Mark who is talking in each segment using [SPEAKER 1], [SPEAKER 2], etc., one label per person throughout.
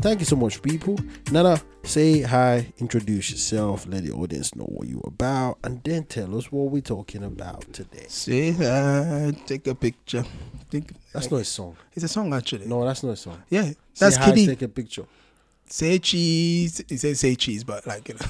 [SPEAKER 1] Thank you so much, people. Nana, say hi, introduce yourself, let the audience know what you're about, and then tell us what we're talking about today.
[SPEAKER 2] Say hi, uh, take a picture. Think,
[SPEAKER 1] That's not a song.
[SPEAKER 2] It's a song actually.
[SPEAKER 1] No, that's not a song.
[SPEAKER 2] Yeah, that's
[SPEAKER 1] say hi,
[SPEAKER 2] Kiddy.
[SPEAKER 1] take a picture.
[SPEAKER 2] Say cheese. It says say cheese, but like you know.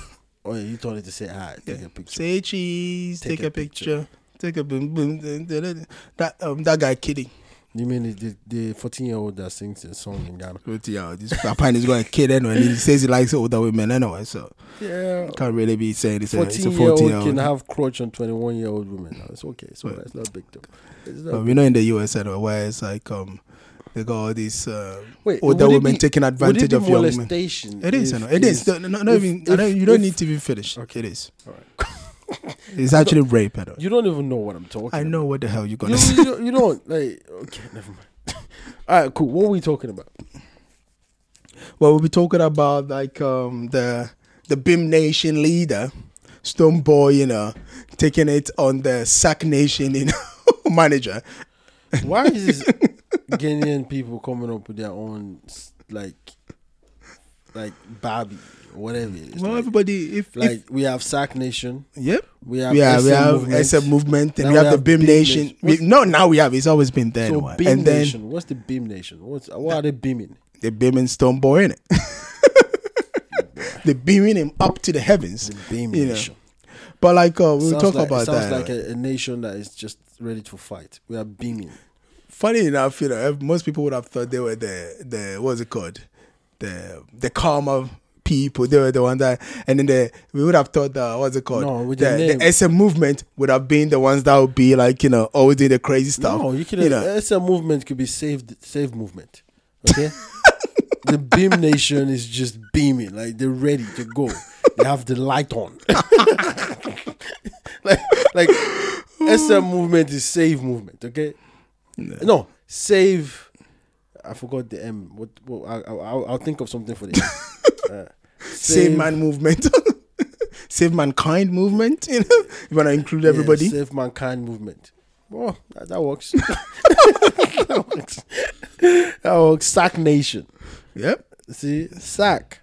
[SPEAKER 1] Oh, yeah, you told it to say hi, take
[SPEAKER 2] Yeah.
[SPEAKER 1] a picture.
[SPEAKER 2] Say cheese.
[SPEAKER 1] Take
[SPEAKER 2] Take,
[SPEAKER 1] a
[SPEAKER 2] a, picture. Take a boom boom. dun, dun, dun, dun. That um that guy Kiddy.
[SPEAKER 1] You mean the- the 14 year old that sings a song in Ghana?
[SPEAKER 2] Yeah, this Japan is going to kid anyway. and He says he likes older women anyway, so
[SPEAKER 1] Yeah.
[SPEAKER 2] can't really be saying it's a, it's
[SPEAKER 1] 14
[SPEAKER 2] a
[SPEAKER 1] year
[SPEAKER 2] fourteen year
[SPEAKER 1] old can
[SPEAKER 2] old.
[SPEAKER 1] have crotch on 21 year old women. Now it's okay. It's all right. It's not a big deal. It's not-
[SPEAKER 2] But we know in the US anyway, where it's like um they got all these uh,
[SPEAKER 1] Wait, would
[SPEAKER 2] older
[SPEAKER 1] it
[SPEAKER 2] women
[SPEAKER 1] be-
[SPEAKER 2] taking
[SPEAKER 1] would it
[SPEAKER 2] advantage
[SPEAKER 1] be
[SPEAKER 2] of young women.
[SPEAKER 1] molestation
[SPEAKER 2] It is,
[SPEAKER 1] if-
[SPEAKER 2] you know. It is.
[SPEAKER 1] if-
[SPEAKER 2] No, no, no,
[SPEAKER 1] if-
[SPEAKER 2] even, I don't,
[SPEAKER 1] if-
[SPEAKER 2] you don't
[SPEAKER 1] if-
[SPEAKER 2] need to be finished. It is.
[SPEAKER 1] All right.
[SPEAKER 2] It's actually rape. I, don't.
[SPEAKER 1] You don't even know what I'm talking.
[SPEAKER 2] I know what the hell you're
[SPEAKER 1] About.
[SPEAKER 2] gonna
[SPEAKER 1] You,
[SPEAKER 2] say.
[SPEAKER 1] you, don't, you don't like. Okay, never mind. All right, cool. What are we talking about?
[SPEAKER 2] Well, we'll be talking about like um the the BIM Nation leader, Stone Boy, you know, taking it on the Sac Nation, you know, manager.
[SPEAKER 1] Why is this Ghanaian people coming up with their own s- like, like Barbie, or whatever? It is.
[SPEAKER 2] well,
[SPEAKER 1] like,
[SPEAKER 2] everybody, if
[SPEAKER 1] like
[SPEAKER 2] if,
[SPEAKER 1] we have Sack Nation.
[SPEAKER 2] yep.
[SPEAKER 1] We have
[SPEAKER 2] Yeah,
[SPEAKER 1] SM
[SPEAKER 2] we have
[SPEAKER 1] movement.
[SPEAKER 2] SM movement, and
[SPEAKER 1] Now
[SPEAKER 2] we have, the BIM Nation.
[SPEAKER 1] Nation.
[SPEAKER 2] We,
[SPEAKER 1] What's-
[SPEAKER 2] no, now we have. It's always been there.
[SPEAKER 1] So
[SPEAKER 2] anyway.
[SPEAKER 1] Beam
[SPEAKER 2] and then
[SPEAKER 1] Nation. What's the Beam Nation? What's what are they beaming?
[SPEAKER 2] they're beaming Stone Boy in it. they're beaming him up to the heavens.
[SPEAKER 1] The Beam
[SPEAKER 2] you know.
[SPEAKER 1] Nation.
[SPEAKER 2] But like uh, we'll
[SPEAKER 1] Sounds
[SPEAKER 2] talk
[SPEAKER 1] like,
[SPEAKER 2] about
[SPEAKER 1] sounds
[SPEAKER 2] that.
[SPEAKER 1] like a, a nation that is just ready to fight. We are beaming.
[SPEAKER 2] Funny enough, you know, ev- most people would have thought they were the the what's it called, the the karma people. They were the one that, and then the we would have thought that what's it called,
[SPEAKER 1] No, with the
[SPEAKER 2] the,
[SPEAKER 1] name.
[SPEAKER 2] the SM movement would have been the ones that would be like you know always doing the crazy stuff.
[SPEAKER 1] No, you can.
[SPEAKER 2] you know,
[SPEAKER 1] It's a movement could be saved. Save movement. Okay. the Beam Nation is just beaming. Like they're ready to go. They have the light on. like like SM movement is save movement. Okay. No, save. I forgot the M. What? what I, I, I'll, I'll think of something for the M. Uh,
[SPEAKER 2] save man movement, save mankind movement. You know, you want to include everybody.
[SPEAKER 1] Yeah, save mankind movement. Oh, that, that works. that works. That works. Sack nation.
[SPEAKER 2] Yep.
[SPEAKER 1] See, sack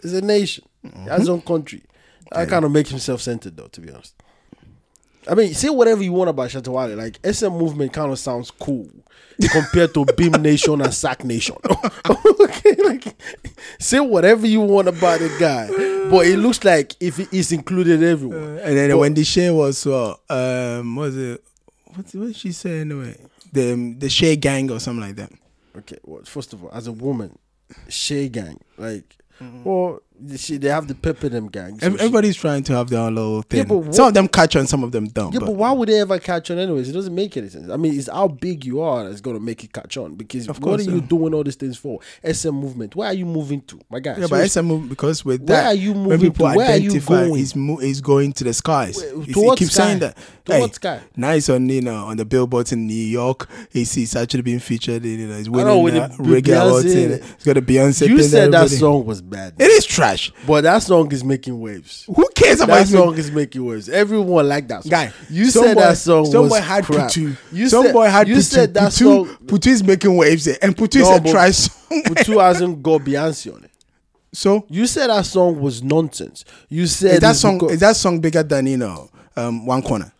[SPEAKER 1] is a nation. He has his own country. I kind of make himself centered though, to be honest. I mean, say whatever you want about Shatawale. Like SM movement kind of sounds cool compared to Beam Nation and Sack Nation. okay, like say whatever you want about the guy, but it looks like if it is included everyone.
[SPEAKER 2] And then
[SPEAKER 1] But-
[SPEAKER 2] when the share was uh, um what was it what what did she say anyway? The um, the share gang or something like that.
[SPEAKER 1] Okay, well, first of all, as a woman, Shay Gang, like, well, the- she, they have the Pepper Them Gang. so
[SPEAKER 2] Ev-
[SPEAKER 1] she-
[SPEAKER 2] Everybody's trying to have their own little thing.
[SPEAKER 1] but what-
[SPEAKER 2] some of them catch on, some of them don't.
[SPEAKER 1] yeah,
[SPEAKER 2] but,
[SPEAKER 1] but why would they ever catch on, anyways? It doesn't make any sense. I mean, it's how big you are that's gonna make it catch on. Because
[SPEAKER 2] Of
[SPEAKER 1] what are
[SPEAKER 2] course,
[SPEAKER 1] you
[SPEAKER 2] yeah.
[SPEAKER 1] doing all these things for? SM movement. Where are you moving to, my guy?
[SPEAKER 2] yeah, but
[SPEAKER 1] seriously,
[SPEAKER 2] SMU because with
[SPEAKER 1] Where
[SPEAKER 2] that,
[SPEAKER 1] are you
[SPEAKER 2] when
[SPEAKER 1] moving
[SPEAKER 2] people
[SPEAKER 1] to? Where are you
[SPEAKER 2] identify,
[SPEAKER 1] going?
[SPEAKER 2] he's, mo- he's going to the skies.
[SPEAKER 1] Where-
[SPEAKER 2] He's- he
[SPEAKER 1] towards
[SPEAKER 2] keeps
[SPEAKER 1] sky.
[SPEAKER 2] saying that.
[SPEAKER 1] Towards sky.
[SPEAKER 2] Now he's on you know on the billboards in New York. He's, he's actually been featured in you know he's
[SPEAKER 1] know,
[SPEAKER 2] winning
[SPEAKER 1] with
[SPEAKER 2] uh,
[SPEAKER 1] the B-
[SPEAKER 2] reggae awards.
[SPEAKER 1] Beyonce.
[SPEAKER 2] and He's got a Beyonce.
[SPEAKER 1] you
[SPEAKER 2] thing
[SPEAKER 1] said that
[SPEAKER 2] everybody-
[SPEAKER 1] song was bad,
[SPEAKER 2] It is trash.
[SPEAKER 1] but that song is making waves.
[SPEAKER 2] Who cares about
[SPEAKER 1] That
[SPEAKER 2] his
[SPEAKER 1] song is making waves. Everyone liked that song.
[SPEAKER 2] guy.
[SPEAKER 1] you
[SPEAKER 2] some
[SPEAKER 1] said
[SPEAKER 2] boy-
[SPEAKER 1] that song
[SPEAKER 2] some
[SPEAKER 1] was
[SPEAKER 2] boy had
[SPEAKER 1] crap.
[SPEAKER 2] Putu.
[SPEAKER 1] You
[SPEAKER 2] some
[SPEAKER 1] said,
[SPEAKER 2] boy had
[SPEAKER 1] you
[SPEAKER 2] Putu.
[SPEAKER 1] said that
[SPEAKER 2] Putu,
[SPEAKER 1] song.
[SPEAKER 2] Putu is making waves there, and Putu
[SPEAKER 1] No,
[SPEAKER 2] is a
[SPEAKER 1] but-
[SPEAKER 2] trash song.
[SPEAKER 1] Putu hasn't got Beyonce on it.
[SPEAKER 2] so
[SPEAKER 1] You said that song was nonsense. You said
[SPEAKER 2] is that
[SPEAKER 1] it's
[SPEAKER 2] song
[SPEAKER 1] because-
[SPEAKER 2] is that song bigger than you know um, one corner?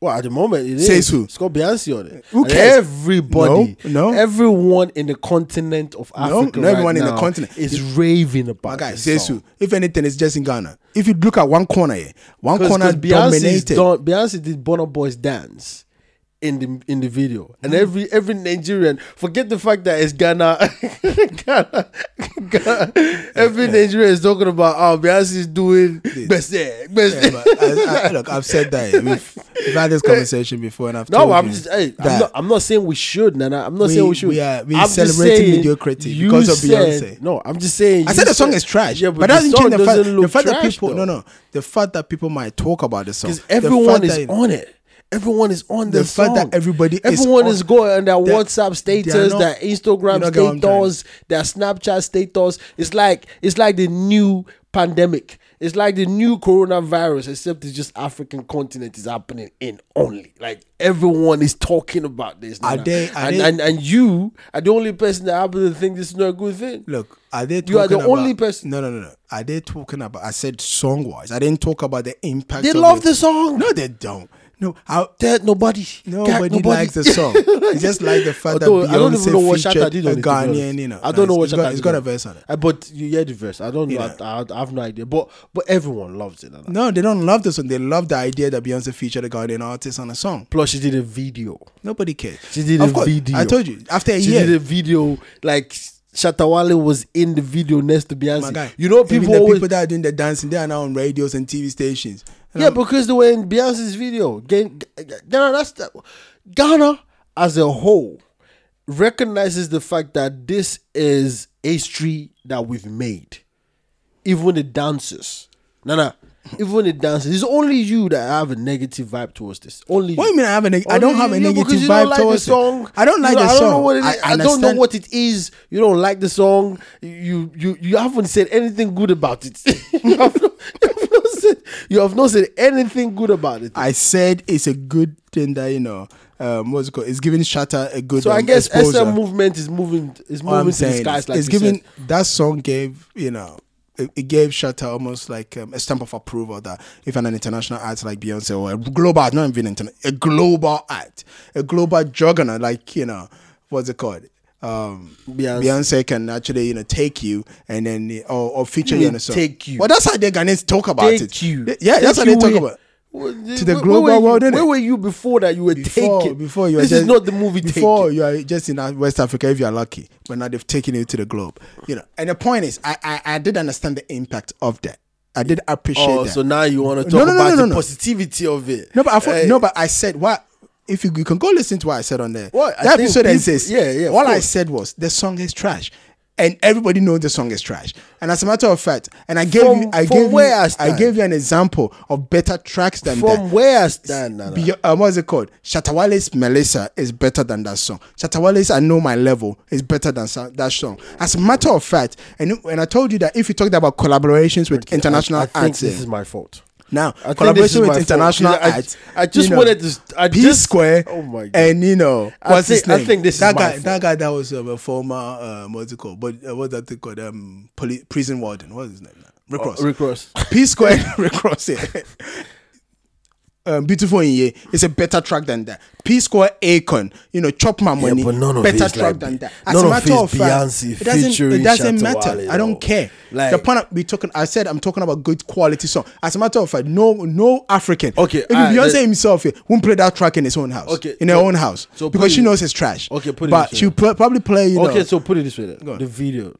[SPEAKER 1] well, at the moment it is.
[SPEAKER 2] Says who?
[SPEAKER 1] It's got Beyonce on it.
[SPEAKER 2] Who
[SPEAKER 1] And
[SPEAKER 2] cares?
[SPEAKER 1] Everybody,
[SPEAKER 2] No, no.
[SPEAKER 1] everyone in the continent of Africa,
[SPEAKER 2] not
[SPEAKER 1] right
[SPEAKER 2] everyone in the
[SPEAKER 1] now
[SPEAKER 2] continent.
[SPEAKER 1] is raving about.
[SPEAKER 2] My guy,
[SPEAKER 1] this
[SPEAKER 2] Sesu.
[SPEAKER 1] song.
[SPEAKER 2] If anything, it's just in Ghana. If you look at one corner, here, one
[SPEAKER 1] 'Cause-
[SPEAKER 2] corner
[SPEAKER 1] 'cause Beyonce is
[SPEAKER 2] dominated.
[SPEAKER 1] done- Beyonce did Bonner Boys dance. In the in the video,
[SPEAKER 2] Hmm.
[SPEAKER 1] and every every Nigerian forget the fact that it's Ghana, Ghana, Ghana. Every Nigerian is talking about oh Beyonce is doing best, there, best.
[SPEAKER 2] Yeah, but I- I- look, I've said that. We've, we've had this conversation before, and I've told
[SPEAKER 1] No, I'm
[SPEAKER 2] you
[SPEAKER 1] just. Hey, I'm,
[SPEAKER 2] that
[SPEAKER 1] not, I'm not saying we should, Nana. I'm not
[SPEAKER 2] We-
[SPEAKER 1] saying we should.
[SPEAKER 2] we are- we
[SPEAKER 1] I'm just
[SPEAKER 2] celebrating
[SPEAKER 1] saying
[SPEAKER 2] mediocrity
[SPEAKER 1] you
[SPEAKER 2] because of
[SPEAKER 1] said-
[SPEAKER 2] Beyonce.
[SPEAKER 1] No, I'm just saying.
[SPEAKER 2] I
[SPEAKER 1] you
[SPEAKER 2] said the song
[SPEAKER 1] said-
[SPEAKER 2] is trash.
[SPEAKER 1] Yeah,
[SPEAKER 2] but, that doesn't change the fact,
[SPEAKER 1] doesn't
[SPEAKER 2] the
[SPEAKER 1] look
[SPEAKER 2] fact that
[SPEAKER 1] trash,
[SPEAKER 2] people no no the fact that people might talk about the song
[SPEAKER 1] Because
[SPEAKER 2] The
[SPEAKER 1] everyone
[SPEAKER 2] fact
[SPEAKER 1] is
[SPEAKER 2] that-
[SPEAKER 1] on it. Everyone is on
[SPEAKER 2] The
[SPEAKER 1] the
[SPEAKER 2] fact that
[SPEAKER 1] song.
[SPEAKER 2] everybody is
[SPEAKER 1] everyone
[SPEAKER 2] on-
[SPEAKER 1] is going on their
[SPEAKER 2] They're-
[SPEAKER 1] WhatsApp
[SPEAKER 2] they're
[SPEAKER 1] status,
[SPEAKER 2] not-
[SPEAKER 1] their Instagram
[SPEAKER 2] you don't get what I'm
[SPEAKER 1] status, their Snapchat status. It's like it's like the new pandemic. It's like the new coronavirus, except it's just African continent is happening in only. Like everyone is talking about this.
[SPEAKER 2] Are
[SPEAKER 1] now.
[SPEAKER 2] they- are
[SPEAKER 1] and,
[SPEAKER 2] they-
[SPEAKER 1] and and you are the only person that happens to think this is not a good thing.
[SPEAKER 2] Look, are they?
[SPEAKER 1] You are the
[SPEAKER 2] talking
[SPEAKER 1] only
[SPEAKER 2] about-
[SPEAKER 1] person-
[SPEAKER 2] No, no, no, no. Are they talking about? I said song wise. I didn't talk about the impact.
[SPEAKER 1] They
[SPEAKER 2] of
[SPEAKER 1] love
[SPEAKER 2] it.
[SPEAKER 1] the song.
[SPEAKER 2] No, they don't. No, how
[SPEAKER 1] That nobody,
[SPEAKER 2] Nobody,
[SPEAKER 1] that
[SPEAKER 2] likes the song. It's just like the fact
[SPEAKER 1] Although,
[SPEAKER 2] that Beyonce
[SPEAKER 1] I don't even know what
[SPEAKER 2] featured
[SPEAKER 1] Shata did on
[SPEAKER 2] a
[SPEAKER 1] it, to be honest.
[SPEAKER 2] Ghanaian. You know,
[SPEAKER 1] I don't know what
[SPEAKER 2] It's got-
[SPEAKER 1] Shata
[SPEAKER 2] It's
[SPEAKER 1] did
[SPEAKER 2] got a
[SPEAKER 1] on it.
[SPEAKER 2] verse on it.
[SPEAKER 1] Uh, But you hear the verse. I don't know.
[SPEAKER 2] Yeah.
[SPEAKER 1] I, I, I have no idea. But but everyone loves it. and I-
[SPEAKER 2] No, they don't love the song. They love the idea that Beyonce featured a Ghanaian artist on a song.
[SPEAKER 1] Plus, she did a video.
[SPEAKER 2] Nobody cares.
[SPEAKER 1] She did a
[SPEAKER 2] Of course,
[SPEAKER 1] video.
[SPEAKER 2] I told you after a
[SPEAKER 1] She
[SPEAKER 2] year.
[SPEAKER 1] did a video like Shatawale was in the video next to Beyonce.
[SPEAKER 2] my guy,
[SPEAKER 1] You know,
[SPEAKER 2] even
[SPEAKER 1] people
[SPEAKER 2] the
[SPEAKER 1] always
[SPEAKER 2] people that are doing the dancing, they are now on radios and TV stations. And
[SPEAKER 1] yeah
[SPEAKER 2] I'm-
[SPEAKER 1] because they were in Beyonce's video. Gan- Ghana, that's the, Ghana as a whole recognizes the fact that this is history that we've made. Even the dancers, Nana, even the dancers. It's only you that have a negative vibe towards this. Only
[SPEAKER 2] What do
[SPEAKER 1] you.
[SPEAKER 2] you mean I have a neg- I don't have a
[SPEAKER 1] you-
[SPEAKER 2] negative
[SPEAKER 1] Oh, because you
[SPEAKER 2] vibe
[SPEAKER 1] don't like
[SPEAKER 2] towards it.
[SPEAKER 1] the song.
[SPEAKER 2] I don't like
[SPEAKER 1] You
[SPEAKER 2] the
[SPEAKER 1] I don't know
[SPEAKER 2] song.
[SPEAKER 1] what it is.
[SPEAKER 2] I
[SPEAKER 1] I, don't know
[SPEAKER 2] understand.
[SPEAKER 1] what it is. You don't like the song. You you you haven't said anything good about it. you, have not, you have not said, you have not said anything good about it.
[SPEAKER 2] I said it's a good thing that you know. Um, what's it called? It's giving Shatta a good.
[SPEAKER 1] so I
[SPEAKER 2] um,
[SPEAKER 1] guess
[SPEAKER 2] exposure.
[SPEAKER 1] SM movement is moving is
[SPEAKER 2] All
[SPEAKER 1] moving to the skies
[SPEAKER 2] is,
[SPEAKER 1] like
[SPEAKER 2] it's
[SPEAKER 1] you
[SPEAKER 2] giving
[SPEAKER 1] said.
[SPEAKER 2] that song gave you know it, it gave Shatta almost like um, a stamp of approval that if an international act like Beyonce or a global not even internet a global act a global juggernaut like you know what's it called um
[SPEAKER 1] Beyonce.
[SPEAKER 2] Beyonce, can actually you know take you and then or, or feature
[SPEAKER 1] You
[SPEAKER 2] you, in
[SPEAKER 1] mean
[SPEAKER 2] a song
[SPEAKER 1] Hmm. take you?
[SPEAKER 2] well that's how the Ghanaians talk about
[SPEAKER 1] Take
[SPEAKER 2] it
[SPEAKER 1] you.
[SPEAKER 2] yeah that's how
[SPEAKER 1] Take
[SPEAKER 2] they
[SPEAKER 1] you
[SPEAKER 2] talk
[SPEAKER 1] where- where-
[SPEAKER 2] about to the
[SPEAKER 1] where
[SPEAKER 2] global
[SPEAKER 1] were you-
[SPEAKER 2] world, innit?
[SPEAKER 1] Where were you before that you were
[SPEAKER 2] before,
[SPEAKER 1] taken?
[SPEAKER 2] before you are
[SPEAKER 1] this is
[SPEAKER 2] just-
[SPEAKER 1] not the movie.
[SPEAKER 2] before
[SPEAKER 1] Taken.
[SPEAKER 2] you are just in uh, West Africa if you are lucky but now they've taken you to the globe you know and the point is I I, I did understand the impact of that I did appreciate
[SPEAKER 1] Oh,
[SPEAKER 2] that
[SPEAKER 1] so now you want to talk
[SPEAKER 2] No, no, no,
[SPEAKER 1] about
[SPEAKER 2] no,
[SPEAKER 1] the
[SPEAKER 2] no.
[SPEAKER 1] positivity of it?
[SPEAKER 2] no but I thought,
[SPEAKER 1] Eh,
[SPEAKER 2] no but I said what if you, you can go listen to what I said on there
[SPEAKER 1] Well, I
[SPEAKER 2] that
[SPEAKER 1] think
[SPEAKER 2] episode
[SPEAKER 1] people-
[SPEAKER 2] exists
[SPEAKER 1] yeah, yeah, of
[SPEAKER 2] all I
[SPEAKER 1] course.
[SPEAKER 2] said was the song is trash and everybody knows the song is trash and as a matter of fact and I gave
[SPEAKER 1] From-
[SPEAKER 2] you I
[SPEAKER 1] from
[SPEAKER 2] gave
[SPEAKER 1] where
[SPEAKER 2] you,
[SPEAKER 1] I
[SPEAKER 2] I,
[SPEAKER 1] stand.
[SPEAKER 2] gave you an example of better tracks than that
[SPEAKER 1] from where I stand, Nana.
[SPEAKER 2] Beyo- um, what's it called? Shatawale's Melissa is better than that song. Shatawale's I Know My Level is better than sa- that song. As a matter of fact, and and I told you that if you talked about collaborations with international
[SPEAKER 1] I, I think
[SPEAKER 2] artists,
[SPEAKER 1] this is my fault.
[SPEAKER 2] now
[SPEAKER 1] I think this is
[SPEAKER 2] collaboration with
[SPEAKER 1] my fault.
[SPEAKER 2] international
[SPEAKER 1] You know, I-
[SPEAKER 2] artists,
[SPEAKER 1] I just wanted to- I
[SPEAKER 2] P
[SPEAKER 1] just-
[SPEAKER 2] Square,
[SPEAKER 1] Oh my God.
[SPEAKER 2] and you know
[SPEAKER 1] I
[SPEAKER 2] what's
[SPEAKER 1] think-
[SPEAKER 2] his name?
[SPEAKER 1] I think this is
[SPEAKER 2] that
[SPEAKER 1] my
[SPEAKER 2] guy.
[SPEAKER 1] fault.
[SPEAKER 2] That guy that was um, a former uh, what's it called? But uh, what's that thing called? Um, poli- prison warden. What's his name? now? Rick Ross.
[SPEAKER 1] Oh, Rick Ross.
[SPEAKER 2] P Square Recross it. Um, beautiful in ye it's a better track than that. P Square Akon, you know, chop my money,
[SPEAKER 1] but none of
[SPEAKER 2] better
[SPEAKER 1] it's
[SPEAKER 2] track
[SPEAKER 1] like-
[SPEAKER 2] than that.
[SPEAKER 1] none of it's Beyonce
[SPEAKER 2] it doesn't,
[SPEAKER 1] featuring
[SPEAKER 2] it doesn't
[SPEAKER 1] Shatta
[SPEAKER 2] matter.
[SPEAKER 1] Wale,
[SPEAKER 2] I
[SPEAKER 1] though.
[SPEAKER 2] don't care.
[SPEAKER 1] Like-
[SPEAKER 2] the point we talking, I said I'm talking about good quality song. As a matter of fact, no, no African.
[SPEAKER 1] Okay,
[SPEAKER 2] even
[SPEAKER 1] I-
[SPEAKER 2] Beyonce
[SPEAKER 1] the-
[SPEAKER 2] himself eh, won't play that track in his own house.
[SPEAKER 1] Okay,
[SPEAKER 2] in her
[SPEAKER 1] so-
[SPEAKER 2] own house,
[SPEAKER 1] so put
[SPEAKER 2] because she
[SPEAKER 1] it-
[SPEAKER 2] knows it's trash.
[SPEAKER 1] Okay, put it
[SPEAKER 2] but
[SPEAKER 1] this way.
[SPEAKER 2] she'll pr- probably play. You
[SPEAKER 1] Okay,
[SPEAKER 2] know,
[SPEAKER 1] so put it this way: then.
[SPEAKER 2] on.
[SPEAKER 1] the video,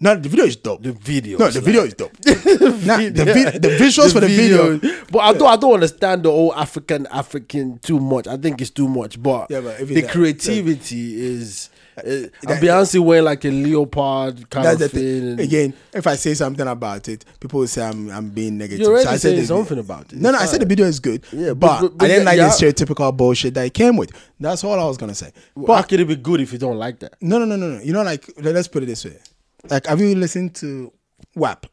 [SPEAKER 2] no, the video is dope.
[SPEAKER 1] the video.
[SPEAKER 2] no, the video is dope. nah, the, vi- the visuals for the video
[SPEAKER 1] But I don't, I don't understand the whole African African too much. I think it's too much. But,
[SPEAKER 2] Yeah, but if
[SPEAKER 1] the
[SPEAKER 2] it-
[SPEAKER 1] creativity is. Uh, Beyonce wearing like a leopard kind
[SPEAKER 2] That's the
[SPEAKER 1] of thing.
[SPEAKER 2] thing.
[SPEAKER 1] and-
[SPEAKER 2] Again, if I say something about it, people will say I'm I'm being negative.
[SPEAKER 1] You already
[SPEAKER 2] I
[SPEAKER 1] said
[SPEAKER 2] the-
[SPEAKER 1] something about it.
[SPEAKER 2] No, no,
[SPEAKER 1] It's
[SPEAKER 2] I said the
[SPEAKER 1] fine.
[SPEAKER 2] video is good.
[SPEAKER 1] Yeah,
[SPEAKER 2] Yeah,
[SPEAKER 1] but-
[SPEAKER 2] but,
[SPEAKER 1] but- but
[SPEAKER 2] I didn't like
[SPEAKER 1] yeah.
[SPEAKER 2] the stereotypical bullshit that it came with. That's all I was gonna say.
[SPEAKER 1] But how
[SPEAKER 2] But
[SPEAKER 1] could it be good if you don't like that?
[SPEAKER 2] no, no, no, no, no. You know, like let- let's put it this way. Like, have you listened to WAP,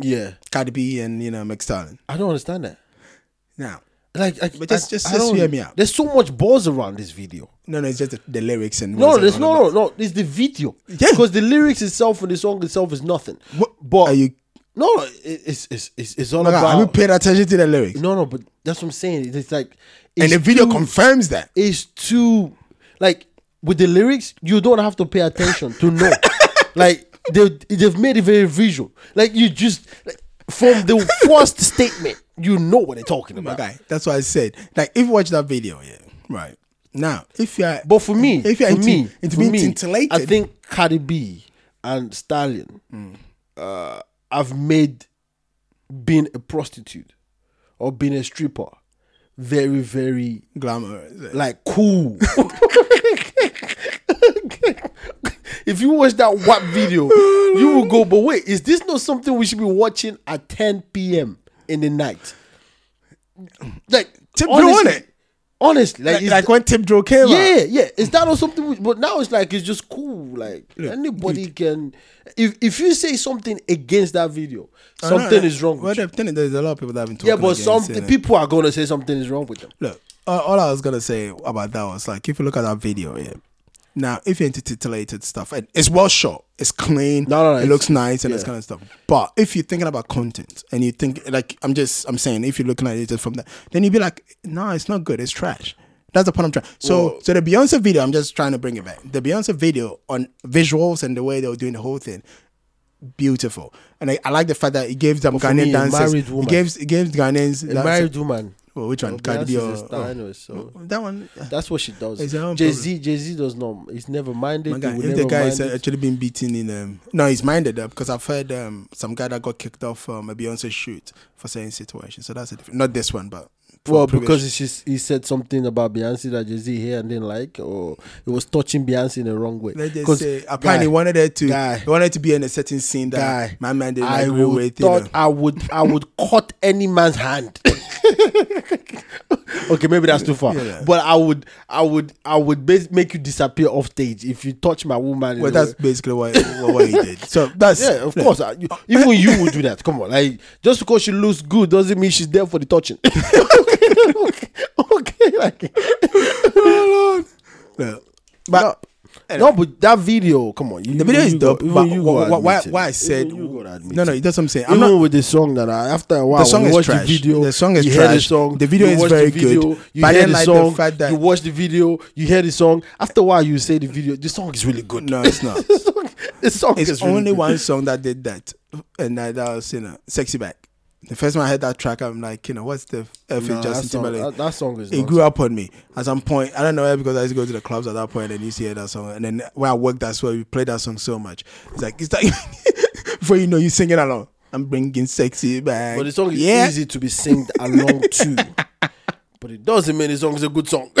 [SPEAKER 1] Yeah,
[SPEAKER 2] Cardi B, and you know Meg Stallion?
[SPEAKER 1] I don't understand that.
[SPEAKER 2] Now,
[SPEAKER 1] Like, I,
[SPEAKER 2] But just-
[SPEAKER 1] I-
[SPEAKER 2] just-
[SPEAKER 1] I
[SPEAKER 2] just
[SPEAKER 1] don't-
[SPEAKER 2] hear me out.
[SPEAKER 1] There's so much buzz around this video.
[SPEAKER 2] no, no, it's just the, the lyrics and
[SPEAKER 1] No,
[SPEAKER 2] what's
[SPEAKER 1] there's
[SPEAKER 2] it
[SPEAKER 1] no,
[SPEAKER 2] all about.
[SPEAKER 1] no, no. It's the video.
[SPEAKER 2] Yeah.
[SPEAKER 1] Because the lyrics itself and the song itself is nothing.
[SPEAKER 2] What-
[SPEAKER 1] But
[SPEAKER 2] are you?
[SPEAKER 1] no, no, it- it's it's it's, it's all
[SPEAKER 2] Like, have you
[SPEAKER 1] about.
[SPEAKER 2] paid attention to the lyrics?
[SPEAKER 1] no, no, but that's what I'm saying. It's like
[SPEAKER 2] and
[SPEAKER 1] it's
[SPEAKER 2] the video
[SPEAKER 1] too,
[SPEAKER 2] confirms that.
[SPEAKER 1] is too like with the lyrics. You don't have to pay attention to know. like they they've made it very visual. Like you just like, from the first statement, you know what they're talking about.
[SPEAKER 2] Okay, that's what I said. Like, if you watch that video, yeah, right. Now, if you're,
[SPEAKER 1] But for me,
[SPEAKER 2] if you're
[SPEAKER 1] for
[SPEAKER 2] into,
[SPEAKER 1] me,
[SPEAKER 2] into
[SPEAKER 1] for
[SPEAKER 2] being
[SPEAKER 1] me,
[SPEAKER 2] titillated,
[SPEAKER 1] I think Cardi B and Stallion
[SPEAKER 2] Mm.
[SPEAKER 1] uh, have made being a prostitute or being a stripper very, very
[SPEAKER 2] glamour. Like,
[SPEAKER 1] like cool. if you watch that WAP video,
[SPEAKER 2] Oh,
[SPEAKER 1] you will go, but wait, is this not something we should be watching at 10 p.m. in the night? Like,
[SPEAKER 2] Tip
[SPEAKER 1] honestly,
[SPEAKER 2] Drill on it.
[SPEAKER 1] Honestly, like,
[SPEAKER 2] like,
[SPEAKER 1] is
[SPEAKER 2] like when Tip Drill came out.
[SPEAKER 1] yeah, yeah. Is that not something? We, but now it's like it's just cool. Like
[SPEAKER 2] Look,
[SPEAKER 1] anybody can. If if you say something against that video,
[SPEAKER 2] I know,
[SPEAKER 1] something
[SPEAKER 2] I-
[SPEAKER 1] is wrong
[SPEAKER 2] Well,
[SPEAKER 1] with you.
[SPEAKER 2] the thing is, there's a lot of people that have been talking.
[SPEAKER 1] Yeah, but
[SPEAKER 2] against
[SPEAKER 1] some
[SPEAKER 2] it.
[SPEAKER 1] people are gonna say something is wrong with them.
[SPEAKER 2] Look, uh, all I was gonna say about that was like, if you look at that video, yeah. Now, if you're into titillated stuff, and it's well shot, it's clean,
[SPEAKER 1] No, no, no,
[SPEAKER 2] it
[SPEAKER 1] it's-
[SPEAKER 2] looks nice, and this
[SPEAKER 1] yeah.
[SPEAKER 2] kind of stuff. But if you're thinking about content, and you think like, I'm just, I'm saying, if you're looking at it just from that, then you'd be like, no, it's not good, it's trash. That's the point I'm trying. So, so the Beyonce video, I'm just trying to bring it back. The Beyonce video on visuals and the way they were doing the whole thing, beautiful. And I, I like the fact that it gave them
[SPEAKER 1] for
[SPEAKER 2] Ghanaian
[SPEAKER 1] me, a
[SPEAKER 2] dancers.
[SPEAKER 1] married
[SPEAKER 2] It
[SPEAKER 1] woman-
[SPEAKER 2] gives, it gives Ghanaians.
[SPEAKER 1] A married woman.
[SPEAKER 2] well, Oh, which one?
[SPEAKER 1] Beyonce
[SPEAKER 2] Cardi B
[SPEAKER 1] is
[SPEAKER 2] or-
[SPEAKER 1] a star
[SPEAKER 2] oh.
[SPEAKER 1] anyway, so
[SPEAKER 2] That one,
[SPEAKER 1] that's what she does.
[SPEAKER 2] It's her own
[SPEAKER 1] Jay Z, Jay Z does not. He's never minded.
[SPEAKER 2] my
[SPEAKER 1] he
[SPEAKER 2] guy,
[SPEAKER 1] will
[SPEAKER 2] if the
[SPEAKER 1] never
[SPEAKER 2] guy
[SPEAKER 1] mind
[SPEAKER 2] is
[SPEAKER 1] it.
[SPEAKER 2] actually been beaten in, um, no, he's minded up because I've heard um, some guy that got kicked off um, a Beyonce shoot for saying situation. So that's a different, not this one, but from
[SPEAKER 1] Well,
[SPEAKER 2] previous-
[SPEAKER 1] because it's just, he said something about Beyonce that Jay Z here and didn't like, or it was touching Beyonce in the wrong way.
[SPEAKER 2] let's just
[SPEAKER 1] 'Cause
[SPEAKER 2] say apparently
[SPEAKER 1] guy,
[SPEAKER 2] wanted her to
[SPEAKER 1] guy,
[SPEAKER 2] he wanted to be in a certain scene that
[SPEAKER 1] guy,
[SPEAKER 2] my man didn't
[SPEAKER 1] I
[SPEAKER 2] agree
[SPEAKER 1] would
[SPEAKER 2] with. You
[SPEAKER 1] thought
[SPEAKER 2] know.
[SPEAKER 1] I would I would cut any man's hand. okay, maybe that's too far.
[SPEAKER 2] Yeah.
[SPEAKER 1] But I would I would I would bas- make you disappear off stage if you touch my woman. in
[SPEAKER 2] Well,
[SPEAKER 1] the
[SPEAKER 2] that's
[SPEAKER 1] way-
[SPEAKER 2] basically what, what, what he did. So that's
[SPEAKER 1] yeah, of
[SPEAKER 2] look,
[SPEAKER 1] course. I- you- even you would do that. Come on, like just because she looks good doesn't mean she's there for the touching. okay, okay, like
[SPEAKER 2] look. But
[SPEAKER 1] no, but that video, come on, you,
[SPEAKER 2] the video
[SPEAKER 1] you
[SPEAKER 2] is
[SPEAKER 1] go-
[SPEAKER 2] dope. But
[SPEAKER 1] you
[SPEAKER 2] why,
[SPEAKER 1] gotta
[SPEAKER 2] why,
[SPEAKER 1] admit it.
[SPEAKER 2] why I said
[SPEAKER 1] Even you gotta admit
[SPEAKER 2] no,
[SPEAKER 1] it.
[SPEAKER 2] no, that's what I'm saying. I'm
[SPEAKER 1] Even
[SPEAKER 2] not
[SPEAKER 1] with the song that I, after a while,
[SPEAKER 2] The song
[SPEAKER 1] when
[SPEAKER 2] is
[SPEAKER 1] you watch
[SPEAKER 2] trash.
[SPEAKER 1] the video.
[SPEAKER 2] The song is
[SPEAKER 1] you hear The,
[SPEAKER 2] trash.
[SPEAKER 1] song,
[SPEAKER 2] The video
[SPEAKER 1] you
[SPEAKER 2] is
[SPEAKER 1] watch the
[SPEAKER 2] very
[SPEAKER 1] video,
[SPEAKER 2] good.
[SPEAKER 1] You
[SPEAKER 2] But I
[SPEAKER 1] hear
[SPEAKER 2] didn't
[SPEAKER 1] the
[SPEAKER 2] like the
[SPEAKER 1] song,
[SPEAKER 2] fact that-
[SPEAKER 1] you watch the video, you hear the song. After a while, you say the video. The song is really good.
[SPEAKER 2] No, it's not.
[SPEAKER 1] the song, the song
[SPEAKER 2] It's
[SPEAKER 1] is really
[SPEAKER 2] only
[SPEAKER 1] good.
[SPEAKER 2] one song that did that, and that, that was you know, "Sexy Back." The first time I heard that track, I'm like, you know, what's the f with
[SPEAKER 1] No, that,
[SPEAKER 2] Justin
[SPEAKER 1] song,
[SPEAKER 2] Timberlake?
[SPEAKER 1] that, that song is.
[SPEAKER 2] It
[SPEAKER 1] Not,
[SPEAKER 2] grew up on me. At some point, I don't know why because I used to go to the clubs at that point and you see that song. And then where I worked, that's where we played that song so much. It's like it's like before you know, you singing along. I'm bringing sexy back.
[SPEAKER 1] but the song is
[SPEAKER 2] yeah.
[SPEAKER 1] easy to be singed along to. But it doesn't mean the song is a good song.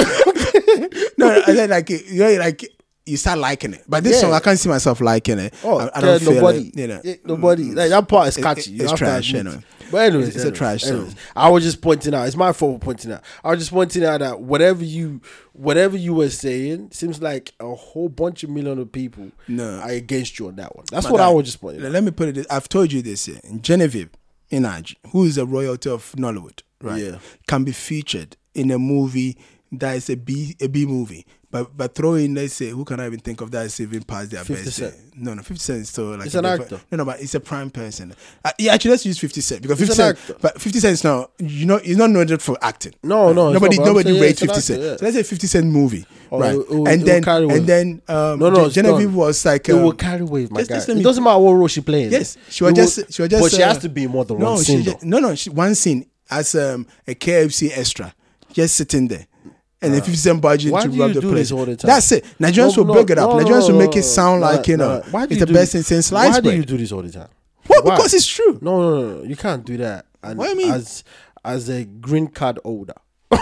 [SPEAKER 2] No, no, and then like you know, like you start liking it. But this
[SPEAKER 1] Yeah.
[SPEAKER 2] song, I can't see myself liking it.
[SPEAKER 1] Oh,
[SPEAKER 2] I, I don't
[SPEAKER 1] yeah,
[SPEAKER 2] feel
[SPEAKER 1] nobody,
[SPEAKER 2] it. You know, Mm,
[SPEAKER 1] yeah, nobody. Like that part is catchy. you
[SPEAKER 2] it's
[SPEAKER 1] have to
[SPEAKER 2] trash,
[SPEAKER 1] admit.
[SPEAKER 2] anyway.
[SPEAKER 1] But anyways,
[SPEAKER 2] It's a
[SPEAKER 1] anyways,
[SPEAKER 2] trash song.
[SPEAKER 1] anyways. I was just pointing out. It's my fault for pointing out. I was just pointing out that whatever you, whatever you were saying, seems like a whole bunch of million of people
[SPEAKER 2] No.
[SPEAKER 1] are against you on that one. That's
[SPEAKER 2] But
[SPEAKER 1] what I
[SPEAKER 2] that-
[SPEAKER 1] was just pointing. out.
[SPEAKER 2] Let me put it. This, I've told you this. Yeah, Genevieve Inaj, who is a royalty of Nollywood, right?
[SPEAKER 1] Yeah.
[SPEAKER 2] Can be featured in a movie that is a B a B movie. But but throw in let's say who can I even think of that is even past their
[SPEAKER 1] 50
[SPEAKER 2] best?
[SPEAKER 1] Cent.
[SPEAKER 2] yeah? No, no, fifty cent is still like
[SPEAKER 1] It's
[SPEAKER 2] a
[SPEAKER 1] an
[SPEAKER 2] different-
[SPEAKER 1] actor.
[SPEAKER 2] No, no, but it's a prime person. Uh, yeah, actually, let's use fifty cent because
[SPEAKER 1] It's
[SPEAKER 2] fifty
[SPEAKER 1] an
[SPEAKER 2] cent.
[SPEAKER 1] actor.
[SPEAKER 2] But fifty cent is now you know he's not noted for acting.
[SPEAKER 1] No, no, it's
[SPEAKER 2] nobody
[SPEAKER 1] not, but I'm
[SPEAKER 2] nobody
[SPEAKER 1] saying it's
[SPEAKER 2] rates
[SPEAKER 1] an
[SPEAKER 2] fifty
[SPEAKER 1] actor,
[SPEAKER 2] cent.
[SPEAKER 1] yeah.
[SPEAKER 2] So let's say fifty cent movie,
[SPEAKER 1] Oh,
[SPEAKER 2] right?
[SPEAKER 1] it will- it
[SPEAKER 2] and,
[SPEAKER 1] will
[SPEAKER 2] then,
[SPEAKER 1] carry weight.
[SPEAKER 2] and then um,
[SPEAKER 1] No, no,
[SPEAKER 2] Gen-
[SPEAKER 1] it's done.
[SPEAKER 2] Genevieve was like
[SPEAKER 1] it
[SPEAKER 2] um,
[SPEAKER 1] will carry weight, my
[SPEAKER 2] just-
[SPEAKER 1] guy.
[SPEAKER 2] just let
[SPEAKER 1] it
[SPEAKER 2] me-
[SPEAKER 1] doesn't matter what role she playing.
[SPEAKER 2] Yes, she
[SPEAKER 1] It
[SPEAKER 2] was
[SPEAKER 1] will-
[SPEAKER 2] just. She was just.
[SPEAKER 1] But she
[SPEAKER 2] uh,
[SPEAKER 1] has to be in more than
[SPEAKER 2] no,
[SPEAKER 1] one
[SPEAKER 2] she
[SPEAKER 1] scene.
[SPEAKER 2] ju-
[SPEAKER 1] though.
[SPEAKER 2] no, no, she, one scene as um, a KFC extra, just sitting there, and if you send
[SPEAKER 1] Ah.
[SPEAKER 2] budget
[SPEAKER 1] Why
[SPEAKER 2] to
[SPEAKER 1] do
[SPEAKER 2] rub
[SPEAKER 1] you
[SPEAKER 2] the
[SPEAKER 1] do
[SPEAKER 2] place.
[SPEAKER 1] this all the time?
[SPEAKER 2] That's it. Nigerians
[SPEAKER 1] No,
[SPEAKER 2] will
[SPEAKER 1] no,
[SPEAKER 2] break it up.
[SPEAKER 1] no, no,
[SPEAKER 2] Nigerians
[SPEAKER 1] no,
[SPEAKER 2] will make
[SPEAKER 1] no,
[SPEAKER 2] it sound
[SPEAKER 1] no,
[SPEAKER 2] like you
[SPEAKER 1] no,
[SPEAKER 2] know
[SPEAKER 1] no. Why do
[SPEAKER 2] it's
[SPEAKER 1] you
[SPEAKER 2] the
[SPEAKER 1] do
[SPEAKER 2] best thing
[SPEAKER 1] this?
[SPEAKER 2] since
[SPEAKER 1] Why
[SPEAKER 2] sliced
[SPEAKER 1] do you
[SPEAKER 2] bread.
[SPEAKER 1] do this all the time?
[SPEAKER 2] Well,
[SPEAKER 1] Why?
[SPEAKER 2] because it's true.
[SPEAKER 1] No, no, no, no, you can't do that. And
[SPEAKER 2] What do you mean?
[SPEAKER 1] As as a green card holder,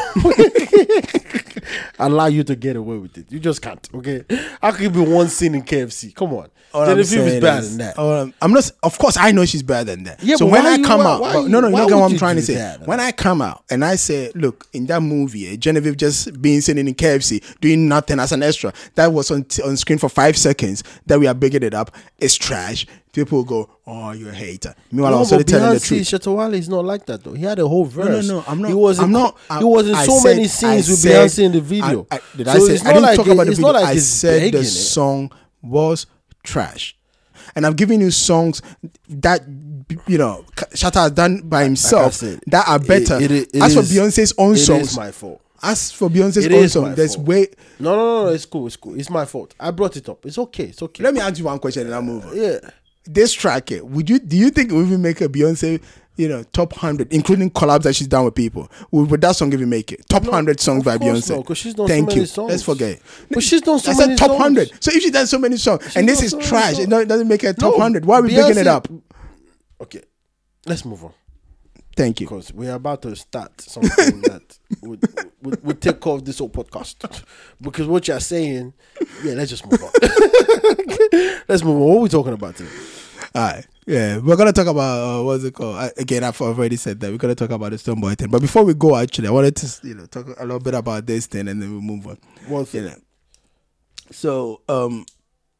[SPEAKER 1] allow you to get away with it. You just can't. Okay, how could be one scene in KFC? Come on,
[SPEAKER 2] All I'm
[SPEAKER 1] Genevieve is
[SPEAKER 2] saying
[SPEAKER 1] better
[SPEAKER 2] is- Oh,
[SPEAKER 1] than that.
[SPEAKER 2] all I'm- I'm not. s- Of course, I know she's better than that.
[SPEAKER 1] Yeah,
[SPEAKER 2] so
[SPEAKER 1] but
[SPEAKER 2] when
[SPEAKER 1] why
[SPEAKER 2] I
[SPEAKER 1] you-
[SPEAKER 2] come
[SPEAKER 1] why-
[SPEAKER 2] out,
[SPEAKER 1] why
[SPEAKER 2] but
[SPEAKER 1] you-
[SPEAKER 2] no, no, you
[SPEAKER 1] why
[SPEAKER 2] don't get
[SPEAKER 1] would
[SPEAKER 2] what I'm
[SPEAKER 1] you
[SPEAKER 2] trying to
[SPEAKER 1] do
[SPEAKER 2] say.
[SPEAKER 1] that?
[SPEAKER 2] When I come out and I say, look, in that movie, eh, Genevieve just being sitting in KFC doing nothing as an extra that was on t- on screen for five seconds. That we are bigging it up. It's trash. People go, oh, you're a hater. Meanwhile, I
[SPEAKER 1] No,
[SPEAKER 2] was already
[SPEAKER 1] but
[SPEAKER 2] telling the
[SPEAKER 1] Beyonce
[SPEAKER 2] truth.
[SPEAKER 1] Shatawale is not like that though. He had a whole verse.
[SPEAKER 2] no, I'm not-
[SPEAKER 1] He was in,
[SPEAKER 2] I'm not-
[SPEAKER 1] He was in
[SPEAKER 2] I- I
[SPEAKER 1] so many
[SPEAKER 2] said- I
[SPEAKER 1] scenes with
[SPEAKER 2] said-
[SPEAKER 1] Beyonce in the video.
[SPEAKER 2] I, I, did I say? I didn't talk about the
[SPEAKER 1] it's
[SPEAKER 2] video.
[SPEAKER 1] not like
[SPEAKER 2] I
[SPEAKER 1] he's
[SPEAKER 2] said
[SPEAKER 1] begging
[SPEAKER 2] the
[SPEAKER 1] it.
[SPEAKER 2] song was trash, and I'm giving you songs that you know Shatta has done by himself
[SPEAKER 1] said,
[SPEAKER 2] that are better.
[SPEAKER 1] it- it- it
[SPEAKER 2] as for
[SPEAKER 1] is-
[SPEAKER 2] Beyonce's own
[SPEAKER 1] it is
[SPEAKER 2] songs,
[SPEAKER 1] my fault.
[SPEAKER 2] as for Beyonce's
[SPEAKER 1] It
[SPEAKER 2] own
[SPEAKER 1] is my
[SPEAKER 2] song, there's
[SPEAKER 1] fault.
[SPEAKER 2] way.
[SPEAKER 1] No, no, no, no. It's cool. It's cool. It's my fault. I brought it up. It's okay. It's okay.
[SPEAKER 2] Let me ask you one question, and I'll move on.
[SPEAKER 1] yeah.
[SPEAKER 2] This track, eh, would you do you think it would even make a Beyonce? You know, top hundred, including collabs that she's done with people. Would, would that song even make it? Top hundred songs
[SPEAKER 1] of
[SPEAKER 2] by
[SPEAKER 1] course
[SPEAKER 2] Beyonce.
[SPEAKER 1] not, 'cause she's done so
[SPEAKER 2] Thank
[SPEAKER 1] many
[SPEAKER 2] you. Let's
[SPEAKER 1] songs.
[SPEAKER 2] forget. it.
[SPEAKER 1] But she's done so
[SPEAKER 2] I said
[SPEAKER 1] many
[SPEAKER 2] top
[SPEAKER 1] songs.
[SPEAKER 2] hundred. So if she does so many songs, and this
[SPEAKER 1] done
[SPEAKER 2] is
[SPEAKER 1] so many
[SPEAKER 2] trash, it,
[SPEAKER 1] songs.
[SPEAKER 2] don't- it doesn't make her top
[SPEAKER 1] No,
[SPEAKER 2] hundred. Why are we bigging
[SPEAKER 1] Beyonce-
[SPEAKER 2] it up?
[SPEAKER 1] Okay, let's move on
[SPEAKER 2] Thank you.
[SPEAKER 1] because we're about to start something that would, would would take off this whole podcast. Because what you're saying, yeah, let's just move on. let's move on. What are we talking about today?
[SPEAKER 2] All right. Yeah, we're gonna talk about uh, what's it called I, again. I've already said that we're gonna talk about the Stone Boy thing, but before we go, actually, I wanted to you know talk a little bit about this thing, and then we will move on.
[SPEAKER 1] One thing.
[SPEAKER 2] You know. So um,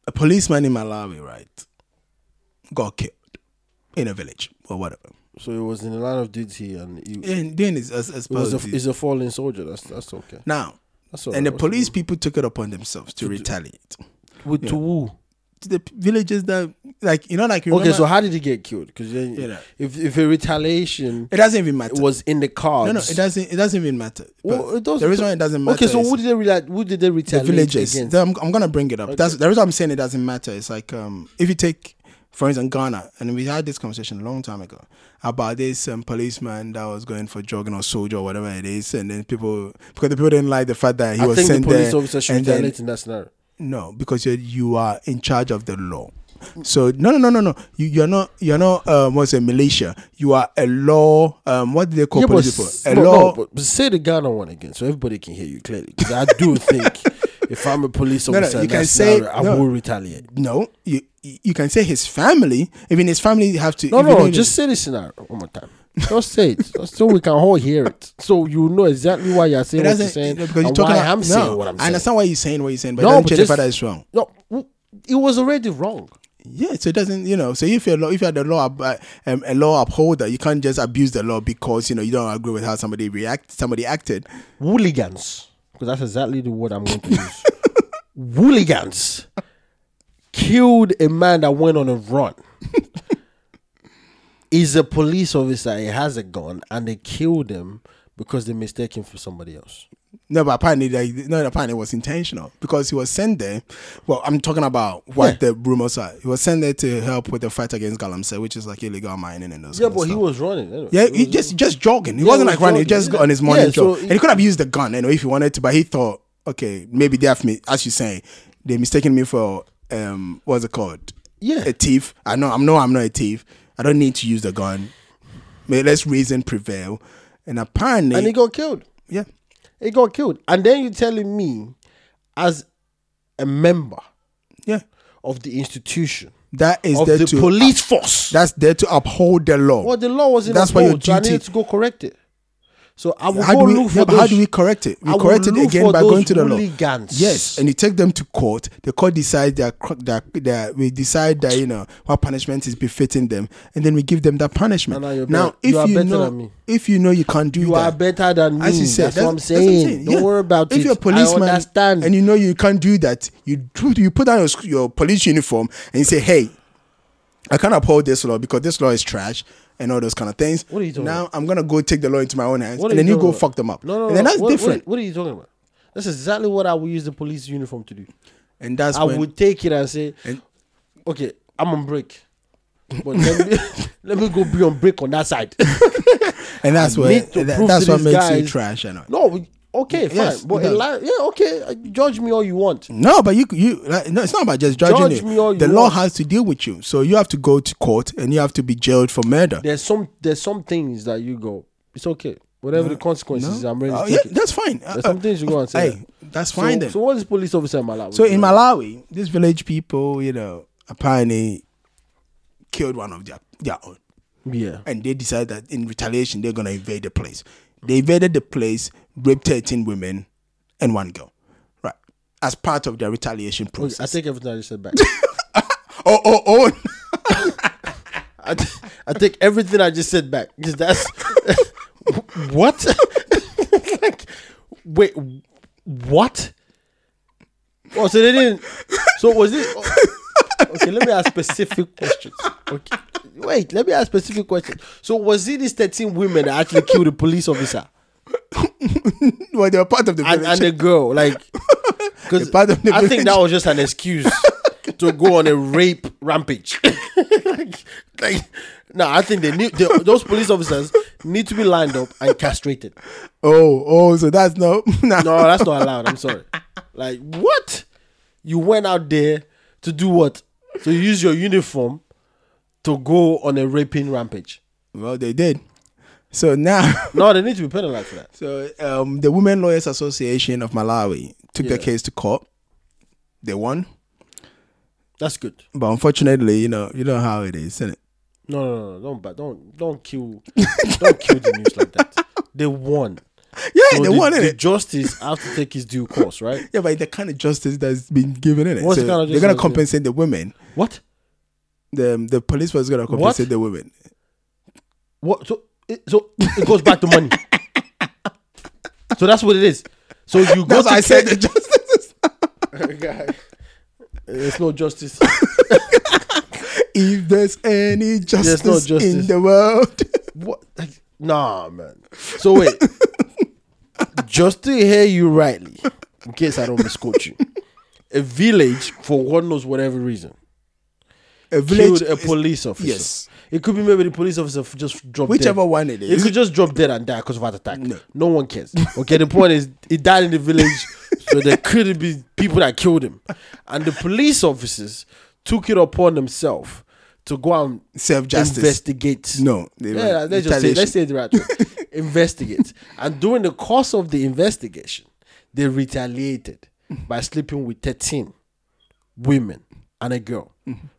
[SPEAKER 2] a policeman in Malawi, right, got killed in a village or whatever.
[SPEAKER 1] So it was in the line of duty, and he, it
[SPEAKER 2] And then it's as, as
[SPEAKER 1] was a,
[SPEAKER 2] policy.
[SPEAKER 1] he's a fallen soldier. That's that's okay.
[SPEAKER 2] now,
[SPEAKER 1] That's all
[SPEAKER 2] and the
[SPEAKER 1] right.
[SPEAKER 2] police people took it upon themselves to retaliate
[SPEAKER 1] with to who?
[SPEAKER 2] to the p- villages that, like you know, like you
[SPEAKER 1] Okay,
[SPEAKER 2] remember-
[SPEAKER 1] so how did he get killed? Because
[SPEAKER 2] Yeah.
[SPEAKER 1] if if a retaliation
[SPEAKER 2] it doesn't even matter.
[SPEAKER 1] was in the cards,
[SPEAKER 2] no, no, it doesn't. It doesn't even matter. But
[SPEAKER 1] Well, it does-
[SPEAKER 2] the reason why it doesn't matter.
[SPEAKER 1] Okay, so
[SPEAKER 2] is
[SPEAKER 1] who did they rela- who did they
[SPEAKER 2] the
[SPEAKER 1] retaliate
[SPEAKER 2] villages.
[SPEAKER 1] against?
[SPEAKER 2] I'm, I'm gonna bring it up. That's the reason I'm saying it doesn't matter. It's like um, if you take, for instance, Ghana, and we had this conversation a long time ago about this um, policeman that was going for jogging or soldier or whatever it is, and then people because the people didn't like the fact that he
[SPEAKER 1] I
[SPEAKER 2] was
[SPEAKER 1] think the
[SPEAKER 2] sent
[SPEAKER 1] police
[SPEAKER 2] there,
[SPEAKER 1] officer should
[SPEAKER 2] and then-
[SPEAKER 1] retaliate in that scenario.
[SPEAKER 2] no, because you you are in charge of the law. So no no no no no you you're not you're not um, what's a militia you are a law um what do they call police
[SPEAKER 1] s-
[SPEAKER 2] people a
[SPEAKER 1] no, no,
[SPEAKER 2] law
[SPEAKER 1] but- but say the Ghana one again, so everybody can hear you clearly. Because I do think if I'm a police
[SPEAKER 2] no,
[SPEAKER 1] officer,
[SPEAKER 2] you
[SPEAKER 1] in that
[SPEAKER 2] can say-
[SPEAKER 1] scenario, I
[SPEAKER 2] no.
[SPEAKER 1] will retaliate.
[SPEAKER 2] no you you can say his family even his family have to
[SPEAKER 1] No,
[SPEAKER 2] even though
[SPEAKER 1] no,
[SPEAKER 2] it-
[SPEAKER 1] just say the scenario one more time. Just say it, just so we can all hear it, so you know exactly why you're saying
[SPEAKER 2] it
[SPEAKER 1] what you're
[SPEAKER 2] doesn't
[SPEAKER 1] saying
[SPEAKER 2] no, because you're
[SPEAKER 1] and
[SPEAKER 2] talking
[SPEAKER 1] why
[SPEAKER 2] about-
[SPEAKER 1] I'm
[SPEAKER 2] no,
[SPEAKER 1] saying what I'm
[SPEAKER 2] I
[SPEAKER 1] saying.
[SPEAKER 2] understand why you're saying what you're saying but
[SPEAKER 1] No,
[SPEAKER 2] no,
[SPEAKER 1] but
[SPEAKER 2] doesn't change the
[SPEAKER 1] just-
[SPEAKER 2] fact that it's wrong
[SPEAKER 1] No, w- it was already wrong.
[SPEAKER 2] yeah so it doesn't you know so if you're law, if you're the law ab- um, a law upholder you can't just abuse the law because you know you don't agree with how somebody react somebody acted
[SPEAKER 1] Wooligans, because that's exactly the word I'm going to use. Wooligans killed a man that went on a run. He's a police officer. He has a gun, and they killed him because they mistake him for somebody else.
[SPEAKER 2] No, but apparently, like, no, apparently it was intentional because he was sent there. Well, I'm talking about what the rumors are. He was sent there to help with the fight against Galamse, which is like illegal mining and those.
[SPEAKER 1] Yeah,
[SPEAKER 2] kind of
[SPEAKER 1] but he
[SPEAKER 2] stuff.
[SPEAKER 1] was running. Anyway.
[SPEAKER 2] Yeah, he just just jogging. He
[SPEAKER 1] Yeah,
[SPEAKER 2] wasn't
[SPEAKER 1] he
[SPEAKER 2] like
[SPEAKER 1] was
[SPEAKER 2] running. He
[SPEAKER 1] jogging.
[SPEAKER 2] just got on his morning
[SPEAKER 1] Yeah, so
[SPEAKER 2] jog,
[SPEAKER 1] he-
[SPEAKER 2] and he could have used the gun, you know, if he wanted to. But he thought, okay, maybe they have me, as you say, they mistaken me for um, what's it called?
[SPEAKER 1] Yeah.
[SPEAKER 2] a thief. I know, I'm no, I'm not a thief. I don't need to use the gun. May let's reason prevail. And apparently,
[SPEAKER 1] and he got killed.
[SPEAKER 2] yeah,
[SPEAKER 1] He got killed, and then you're telling me, as a member
[SPEAKER 2] yeah,
[SPEAKER 1] of the institution
[SPEAKER 2] that is
[SPEAKER 1] of
[SPEAKER 2] there
[SPEAKER 1] the
[SPEAKER 2] to
[SPEAKER 1] police force,
[SPEAKER 2] That's there to uphold the law.
[SPEAKER 1] Well, the law was in
[SPEAKER 2] That's
[SPEAKER 1] that's
[SPEAKER 2] why your
[SPEAKER 1] So I
[SPEAKER 2] duty-
[SPEAKER 1] needed to go correct it. So I will
[SPEAKER 2] how
[SPEAKER 1] go
[SPEAKER 2] do we
[SPEAKER 1] look for
[SPEAKER 2] yeah, but
[SPEAKER 1] those.
[SPEAKER 2] how do we correct it? We
[SPEAKER 1] I will
[SPEAKER 2] correct it
[SPEAKER 1] look
[SPEAKER 2] again
[SPEAKER 1] for
[SPEAKER 2] by
[SPEAKER 1] those
[SPEAKER 2] going to the law.
[SPEAKER 1] hooligans.
[SPEAKER 2] Yes, and you take them to court. The court decides that cr- that that we decide that you know what punishment is befitting them, and then we give them that
[SPEAKER 1] And
[SPEAKER 2] punishment.
[SPEAKER 1] now you're
[SPEAKER 2] now,
[SPEAKER 1] better-
[SPEAKER 2] if
[SPEAKER 1] you are
[SPEAKER 2] you
[SPEAKER 1] better
[SPEAKER 2] know,
[SPEAKER 1] than me.
[SPEAKER 2] if you know you can't do
[SPEAKER 1] you
[SPEAKER 2] that,
[SPEAKER 1] are better than me.
[SPEAKER 2] as you said,
[SPEAKER 1] that's, what I'm
[SPEAKER 2] that's
[SPEAKER 1] saying. Don't
[SPEAKER 2] Yeah.
[SPEAKER 1] worry about
[SPEAKER 2] if
[SPEAKER 1] it.
[SPEAKER 2] you're a policeman
[SPEAKER 1] I understand.
[SPEAKER 2] and you know you can't do that, you do, you put down your, sc- your police uniform and you say, "Hey, I can't uphold this law because this law is trash." And all those kind of things.
[SPEAKER 1] What are you talking
[SPEAKER 2] Now I'm gonna go take the law into my own hands,
[SPEAKER 1] What are
[SPEAKER 2] and then you
[SPEAKER 1] talking
[SPEAKER 2] go
[SPEAKER 1] about?
[SPEAKER 2] fuck them up.
[SPEAKER 1] No, no,
[SPEAKER 2] and then
[SPEAKER 1] no.
[SPEAKER 2] that's
[SPEAKER 1] What- what-
[SPEAKER 2] different.
[SPEAKER 1] What, are you talking about? That's exactly what I would use the police uniform to do.
[SPEAKER 2] and that's
[SPEAKER 1] I
[SPEAKER 2] when
[SPEAKER 1] would take it and say,
[SPEAKER 2] And-
[SPEAKER 1] "Okay, I'm on break, but let me let me go be on break on that side."
[SPEAKER 2] and that's
[SPEAKER 1] I
[SPEAKER 2] what
[SPEAKER 1] need to prove
[SPEAKER 2] that's
[SPEAKER 1] to
[SPEAKER 2] what
[SPEAKER 1] these
[SPEAKER 2] makes you
[SPEAKER 1] guys-
[SPEAKER 2] trash. And all.
[SPEAKER 1] no, okay, fine,
[SPEAKER 2] Yes,
[SPEAKER 1] but a
[SPEAKER 2] it
[SPEAKER 1] li- yeah, okay, uh, judge me all you want.
[SPEAKER 2] No, but you you like, no, it's not about just judging
[SPEAKER 1] Judge
[SPEAKER 2] it.
[SPEAKER 1] me all you
[SPEAKER 2] the law
[SPEAKER 1] want.
[SPEAKER 2] has to deal with you, so you have to go to court and you have to be jailed for murder.
[SPEAKER 1] There's some there's some things that you go, it's okay, whatever the consequences, I'm ready to
[SPEAKER 2] Oh,
[SPEAKER 1] take
[SPEAKER 2] yeah,
[SPEAKER 1] it.
[SPEAKER 2] that's fine. Uh,
[SPEAKER 1] There's some
[SPEAKER 2] uh,
[SPEAKER 1] things you go and say.
[SPEAKER 2] Hey, that's fine
[SPEAKER 1] so,
[SPEAKER 2] then.
[SPEAKER 1] So what is police officer in Malawi?
[SPEAKER 2] So in Malawi, these village people, you know, apparently killed one of their, their own.
[SPEAKER 1] yeah,
[SPEAKER 2] And they decided that in retaliation, they're going to invade the place. They invaded the place, raped 13 women and one girl. Right. As part of their retaliation
[SPEAKER 1] I
[SPEAKER 2] process.
[SPEAKER 1] take everything I just said back.
[SPEAKER 2] Oh, oh, oh.
[SPEAKER 1] I, t- I take everything I just said back because that's what. like, wait, what? Oh, so they didn't. So was it? Okay, let me ask specific questions. Okay, wait, let me ask specific questions. So was it these thirteen women that actually killed the police officer
[SPEAKER 2] well, they were part of the
[SPEAKER 1] and,
[SPEAKER 2] village.
[SPEAKER 1] and the girl? Like, because
[SPEAKER 2] part of the
[SPEAKER 1] I think
[SPEAKER 2] village.
[SPEAKER 1] that was just an excuse to go on a rape rampage. like, like, no, I think they need they, those police officers need to be lined up and castrated.
[SPEAKER 2] oh, oh, so that's no. nah.
[SPEAKER 1] No, that's not allowed. I'm sorry. Like, what? You went out there to do what? To use your uniform to go on a raping rampage.
[SPEAKER 2] Well, they did. So now.
[SPEAKER 1] No, they need to be penalized for that.
[SPEAKER 2] So um, the Women Lawyers Association of Malawi took their
[SPEAKER 1] Yeah.
[SPEAKER 2] case to court. They won,
[SPEAKER 1] That's good.
[SPEAKER 2] but unfortunately, you know, you know how it is, isn't it?
[SPEAKER 1] No, no, no, no, don't, ba- don't, don't kill, don't kill the news like that. They won.
[SPEAKER 2] Yeah,
[SPEAKER 1] So
[SPEAKER 2] they
[SPEAKER 1] the,
[SPEAKER 2] won
[SPEAKER 1] the
[SPEAKER 2] it.
[SPEAKER 1] justice has to take his due course, right?
[SPEAKER 2] Yeah, but the kind of justice that's been given in it.
[SPEAKER 1] What's
[SPEAKER 2] So
[SPEAKER 1] the kind of
[SPEAKER 2] they're gonna
[SPEAKER 1] justice?
[SPEAKER 2] compensate the women.
[SPEAKER 1] What?
[SPEAKER 2] The the police was gonna compensate the women.
[SPEAKER 1] What? So it, so it goes back to money. so that's what it is. So you go
[SPEAKER 2] That's
[SPEAKER 1] to
[SPEAKER 2] why I said
[SPEAKER 1] Kenya-
[SPEAKER 2] the justice.
[SPEAKER 1] Guy, there's no justice.
[SPEAKER 2] if there's any justice,
[SPEAKER 1] no
[SPEAKER 2] in
[SPEAKER 1] justice.
[SPEAKER 2] the world,
[SPEAKER 1] What? Like, nah, man. So wait, just to hear you rightly, in case I don't misquote you, a village for God knows whatever reason
[SPEAKER 2] a village,
[SPEAKER 1] killed a
[SPEAKER 2] is-
[SPEAKER 1] police officer.
[SPEAKER 2] yes.
[SPEAKER 1] it could be maybe the police officer f- just dropped
[SPEAKER 2] whichever
[SPEAKER 1] dead.
[SPEAKER 2] one it
[SPEAKER 1] It
[SPEAKER 2] is,
[SPEAKER 1] could just drop dead and die because of heart attack. No. one cares. Okay, the point is, he died in the village, so there could be people that killed him, and the police officers took it upon themselves to go and
[SPEAKER 2] self justice.
[SPEAKER 1] investigate.
[SPEAKER 2] No, they
[SPEAKER 1] Yeah,
[SPEAKER 2] were
[SPEAKER 1] let's just say
[SPEAKER 2] retaliation.
[SPEAKER 1] let's say the right way. investigate. And during the course of the investigation, they retaliated by sleeping with 13 women and a girl.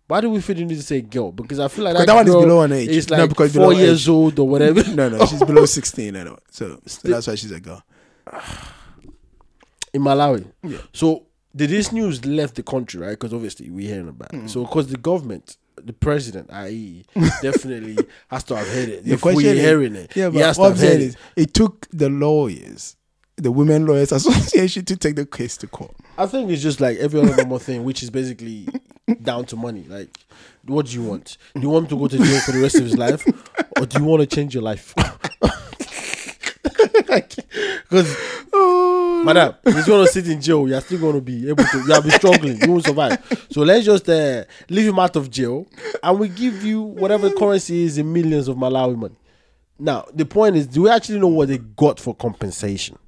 [SPEAKER 1] Why do we feel the need to say girl? Because I feel like that,
[SPEAKER 2] Mm-hmm. Because that one is
[SPEAKER 1] girl
[SPEAKER 2] below an age.
[SPEAKER 1] It's
[SPEAKER 2] No,
[SPEAKER 1] like
[SPEAKER 2] because
[SPEAKER 1] four
[SPEAKER 2] below
[SPEAKER 1] years
[SPEAKER 2] age.
[SPEAKER 1] old or whatever.
[SPEAKER 2] No, no, she's below sixteen. I know. So, so that's why she's a girl.
[SPEAKER 1] in Malawi. So the, this news left the country, right? Because obviously we're hearing about it.
[SPEAKER 2] Mm.
[SPEAKER 1] So because the government, the president, i.e., definitely has to have heard it.
[SPEAKER 2] The
[SPEAKER 1] if we're
[SPEAKER 2] is-
[SPEAKER 1] hearing it,
[SPEAKER 2] Yeah,
[SPEAKER 1] he
[SPEAKER 2] but
[SPEAKER 1] has to
[SPEAKER 2] what I'm
[SPEAKER 1] have heard
[SPEAKER 2] saying
[SPEAKER 1] it.
[SPEAKER 2] is, it took the lawyers, the Women Lawyers Association, to take the case to court.
[SPEAKER 1] I think it's just like every other normal thing, which is basically down to money. Like, what do you want? Do you want him to go to jail for the rest of his life, or do you want to change your life? Because,
[SPEAKER 2] Mm.
[SPEAKER 1] madam, if you're gonna sit in jail, you're still gonna be able to. You'll be struggling. You won't survive. So let's just uh, leave him out of jail, and we give you whatever currency is in millions of Malawi money. Now, the point is, do we actually know what they got for compensation?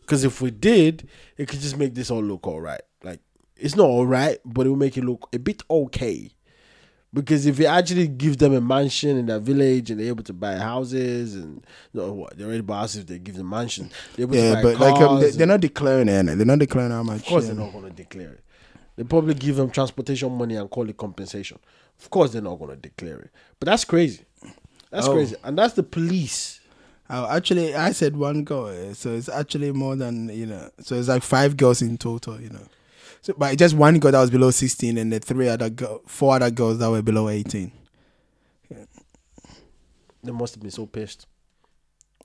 [SPEAKER 1] Because if we did, it could just make this all look all right. Like, it's not all right, but it will make it look a bit okay. Because if you actually give them a mansion in that village and they're able to buy houses and you know what, they already buy houses if they give them mansion. They're able
[SPEAKER 2] Yeah,
[SPEAKER 1] to buy
[SPEAKER 2] but like um, they,
[SPEAKER 1] cars
[SPEAKER 2] they're
[SPEAKER 1] and-
[SPEAKER 2] not declaring it. They're not declaring how much. um,
[SPEAKER 1] of course,
[SPEAKER 2] yeah.
[SPEAKER 1] they're not going to declare it. They probably give them transportation money and call it compensation. Of course, they're not going to declare it. But that's crazy. That's
[SPEAKER 2] Oh.
[SPEAKER 1] crazy. And that's the police.
[SPEAKER 2] Oh, actually, I said one girl, eh, so it's actually more than you know. So it's like five girls in total, you know. So, but just one girl that was below sixteen, and the three other girl, four other girls that were below eighteen.
[SPEAKER 1] They must have been so pissed.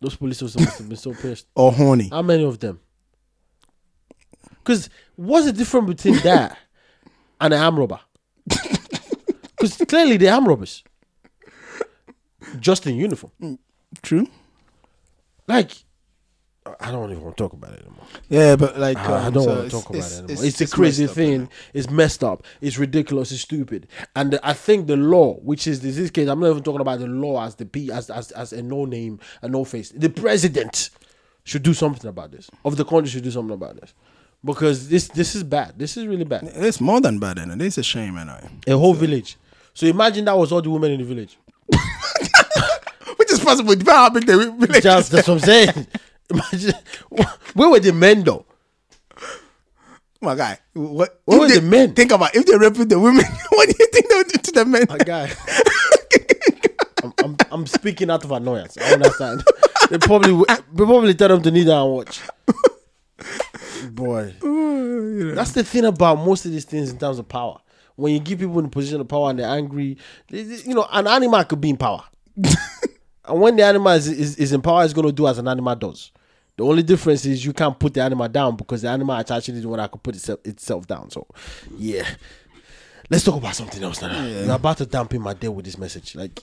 [SPEAKER 1] Those police officers must have been so pissed.
[SPEAKER 2] Or horny.
[SPEAKER 1] How many of them? Because what's the difference between that and an arm robber? Because clearly they're arm robbers, just in uniform.
[SPEAKER 2] True.
[SPEAKER 1] Like, I don't even want to talk about it anymore.
[SPEAKER 2] Yeah, but like um,
[SPEAKER 1] I don't
[SPEAKER 2] so
[SPEAKER 1] want to
[SPEAKER 2] it's-
[SPEAKER 1] talk about it anymore. It's, a
[SPEAKER 2] messed
[SPEAKER 1] crazy
[SPEAKER 2] up,
[SPEAKER 1] thing.
[SPEAKER 2] innit?
[SPEAKER 1] It's messed up. It's ridiculous. It's stupid. And I think the law, which is this, this case, I'm not even talking about the law as the P as as, as a no name, a no face. The president should do something about this. Of the country should do something about this. Because this this is bad. This is really bad.
[SPEAKER 2] It's more than bad, and it's a shame, anyway.
[SPEAKER 1] A whole village. So imagine that was all the women in the village.
[SPEAKER 2] Which is possible, depending on how big the village
[SPEAKER 1] Just that's what I'm saying. Imagine where were the men though?
[SPEAKER 2] My guy, what?
[SPEAKER 1] What
[SPEAKER 2] if
[SPEAKER 1] were
[SPEAKER 2] they-
[SPEAKER 1] the men?
[SPEAKER 2] Think about if they rape the women. what do you think they'll do to the men?
[SPEAKER 1] My guy. I'm, I'm, I'm speaking out of annoyance. I understand. they probably w- they probably tell them to kneel down and watch. Boy,
[SPEAKER 2] You know.
[SPEAKER 1] that's the thing about most of these things in terms of power. When you give people in a position of power and they're angry, they- they- you know, an animal could be in power. and when the animal is, is, is in power, it's going to do as an animal does. The only difference is you can't put the animal down because the animal is actually the one that could put itself, itself down. So, yeah. Let's talk about something else now. You're about to dampen my day with this message. Like,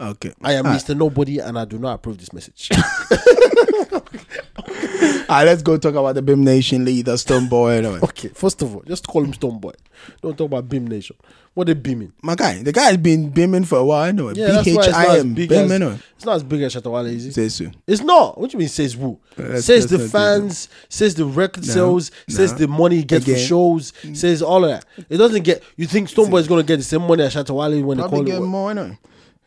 [SPEAKER 2] Okay,
[SPEAKER 1] I am
[SPEAKER 2] All right.
[SPEAKER 1] Mr. Nobody and I do not approve this message.
[SPEAKER 2] All right, ah, let's go talk about the BIM Nation leader, Stone Boy. Anyway.
[SPEAKER 1] okay, first of all, just call him Stone Boy. Don't talk about Beam Nation. What they beaming?
[SPEAKER 2] My guy, the guy has been beaming for a while. Anyway,
[SPEAKER 1] Yeah, that's why it's not as
[SPEAKER 2] BHIM,
[SPEAKER 1] big
[SPEAKER 2] BIM. Anyway,
[SPEAKER 1] as, it's not as big as Shatawale, is it?
[SPEAKER 2] say so.
[SPEAKER 1] It's not. What do you mean says who?
[SPEAKER 2] That's-
[SPEAKER 1] says
[SPEAKER 2] that's
[SPEAKER 1] the
[SPEAKER 2] not it,
[SPEAKER 1] fans, says the record sales, says
[SPEAKER 2] no.
[SPEAKER 1] the money he gets for
[SPEAKER 2] Again. Mm.
[SPEAKER 1] shows, says all of that. It doesn't get you think Stone Boy is gonna get the same money as Shatawale when
[SPEAKER 2] Probably
[SPEAKER 1] they
[SPEAKER 2] get
[SPEAKER 1] call it what?
[SPEAKER 2] more. Anyway,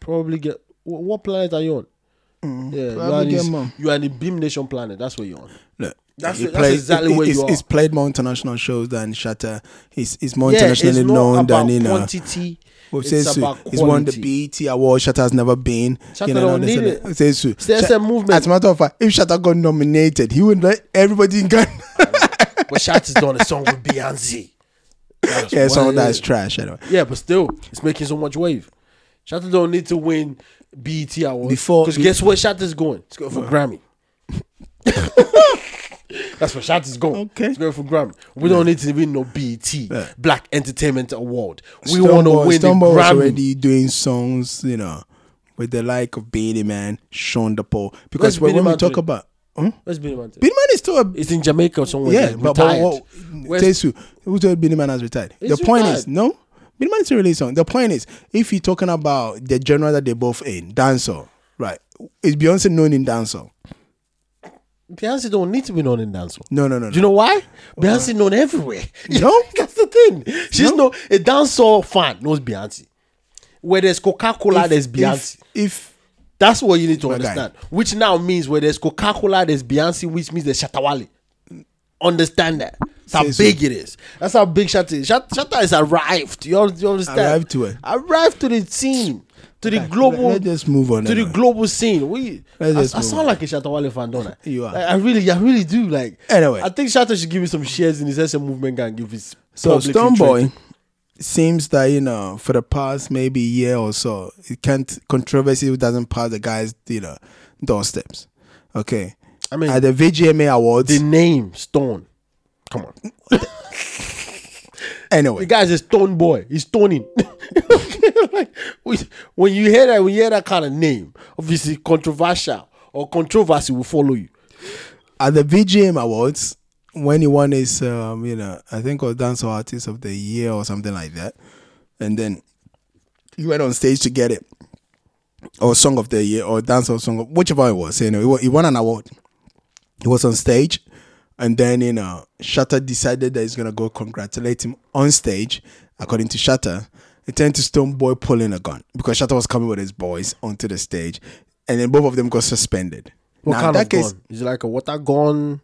[SPEAKER 1] probably get wh- what planet are you on? Yeah, you
[SPEAKER 2] Mm-hmm. Probably
[SPEAKER 1] are, in,
[SPEAKER 2] get
[SPEAKER 1] s-
[SPEAKER 2] more.
[SPEAKER 1] you are in the Beam Nation planet. That's where you're on.
[SPEAKER 2] Look,
[SPEAKER 1] That's
[SPEAKER 2] he
[SPEAKER 1] it- that's exactly
[SPEAKER 2] it-
[SPEAKER 1] where you
[SPEAKER 2] it's-
[SPEAKER 1] are.
[SPEAKER 2] It's played more international shows than Shatter. He's, he's more
[SPEAKER 1] Yeah, it's
[SPEAKER 2] internationally
[SPEAKER 1] not
[SPEAKER 2] known
[SPEAKER 1] about
[SPEAKER 2] than in uh,
[SPEAKER 1] quantity.
[SPEAKER 2] We've said
[SPEAKER 1] it's
[SPEAKER 2] so.
[SPEAKER 1] about
[SPEAKER 2] He's won the E
[SPEAKER 1] quality.
[SPEAKER 2] BET award. Shatta has never been.
[SPEAKER 1] Shatta don't need it.
[SPEAKER 2] We've said so.
[SPEAKER 1] It's the SM movement.
[SPEAKER 2] As a matter of fact, if Shatta got nominated, he would let everybody in Ghana.
[SPEAKER 1] But Shat is doing a song with Beyonce. That's
[SPEAKER 2] yeah, some
[SPEAKER 1] what
[SPEAKER 2] of
[SPEAKER 1] it
[SPEAKER 2] that
[SPEAKER 1] is.
[SPEAKER 2] is trash. Anyway.
[SPEAKER 1] Yeah, but still, it's making so much wave. Shatta don't need to win BET awards
[SPEAKER 2] Before- E
[SPEAKER 1] because guess where Shatta's going? It's going for Grammy. That's where Shatta's going.
[SPEAKER 2] Okay.
[SPEAKER 1] it's going for Grammy. We don't need to win no BET Black Entertainment Award. We
[SPEAKER 2] Stonebwoy-
[SPEAKER 1] want to win the
[SPEAKER 2] Stonebwoy was
[SPEAKER 1] Grammy.
[SPEAKER 2] already doing songs, you know, with the like of Beanie Man, Sean the Paul.
[SPEAKER 1] Where's
[SPEAKER 2] Because when,
[SPEAKER 1] Beanie
[SPEAKER 2] when we
[SPEAKER 1] Man
[SPEAKER 2] talk
[SPEAKER 1] today?
[SPEAKER 2] about. Hmm?
[SPEAKER 1] Where's Beanie Man? today?
[SPEAKER 2] Beanie Man is still a
[SPEAKER 1] It's in Jamaica or somewhere.
[SPEAKER 2] Yeah,
[SPEAKER 1] like,
[SPEAKER 2] but, but
[SPEAKER 1] retired.
[SPEAKER 2] what,
[SPEAKER 1] Where's-
[SPEAKER 2] Tesu, who told Beanie Man has retired?
[SPEAKER 1] He's
[SPEAKER 2] the point
[SPEAKER 1] retired.
[SPEAKER 2] is, no, Beanie Man is a release song. The point is, if you're talking about the genre that they're both in, dancehall, right? Is Beyonce known in dancehall?
[SPEAKER 1] Beyonce don't need to be known in dancehall.
[SPEAKER 2] No, no, no,
[SPEAKER 1] Do you
[SPEAKER 2] no. Uh,
[SPEAKER 1] know why? Beyonce known everywhere.
[SPEAKER 2] No.
[SPEAKER 1] that's the thing. She's no, a dancehall fan knows Beyonce. Where there's Coca Cola, there's Beyonce.
[SPEAKER 2] If, if
[SPEAKER 1] that's what you need to
[SPEAKER 2] guy.
[SPEAKER 1] understand. Which now means where there's Coca Cola, there's Beyonce, which means there's Shatawale. Understand that. That's how
[SPEAKER 2] Say so.
[SPEAKER 1] big it is. That's how big Shatta is. Shat- Shatta is arrived. You, un- you understand?
[SPEAKER 2] Arrived to it.
[SPEAKER 1] Arrived to the scene. To the global.
[SPEAKER 2] let- let's just move on
[SPEAKER 1] To the
[SPEAKER 2] anyway.
[SPEAKER 1] global scene. We, I,
[SPEAKER 2] Let's just
[SPEAKER 1] I
[SPEAKER 2] move
[SPEAKER 1] sound
[SPEAKER 2] on.
[SPEAKER 1] like a Shatawale fan, don't I?
[SPEAKER 2] You are.
[SPEAKER 1] Like, I really, I really do. Like
[SPEAKER 2] Anyway.
[SPEAKER 1] I think Shatta should give me some shares in his SM movement and give his
[SPEAKER 2] so,
[SPEAKER 1] publicly
[SPEAKER 2] Stoneboy
[SPEAKER 1] traded-
[SPEAKER 2] seems that you know for the past maybe year or so, it can't controversy doesn't pass the guy's you know doorsteps. Okay,
[SPEAKER 1] I mean,
[SPEAKER 2] at the VGMA awards,
[SPEAKER 1] the name Stone. Come on.
[SPEAKER 2] anyway,
[SPEAKER 1] The guy's a stone boy. He's stoning. like, we- when you hear that, when you hear that kind of name, obviously controversial or controversy will follow you.
[SPEAKER 2] at the VGM Awards when he won his, um, you know, I think was Dance Artist of the Year or something like that, and then he went on stage to get it, or Song of the Year or Dance or Song, of, whichever it was. You know, he wa- he won an award. He was on stage, and then you know, Shatter decided that he's gonna go congratulate him on stage. According to Shatter, it turned to Stone Boy pulling a gun because Shatter was coming with his boys onto the stage, and then both of them got suspended.
[SPEAKER 1] What
[SPEAKER 2] Now, in
[SPEAKER 1] kind
[SPEAKER 2] that
[SPEAKER 1] of gun? Is it like a water gun,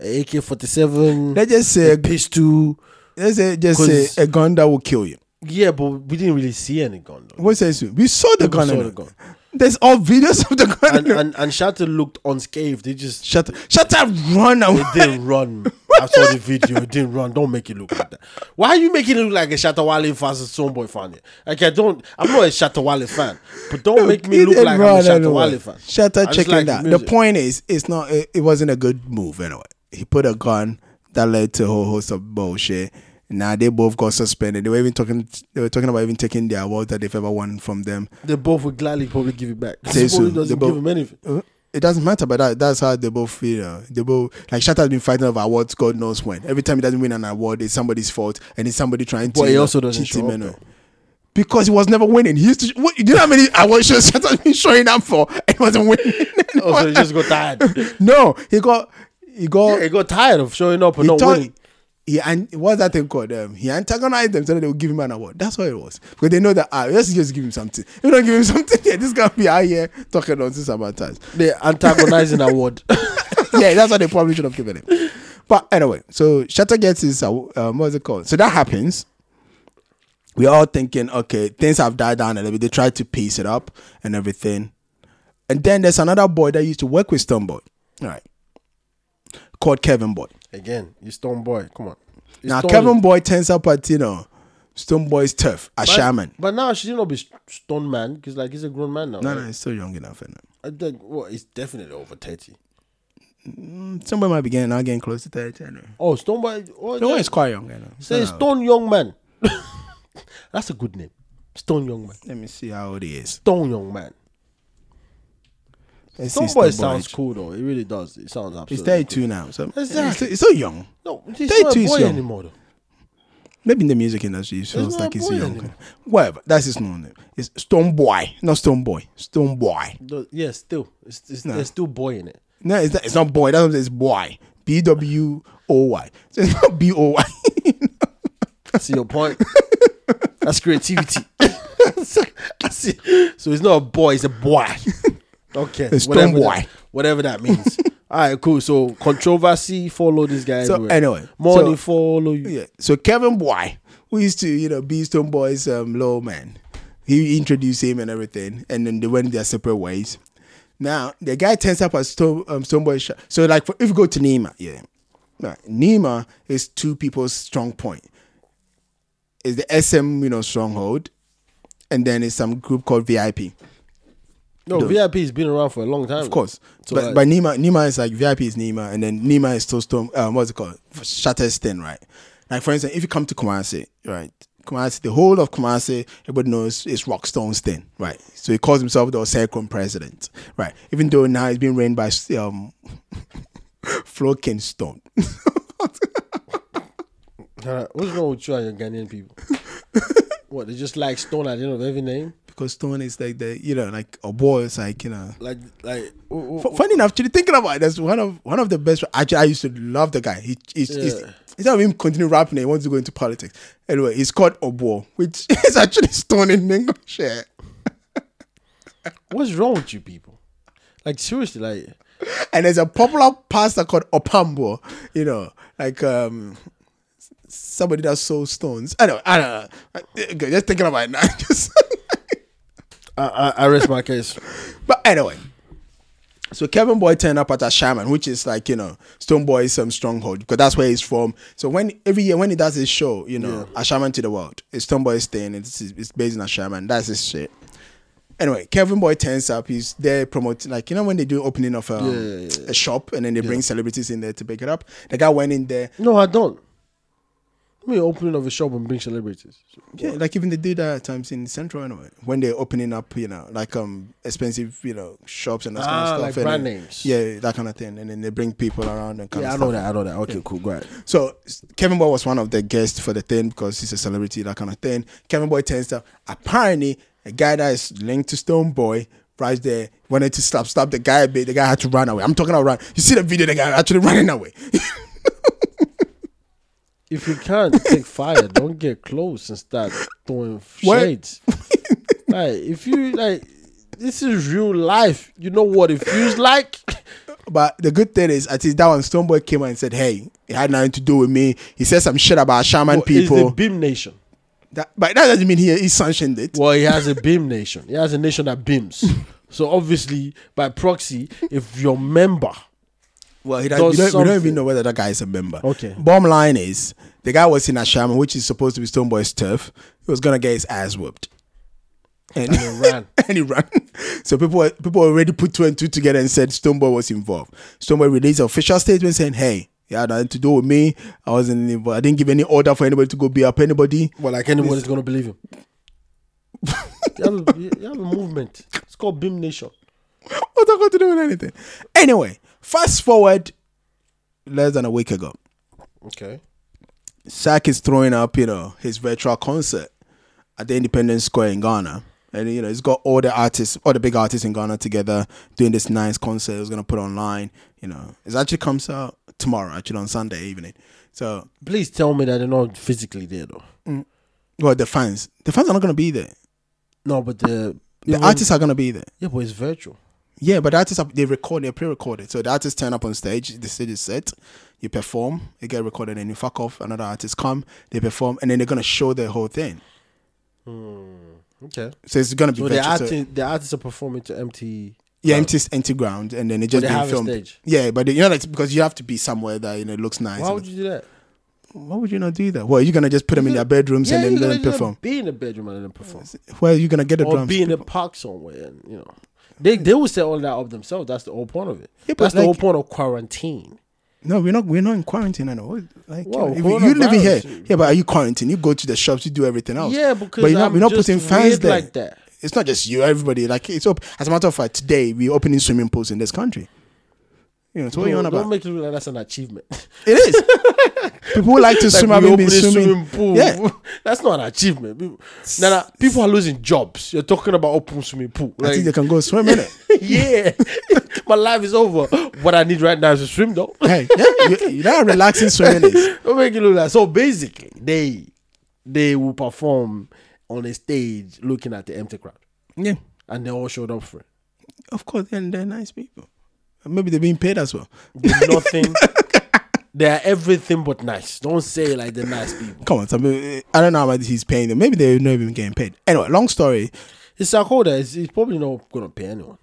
[SPEAKER 1] a AK forty seven,
[SPEAKER 2] Let's just say
[SPEAKER 1] pistol?
[SPEAKER 2] Let's say, just
[SPEAKER 1] 'Cause-
[SPEAKER 2] say a gun that will kill you.
[SPEAKER 1] Yeah, but we didn't really see any gun though.
[SPEAKER 2] What says you? We saw the gun.
[SPEAKER 1] saw
[SPEAKER 2] and-
[SPEAKER 1] the gun.
[SPEAKER 2] There's all videos of the gun.
[SPEAKER 1] And and, and Shatta looked unscathed. They just
[SPEAKER 2] shut, shut up, run away.
[SPEAKER 1] It didn't run. I saw the video. It didn't run. Don't make it look like that. Why are you making it look like a Shatawale versus Sonboy fan? here? Like I don't. I'm not a Shatawale fan, but don't make me
[SPEAKER 2] It
[SPEAKER 1] look
[SPEAKER 2] didn't
[SPEAKER 1] like I'm a
[SPEAKER 2] run
[SPEAKER 1] Shatawale
[SPEAKER 2] anyway.
[SPEAKER 1] fan.
[SPEAKER 2] Shut
[SPEAKER 1] I
[SPEAKER 2] up,
[SPEAKER 1] just
[SPEAKER 2] checking
[SPEAKER 1] like
[SPEAKER 2] that. The
[SPEAKER 1] music.
[SPEAKER 2] point is, it's not. It, it wasn't a good move anyway. He put a gun that led to a whole host of bullshit. Now they both got suspended. They were even talking. They were talking about even taking the award that they've ever won from them.
[SPEAKER 1] They both would gladly probably give it back.
[SPEAKER 2] Say
[SPEAKER 1] Sonboy
[SPEAKER 2] so. They
[SPEAKER 1] doesn't
[SPEAKER 2] both-
[SPEAKER 1] give him anything.
[SPEAKER 2] Uh, It doesn't matter, but that, that's how they both feel. You know, they both like Shatta has been fighting over awards, God knows when. Every time he doesn't win an award, it's somebody's fault, and it's somebody trying to.
[SPEAKER 1] But he
[SPEAKER 2] you know,
[SPEAKER 1] also doesn't
[SPEAKER 2] cheat
[SPEAKER 1] show
[SPEAKER 2] him
[SPEAKER 1] up,
[SPEAKER 2] anyway.
[SPEAKER 1] though.
[SPEAKER 2] Because he was never winning. He used to. What, you know how many award shows Shatta's been showing up for and wasn't winning.
[SPEAKER 1] Oh, so he just got tired.
[SPEAKER 2] no, he got he got
[SPEAKER 1] He got tired of showing up and
[SPEAKER 2] he
[SPEAKER 1] not
[SPEAKER 2] thought-
[SPEAKER 1] winning.
[SPEAKER 2] He and what's that thing called? Um, he antagonized them so that they would give him an award. That's what it was because they know that ah, let's just give him something. If you don't give him something, yeah, this guy be out here talking nonsense about us.
[SPEAKER 1] The antagonizing award.
[SPEAKER 2] yeah, that's what they probably should have given him. But anyway, so Shatter gets his uh, um, what's it called? So that happens. We're all thinking, okay, things have died down a little bit. They tried to piece it up and everything. And then there's another boy that used to work with Stone Boy, right? Called Kevin Boy.
[SPEAKER 1] Again, you stone boy. Come on. You
[SPEAKER 2] now
[SPEAKER 1] stone-
[SPEAKER 2] Kevin Boy turns up at you know Stone Boy's turf, a
[SPEAKER 1] But-
[SPEAKER 2] shaman.
[SPEAKER 1] But now she should not be st- stone man because like he's a grown man now.
[SPEAKER 2] No,
[SPEAKER 1] right?
[SPEAKER 2] no, he's still young enough. Isn't it?
[SPEAKER 1] I think well, it's definitely over thirty.
[SPEAKER 2] Somebody Mm, might be getting now getting close to thirty. Anyway.
[SPEAKER 1] Oh, Stone Boy. Oh,
[SPEAKER 2] Stone Boy
[SPEAKER 1] yeah.
[SPEAKER 2] is quite young. You know.
[SPEAKER 1] Say Stone Young Man. That's a good name. Stone Young Man.
[SPEAKER 2] Let me see how old he is.
[SPEAKER 1] Stone Young Man.
[SPEAKER 2] Let's see
[SPEAKER 1] Stone Boy
[SPEAKER 2] Stone Boy.
[SPEAKER 1] sounds cool though. It really does. It sounds absolutely.
[SPEAKER 2] He's 32 now, so
[SPEAKER 1] Exactly.
[SPEAKER 2] he's still- he's so young.
[SPEAKER 1] No, he's
[SPEAKER 2] 32
[SPEAKER 1] not a
[SPEAKER 2] is
[SPEAKER 1] boy
[SPEAKER 2] young.
[SPEAKER 1] anymore though.
[SPEAKER 2] Maybe in the music industry, it feels
[SPEAKER 1] not
[SPEAKER 2] like
[SPEAKER 1] a
[SPEAKER 2] he's
[SPEAKER 1] boy
[SPEAKER 2] young.
[SPEAKER 1] anymore.
[SPEAKER 2] Whatever, that's his normal name. It's Stone Boy, not Stone Boy. Stone Boy.
[SPEAKER 1] No, yeah, still, it's, it's, there's still boy in it.
[SPEAKER 2] No, it's not, it's not boy. That's what I'm saying. It's boy. B W O Y. So it's not B O Y.
[SPEAKER 1] See your point. That's creativity. I see. So it's not a boy. It's a boy. Okay.
[SPEAKER 2] It's
[SPEAKER 1] whatever
[SPEAKER 2] Tom
[SPEAKER 1] that,
[SPEAKER 2] Boy.
[SPEAKER 1] whatever that means. All right, cool. So controversy follow this guy.
[SPEAKER 2] So,
[SPEAKER 1] everywhere.
[SPEAKER 2] anyway,
[SPEAKER 1] more
[SPEAKER 2] so-
[SPEAKER 1] than follow you.
[SPEAKER 2] Yeah. So Kevin Boy, who used to, you know, be Stone Boy's um, low man, he introduced him and everything, and then they went their separate ways. Now the guy turns up at Stone, um, Stone Boy's shop. So like, for, if you go to Nima, yeah, now, Nima is two people's strong point. It's the SM, you know, stronghold, and then it's some group called VIP.
[SPEAKER 1] No, VIP has been around for a long time.
[SPEAKER 2] Of course.
[SPEAKER 1] So
[SPEAKER 2] but,
[SPEAKER 1] like-
[SPEAKER 2] but Nima, Nima is like VIP is Nima, and then Nima is still Storm. Um, what's it called? Shatterston, right? Like for instance, if you come to Kumasi, right? Kumasi, the whole of Kumasi, everybody knows is Rockstone's thing, right? So he calls himself the Osakron president, right? Even though now he's being reigned by um, Flo Kingston.
[SPEAKER 1] Alright, What's wrong with you and your Ghanaian people? what they just like stone at the end of every name?
[SPEAKER 2] because Stone is like the, you know, like a boy is like, you know.
[SPEAKER 1] Like like wh- wh-
[SPEAKER 2] F- funny enough, actually thinking about it, that's one of one of the best. Actually, I used to love the guy. He, he's, he's,
[SPEAKER 1] Yeah.
[SPEAKER 2] instead of him continue rapping, he wants to go into politics. Anyway, he's called Obo, which is actually stone in English. Yeah.
[SPEAKER 1] what's wrong with you people? Like seriously, like
[SPEAKER 2] And there's a popular pastor called Opambo. You know, like um, somebody that sold stones. I don't, I don't. know. Okay, Just thinking about it now. Just
[SPEAKER 1] I I, I rest my case.
[SPEAKER 2] But anyway, so Kevin Boy turned up at a shaman, which is like you know Stone Boy's um, stronghold because that's where he's from. So when every year when he does his show, you know, a shaman to the world, it's Stone Boy's thing. It's it's based in a shaman. That's his shit. Anyway, Kevin Boy turns up. He's there promoting, like you know, when they do opening of um,
[SPEAKER 1] yeah, yeah,
[SPEAKER 2] a shop, and then they bring celebrities in there to pick it up. The guy went in there,
[SPEAKER 1] No, I don't. Me opening of a shop and bring celebrities.
[SPEAKER 2] yeah, like even they do that at times in Central anyway. When they're opening up, you know, like um expensive, you know, shops and that
[SPEAKER 1] Ah,
[SPEAKER 2] kind of
[SPEAKER 1] like
[SPEAKER 2] stuff. and
[SPEAKER 1] brand
[SPEAKER 2] then-
[SPEAKER 1] names.
[SPEAKER 2] Yeah, that kind of thing. And then they bring people around and kind
[SPEAKER 1] Yeah, I
[SPEAKER 2] of
[SPEAKER 1] know
[SPEAKER 2] stuff.
[SPEAKER 1] that. I know that. Okay, cool. Go ahead.
[SPEAKER 2] So s- Kevin Boy was one of the guests for the thing because he's a celebrity, that kind of thing. Kevin Boy turns up. Apparently, a guy that is linked to Stone Boy right there wanted to slap slap the guy a bit. The guy had to run away. I'm talking about run. You see the video, the guy actually running away.
[SPEAKER 1] If you can't take fire, don't get close and start throwing
[SPEAKER 2] What?
[SPEAKER 1] shades. like if you like, this is real life. You know what it feels like.
[SPEAKER 2] But the good thing is, at least that one, Stoneboy came out and said, "Hey, it had nothing to do with me." He said some shit about shaman
[SPEAKER 1] It's
[SPEAKER 2] people,
[SPEAKER 1] the Beam Nation.
[SPEAKER 2] That- but that doesn't mean he he sanctioned it.
[SPEAKER 1] Well, he has a Beam Nation. He has a nation that beams. so obviously, by proxy, if your member,
[SPEAKER 2] Well, he
[SPEAKER 1] does
[SPEAKER 2] does, we, don't, we don't
[SPEAKER 1] something.
[SPEAKER 2] even know whether that guy is a member.
[SPEAKER 1] Okay.
[SPEAKER 2] Bottom line is, the guy was in a shaman, which is supposed to be Stoneboy's turf. He was gonna get his ass whooped, and
[SPEAKER 1] they ran.
[SPEAKER 2] and he ran. So people were- people already put two and two together and said Stoneboy was involved. Stoneboy released an official statement saying, "Hey." Yeah, nothing to do with me. I wasn't. involved. I didn't give any order for anybody to go beat up anybody.
[SPEAKER 1] Well, like anybody's gonna believe him. you, have a, you have a movement. It's called Beam Nation.
[SPEAKER 2] What's that got to do with anything? Anyway, fast forward less than a week ago.
[SPEAKER 1] Okay.
[SPEAKER 2] Shaq is throwing up, you know, his virtual concert at the Independence Square in Ghana. And you know, it's got all the artists, all the big artists in Ghana together doing this nice concert. It's gonna put online. You know, it actually comes out tomorrow, actually on Sunday evening. So,
[SPEAKER 1] Please tell me that they're not physically there though.
[SPEAKER 2] well, the fans, the fans are not gonna be there.
[SPEAKER 1] No, but the
[SPEAKER 2] The
[SPEAKER 1] even-
[SPEAKER 2] artists are gonna be there.
[SPEAKER 1] Yeah, but it's virtual.
[SPEAKER 2] Yeah, but the artists are, they record, they're pre-recorded. So the artists turn up on stage, the stage is set, you perform, you get recorded, and you fuck off. Another artist come, they perform, and then they're gonna show the whole thing.
[SPEAKER 1] Okay.
[SPEAKER 2] So it's gonna be
[SPEAKER 1] So the
[SPEAKER 2] virtual. So-
[SPEAKER 1] artist, the artists are performing to E. empty.
[SPEAKER 2] Yeah,
[SPEAKER 1] crowd.
[SPEAKER 2] empty empty ground, and then it just
[SPEAKER 1] they
[SPEAKER 2] being
[SPEAKER 1] have a
[SPEAKER 2] filmed.
[SPEAKER 1] stage.
[SPEAKER 2] Yeah, but you know, like, because you have to be somewhere that you know looks nice.
[SPEAKER 1] Why would you do that?
[SPEAKER 2] Why would you not do that? Well, you're gonna just put them in their bedrooms
[SPEAKER 1] Yeah,
[SPEAKER 2] and then
[SPEAKER 1] you're
[SPEAKER 2] let
[SPEAKER 1] gonna
[SPEAKER 2] them
[SPEAKER 1] just
[SPEAKER 2] perform.
[SPEAKER 1] Be in a bedroom and then perform,
[SPEAKER 2] Where are you gonna get the
[SPEAKER 1] or
[SPEAKER 2] drums?
[SPEAKER 1] be in a park somewhere, and you know, they they will set all that up themselves. That's the whole point of it.
[SPEAKER 2] Yeah, but
[SPEAKER 1] That's the whole
[SPEAKER 2] like-
[SPEAKER 1] point of quarantine.
[SPEAKER 2] No, we're not. We're not in quarantine. I know. Like you
[SPEAKER 1] Wow,
[SPEAKER 2] know, if you, you living here,
[SPEAKER 1] coronavirus.
[SPEAKER 2] yeah, but are you quarantined? You go to the shops, you do everything else.
[SPEAKER 1] Yeah, because
[SPEAKER 2] but you're not,
[SPEAKER 1] I'm
[SPEAKER 2] we're not
[SPEAKER 1] just
[SPEAKER 2] putting fans
[SPEAKER 1] weird
[SPEAKER 2] there.
[SPEAKER 1] like that.
[SPEAKER 2] It's not just you. Everybody like it's up. As a matter of fact, today we're opening swimming pools in this country. You know, so what are you
[SPEAKER 1] Don't-
[SPEAKER 2] on
[SPEAKER 1] don't
[SPEAKER 2] about?
[SPEAKER 1] make it look like that's an achievement.
[SPEAKER 2] It is. People who like to swim.
[SPEAKER 1] like we open
[SPEAKER 2] haven't been
[SPEAKER 1] a
[SPEAKER 2] swimming.
[SPEAKER 1] swimming pool.
[SPEAKER 2] Yeah,
[SPEAKER 1] That's not an achievement. People, now, now, people are losing jobs. You're talking about open swimming pool.
[SPEAKER 2] I
[SPEAKER 1] Like,
[SPEAKER 2] think they can go swim in it.
[SPEAKER 1] yeah, my life is over. What I need right now is a swim, though.
[SPEAKER 2] hey, yeah, you, you know how relaxing swimming is.
[SPEAKER 1] Don't make it look like so. Basically, they they will perform on a stage looking at the empty crowd,
[SPEAKER 2] Yeah.
[SPEAKER 1] and they all showed up for it.
[SPEAKER 2] Of course, and they're nice people. And Maybe they're being paid as well.
[SPEAKER 1] They're nothing. they are everything but nice. Don't say like they're nice people.
[SPEAKER 2] Come on, somebody, I don't know how much he's paying them. Maybe they're not even getting paid. Anyway, long story.
[SPEAKER 1] It's Sarkoda. He's, he's probably not going to pay anyone.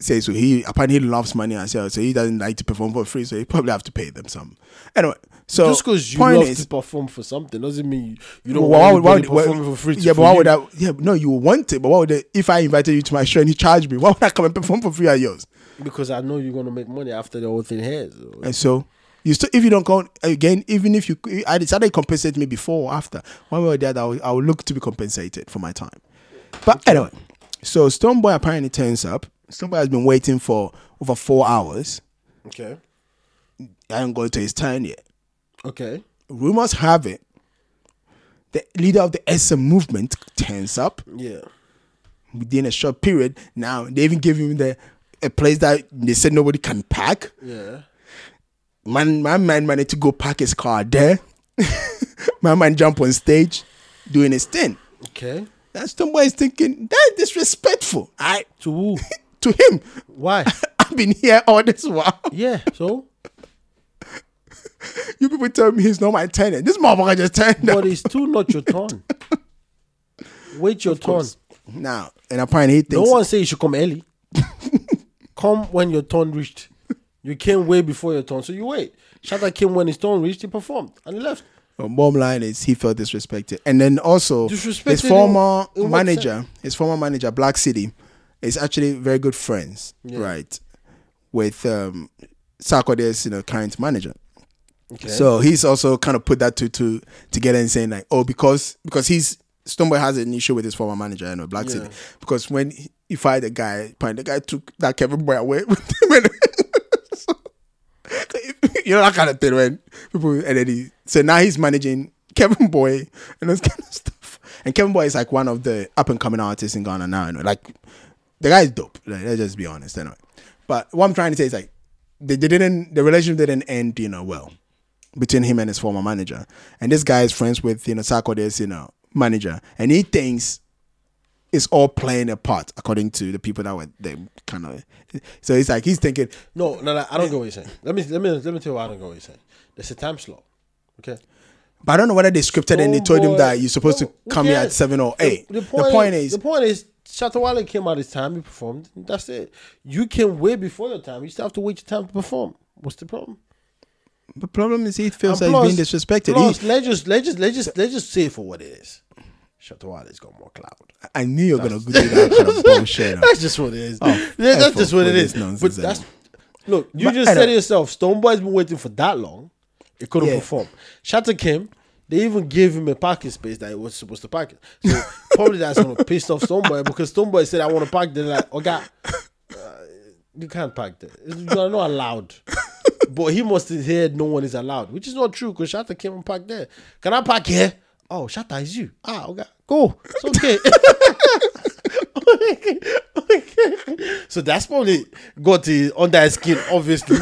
[SPEAKER 2] says so he apparently loves money as well, so he doesn't like to perform for free, so he probably have to pay them some. Anyway, so
[SPEAKER 1] Just because you
[SPEAKER 2] point
[SPEAKER 1] love
[SPEAKER 2] is-
[SPEAKER 1] to perform for something doesn't mean you, you don't want
[SPEAKER 2] Well, why would, why would,
[SPEAKER 1] anybody performing
[SPEAKER 2] why-
[SPEAKER 1] for free. to-
[SPEAKER 2] yeah, but
[SPEAKER 1] for
[SPEAKER 2] why
[SPEAKER 1] you.
[SPEAKER 2] would I? Yeah, no, you would want it, but why would I, if I invited you to my show and you charged me, why would I come and perform for free at yours?
[SPEAKER 1] Because I know you're going to make money after the whole thing ends. so-
[SPEAKER 2] And so you still, if you don't go again, even if you, I decided to compensate me before or after, one way or the other, I will, I will look to be compensated for my time. But anyway, so Stone Boy apparently turns up. Stone Boy has been waiting for over four hours.
[SPEAKER 1] Okay.
[SPEAKER 2] I haven't got to his turn yet.
[SPEAKER 1] Okay.
[SPEAKER 2] rumors have it the leader of the SM movement turns up
[SPEAKER 1] Yeah.
[SPEAKER 2] within a short period. Now they even give him the a place that they said nobody can park.
[SPEAKER 1] Yeah.
[SPEAKER 2] Man, my man managed to go park his car there. my man jump on stage, doing his thing.
[SPEAKER 1] Okay.
[SPEAKER 2] That's somebody's thinking that's disrespectful. I
[SPEAKER 1] To who?
[SPEAKER 2] to him,
[SPEAKER 1] Why?
[SPEAKER 2] I've been here all this while.
[SPEAKER 1] Yeah. So,
[SPEAKER 2] You people tell me he's not my tenant. This motherfucker just turned up.
[SPEAKER 1] but it's still not your turn. Wait your turn.
[SPEAKER 2] Now, and apparently he
[SPEAKER 1] No
[SPEAKER 2] thinks
[SPEAKER 1] one say you should come early. come when your turn reached. You came way before your turn, so you wait. Shatta came when his turn reached. He performed and he left.
[SPEAKER 2] But bottom line is he felt disrespected. And then also his
[SPEAKER 1] Disrespected in-
[SPEAKER 2] former
[SPEAKER 1] in what
[SPEAKER 2] manager, his former manager, Black City, is actually very good friends, right? With um Sarkodie's, you know, current manager.
[SPEAKER 1] Okay.
[SPEAKER 2] So he's also kind of put that two two together and saying like, oh, because because he's Stoneboy has an issue with his former manager, you know, Black City. Because when he, he fired the guy, apparently the guy took that Kevin Boy away with him. And So- you know that kind of thing when people and then he so now he's managing Kevin Boy and this kind of stuff. And Kevin Boy is like one of the up and coming artists in Ghana now, you know. Like the guy is dope. Like, let's just be honest, anyway. But what I'm trying to say is like they, they didn't the relationship didn't end, you know, well between him and his former manager. And this guy is friends with you know Sarkodie's you know manager, and he thinks it's all playing a part according to the people that were they kind of. So it's like he's thinking,
[SPEAKER 1] no, no, no, I don't get what you're saying. Let me, let me, let me tell you why I don't get what you're saying. There's a time slot. Okay.
[SPEAKER 2] but I don't know whether they scripted and they told him that you're supposed
[SPEAKER 1] Oh, No,
[SPEAKER 2] to
[SPEAKER 1] who
[SPEAKER 2] come here at
[SPEAKER 1] cares?
[SPEAKER 2] seven or
[SPEAKER 1] The-
[SPEAKER 2] eight.
[SPEAKER 1] The, point, is, the point is, Shatawale came out his time. He performed. and that's it. You came way before your time. You still have to wait your time to perform. What's the problem?
[SPEAKER 2] the problem is he feels
[SPEAKER 1] And
[SPEAKER 2] like he's being disrespected.
[SPEAKER 1] Plus,
[SPEAKER 2] He-
[SPEAKER 1] let's just let's just let's just let's just say it for what it is. Shatawale's got more clout.
[SPEAKER 2] I knew you're gonna do that kind of bullshit.
[SPEAKER 1] That's just what it is. yeah,
[SPEAKER 2] Oh, F
[SPEAKER 1] that's
[SPEAKER 2] off
[SPEAKER 1] just what
[SPEAKER 2] with
[SPEAKER 1] it
[SPEAKER 2] this
[SPEAKER 1] is.
[SPEAKER 2] nonsense
[SPEAKER 1] But that's
[SPEAKER 2] anyway.
[SPEAKER 1] look. You
[SPEAKER 2] But
[SPEAKER 1] just
[SPEAKER 2] I
[SPEAKER 1] said
[SPEAKER 2] don't-
[SPEAKER 1] it yourself. Stoneboy's been waiting for that long. It couldn't
[SPEAKER 2] Yeah.
[SPEAKER 1] perform. Shatta came. They even gave him a parking space that he was supposed to park. in. So probably that's gonna piss off Stoneboy because Stoneboy said, "I want to park." there." like, "Oh God, uh, you can't park there. You are not allowed." but he must have heard no one is allowed, which is not true because Shatta came and parked there. Can I park here? Oh, Shatta is you. Ah, okay, go. It's okay. so that's probably got it under his skin, obviously.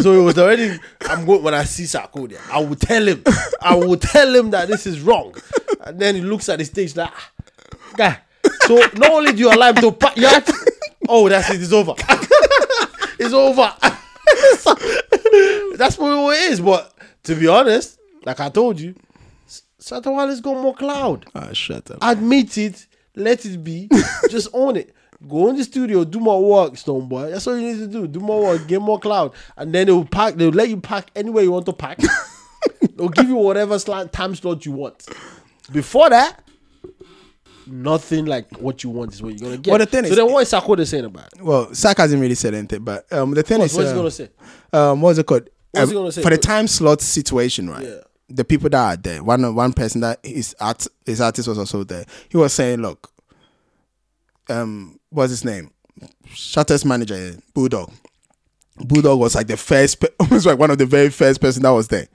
[SPEAKER 1] so it was already. I'm going when I see Sarko there. I will tell him. I will tell him that this is wrong. And then he looks at the stage like, "Ah, guy. So not only do you allow him to, pa- you act- oh, that's it. It's over. it's over. So, that's what it is. But to be honest, like I told you, Satawale's got more cloud
[SPEAKER 2] Ah, shut up.
[SPEAKER 1] admit it, let it be, just own it. Go in the studio, do more work, Stone Boy. That's all you need to do. Do more work, get more cloud, and then they will pack. They'll let you pack anywhere you want to pack. they'll give you whatever slot, time slot you want. Before that, nothing like what you want is what you're gonna get.
[SPEAKER 2] Well, the thing
[SPEAKER 1] so
[SPEAKER 2] is-
[SPEAKER 1] then, what is Sakoda saying about it?
[SPEAKER 2] Well, Sak hasn't really said anything, but um, the thing
[SPEAKER 1] What's,
[SPEAKER 2] is,
[SPEAKER 1] what's
[SPEAKER 2] uh,
[SPEAKER 1] he gonna say?
[SPEAKER 2] um, what's it called?
[SPEAKER 1] What's he
[SPEAKER 2] Um,
[SPEAKER 1] gonna say?
[SPEAKER 2] For the time slot situation, right?
[SPEAKER 1] Yeah.
[SPEAKER 2] The people that are there, one one person that is art his artist was also there. He was saying, look, um, what's his name? Shutter's manager, yeah, Bulldog. Bulldog was like the first, pe- was like one of the very first person that was there.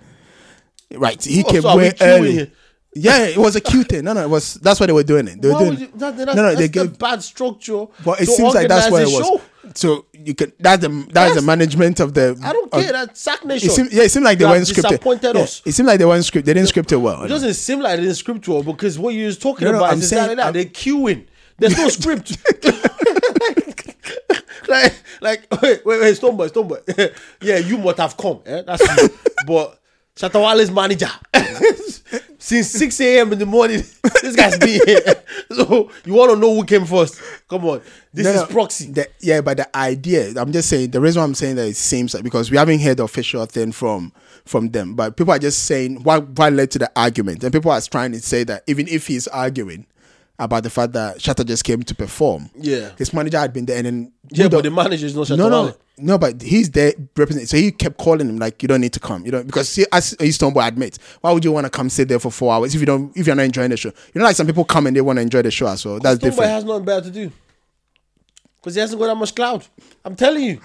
[SPEAKER 2] Right, he
[SPEAKER 1] Oh,
[SPEAKER 2] came
[SPEAKER 1] so are we
[SPEAKER 2] way
[SPEAKER 1] queuing
[SPEAKER 2] early.
[SPEAKER 1] here?
[SPEAKER 2] Yeah, it was a cute thing. No, no, it was that's what they were doing. It. They were
[SPEAKER 1] Why
[SPEAKER 2] doing.
[SPEAKER 1] would you, that, that's,
[SPEAKER 2] no, no,
[SPEAKER 1] that's the
[SPEAKER 2] they gave
[SPEAKER 1] bad structure.
[SPEAKER 2] but it
[SPEAKER 1] to
[SPEAKER 2] seems like that's
[SPEAKER 1] organize
[SPEAKER 2] where
[SPEAKER 1] a
[SPEAKER 2] it was.
[SPEAKER 1] show.
[SPEAKER 2] So you can that's the that's the
[SPEAKER 1] Yes.
[SPEAKER 2] management of the.
[SPEAKER 1] I don't
[SPEAKER 2] of-
[SPEAKER 1] care. That Sack Nation.
[SPEAKER 2] Uh, It seemed, yeah, it seemed like they
[SPEAKER 1] You have
[SPEAKER 2] weren't scripted.
[SPEAKER 1] Disappointed
[SPEAKER 2] Yeah,
[SPEAKER 1] us.
[SPEAKER 2] It seemed like they weren't scripted. They didn't script it well.
[SPEAKER 1] It doesn't seem like it is scriptural because what you're talking
[SPEAKER 2] No, no,
[SPEAKER 1] about
[SPEAKER 2] I'm
[SPEAKER 1] is
[SPEAKER 2] saying-
[SPEAKER 1] exactly that.
[SPEAKER 2] I'm-
[SPEAKER 1] They're queuing. There's no script. like, like, wait, wait, wait, Stoneboy, Stoneboy. yeah, you must have come. Eh? That's you. but Shatawale's manager. Since 6 a.m. in the morning, this guy's been here. so you want to know who came first? Come on. This
[SPEAKER 2] No,
[SPEAKER 1] is
[SPEAKER 2] no,
[SPEAKER 1] proxy.
[SPEAKER 2] the- yeah, but the idea. I'm just saying. The reason why I'm saying that it seems like because we haven't heard the official thing from from them, but people are just saying what what led to the argument, and people are trying to say that even if he's arguing about the fact that Shatter just came to perform,
[SPEAKER 1] Yeah.
[SPEAKER 2] his manager had been there, and then
[SPEAKER 1] Yeah,
[SPEAKER 2] Udo-
[SPEAKER 1] but the manager is not Shatawale.
[SPEAKER 2] no, no, no, but he's there representing. So he kept calling him like, "You don't need to come. You don't because see, as Easton boy admits, why would you want to come sit there for four hours if you don't if you're not enjoying the show? You know, like some people come and they want to enjoy the show as well. That's
[SPEAKER 1] Stoneboy
[SPEAKER 2] different.
[SPEAKER 1] has nothing better to do. Because he hasn't got that much clout. I'm telling you.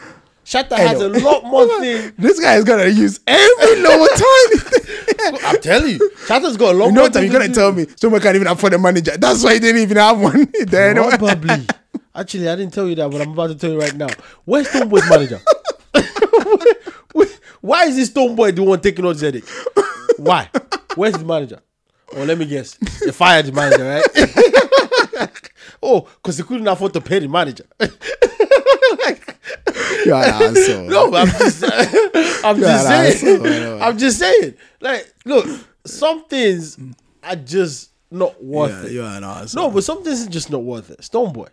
[SPEAKER 1] Shatta
[SPEAKER 2] I
[SPEAKER 1] has a
[SPEAKER 2] know.
[SPEAKER 1] lot more thing.
[SPEAKER 2] This guy is gonna use every lower time.
[SPEAKER 1] I'm telling you. Shatta's got a lot
[SPEAKER 2] you know
[SPEAKER 1] more
[SPEAKER 2] what time
[SPEAKER 1] thing
[SPEAKER 2] you're gonna
[SPEAKER 1] to do.
[SPEAKER 2] tell me? Someone can't even afford a manager. That's why he didn't even have one there. anyway.
[SPEAKER 1] Probably. Actually, I didn't tell you that, but I'm about to tell you right now. Where's Stoneboy's manager? Why is this Stoneboy the one taking on Zedek? Why? Where's the manager? Oh, let me guess. They fired the manager, right? oh, because they couldn't afford to pay the manager.
[SPEAKER 2] You're an asshole.
[SPEAKER 1] no, I'm just, I'm
[SPEAKER 2] Yeah,
[SPEAKER 1] just
[SPEAKER 2] that's
[SPEAKER 1] saying.
[SPEAKER 2] all right, all right.
[SPEAKER 1] I'm just saying. Like, look, some things are just not worth
[SPEAKER 2] Yeah,
[SPEAKER 1] it.
[SPEAKER 2] you're an asshole.
[SPEAKER 1] No, but some things is just not worth it. Stoneboy.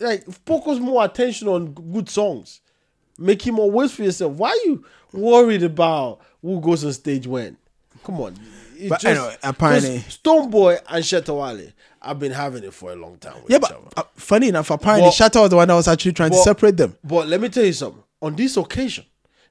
[SPEAKER 1] Like focus more attention on g- good songs. Make him more ways for yourself. Why are you worried about who goes on stage when? Come on. It
[SPEAKER 2] But I know, apparently-
[SPEAKER 1] 'cause Stoneboy and Shetawale have been having it for a long time with
[SPEAKER 2] yeah,
[SPEAKER 1] each
[SPEAKER 2] but
[SPEAKER 1] other.
[SPEAKER 2] uh, funny enough, apparently
[SPEAKER 1] But-
[SPEAKER 2] Shatta was the one that was actually trying to
[SPEAKER 1] But-
[SPEAKER 2] separate them.
[SPEAKER 1] But let me tell you something. On this occasion,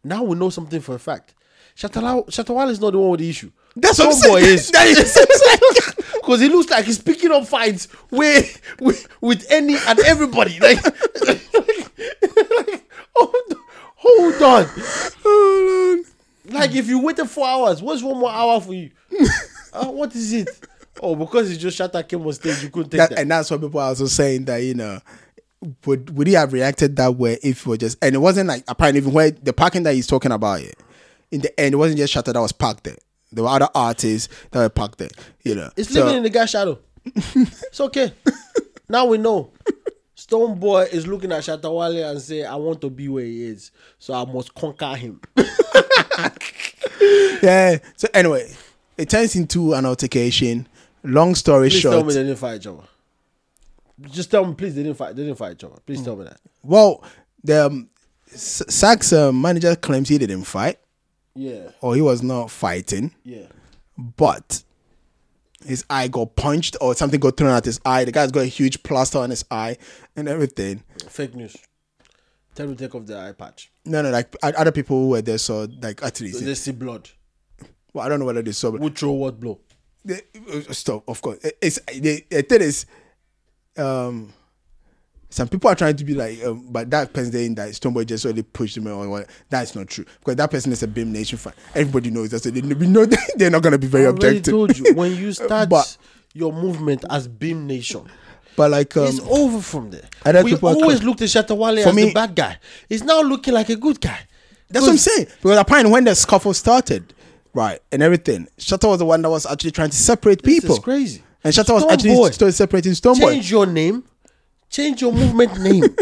[SPEAKER 1] now we know something for a fact. Shatala- Shatawale is not the one with the issue.
[SPEAKER 2] That's what I'm
[SPEAKER 1] Stoneboy
[SPEAKER 2] saying.
[SPEAKER 1] is.
[SPEAKER 2] That is-
[SPEAKER 1] Because he looks like he's picking up fights with, with, with any and everybody. Like, like, hold, hold on.
[SPEAKER 2] Hold on.
[SPEAKER 1] Like, if you waited four hours, what's one more hour for you? Uh, what is it? Oh, because it's just Shatta came on stage, you couldn't take
[SPEAKER 2] That-
[SPEAKER 1] that.
[SPEAKER 2] and that's what people are also saying that you know would would he have reacted that way if we were just and it wasn't like apparently even where the parking that he's talking about it in the end it wasn't just Shatta that was parked there there were other artists that were parked there you know
[SPEAKER 1] It's
[SPEAKER 2] So-
[SPEAKER 1] living in the guy's shadow. it's okay. now we know. Stone Boy is looking at Shatawale and say, I want to be where he is. So I must conquer him.
[SPEAKER 2] yeah so anyway it turns into an altercation long story
[SPEAKER 1] Please tell
[SPEAKER 2] short
[SPEAKER 1] me they didn't fight each other. Just tell me, please, they didn't fight. They didn't fight each other.
[SPEAKER 2] Mm.
[SPEAKER 1] Please tell me that.
[SPEAKER 2] well the um, S- Sachs uh, manager claims he didn't fight
[SPEAKER 1] Yeah,
[SPEAKER 2] or he was not fighting
[SPEAKER 1] yeah.
[SPEAKER 2] but his eye got punched or something got thrown at his eye. The guy's got a huge plaster on his eye and everything.
[SPEAKER 1] Fake news. Tell me to take off the eye patch.
[SPEAKER 2] No, no, like o- other people who were there saw like athletes.
[SPEAKER 1] They see blood.
[SPEAKER 2] Well, I don't know whether they saw, but
[SPEAKER 1] Who throw what blow?
[SPEAKER 2] they, uh, stop. Of course, It- it's the, the thing is, um, some people are trying to be like, um, but that person there in that Stoneboy just really pushed him or what. That's not true because that person is a BIM Nation fan. Everybody knows that, so they, we know they're not gonna be very
[SPEAKER 1] I already
[SPEAKER 2] objective.
[SPEAKER 1] told you, when you start
[SPEAKER 2] But-
[SPEAKER 1] your movement as Beam Nation,
[SPEAKER 2] but like, um,
[SPEAKER 1] it's over from there.
[SPEAKER 2] other
[SPEAKER 1] We
[SPEAKER 2] people are
[SPEAKER 1] always
[SPEAKER 2] com-
[SPEAKER 1] looked at Shatawale
[SPEAKER 2] For
[SPEAKER 1] as
[SPEAKER 2] me-
[SPEAKER 1] the bad guy. He's now looking like a good guy.
[SPEAKER 2] That's what I'm saying. Because apparently when the scuffle started, right, and everything, Shatta was the one that was actually trying to separate people.
[SPEAKER 1] It's crazy.
[SPEAKER 2] And Shatta was
[SPEAKER 1] Stone
[SPEAKER 2] actually
[SPEAKER 1] Boy.
[SPEAKER 2] still separating Stoneboy.
[SPEAKER 1] Change your name. Change your movement name.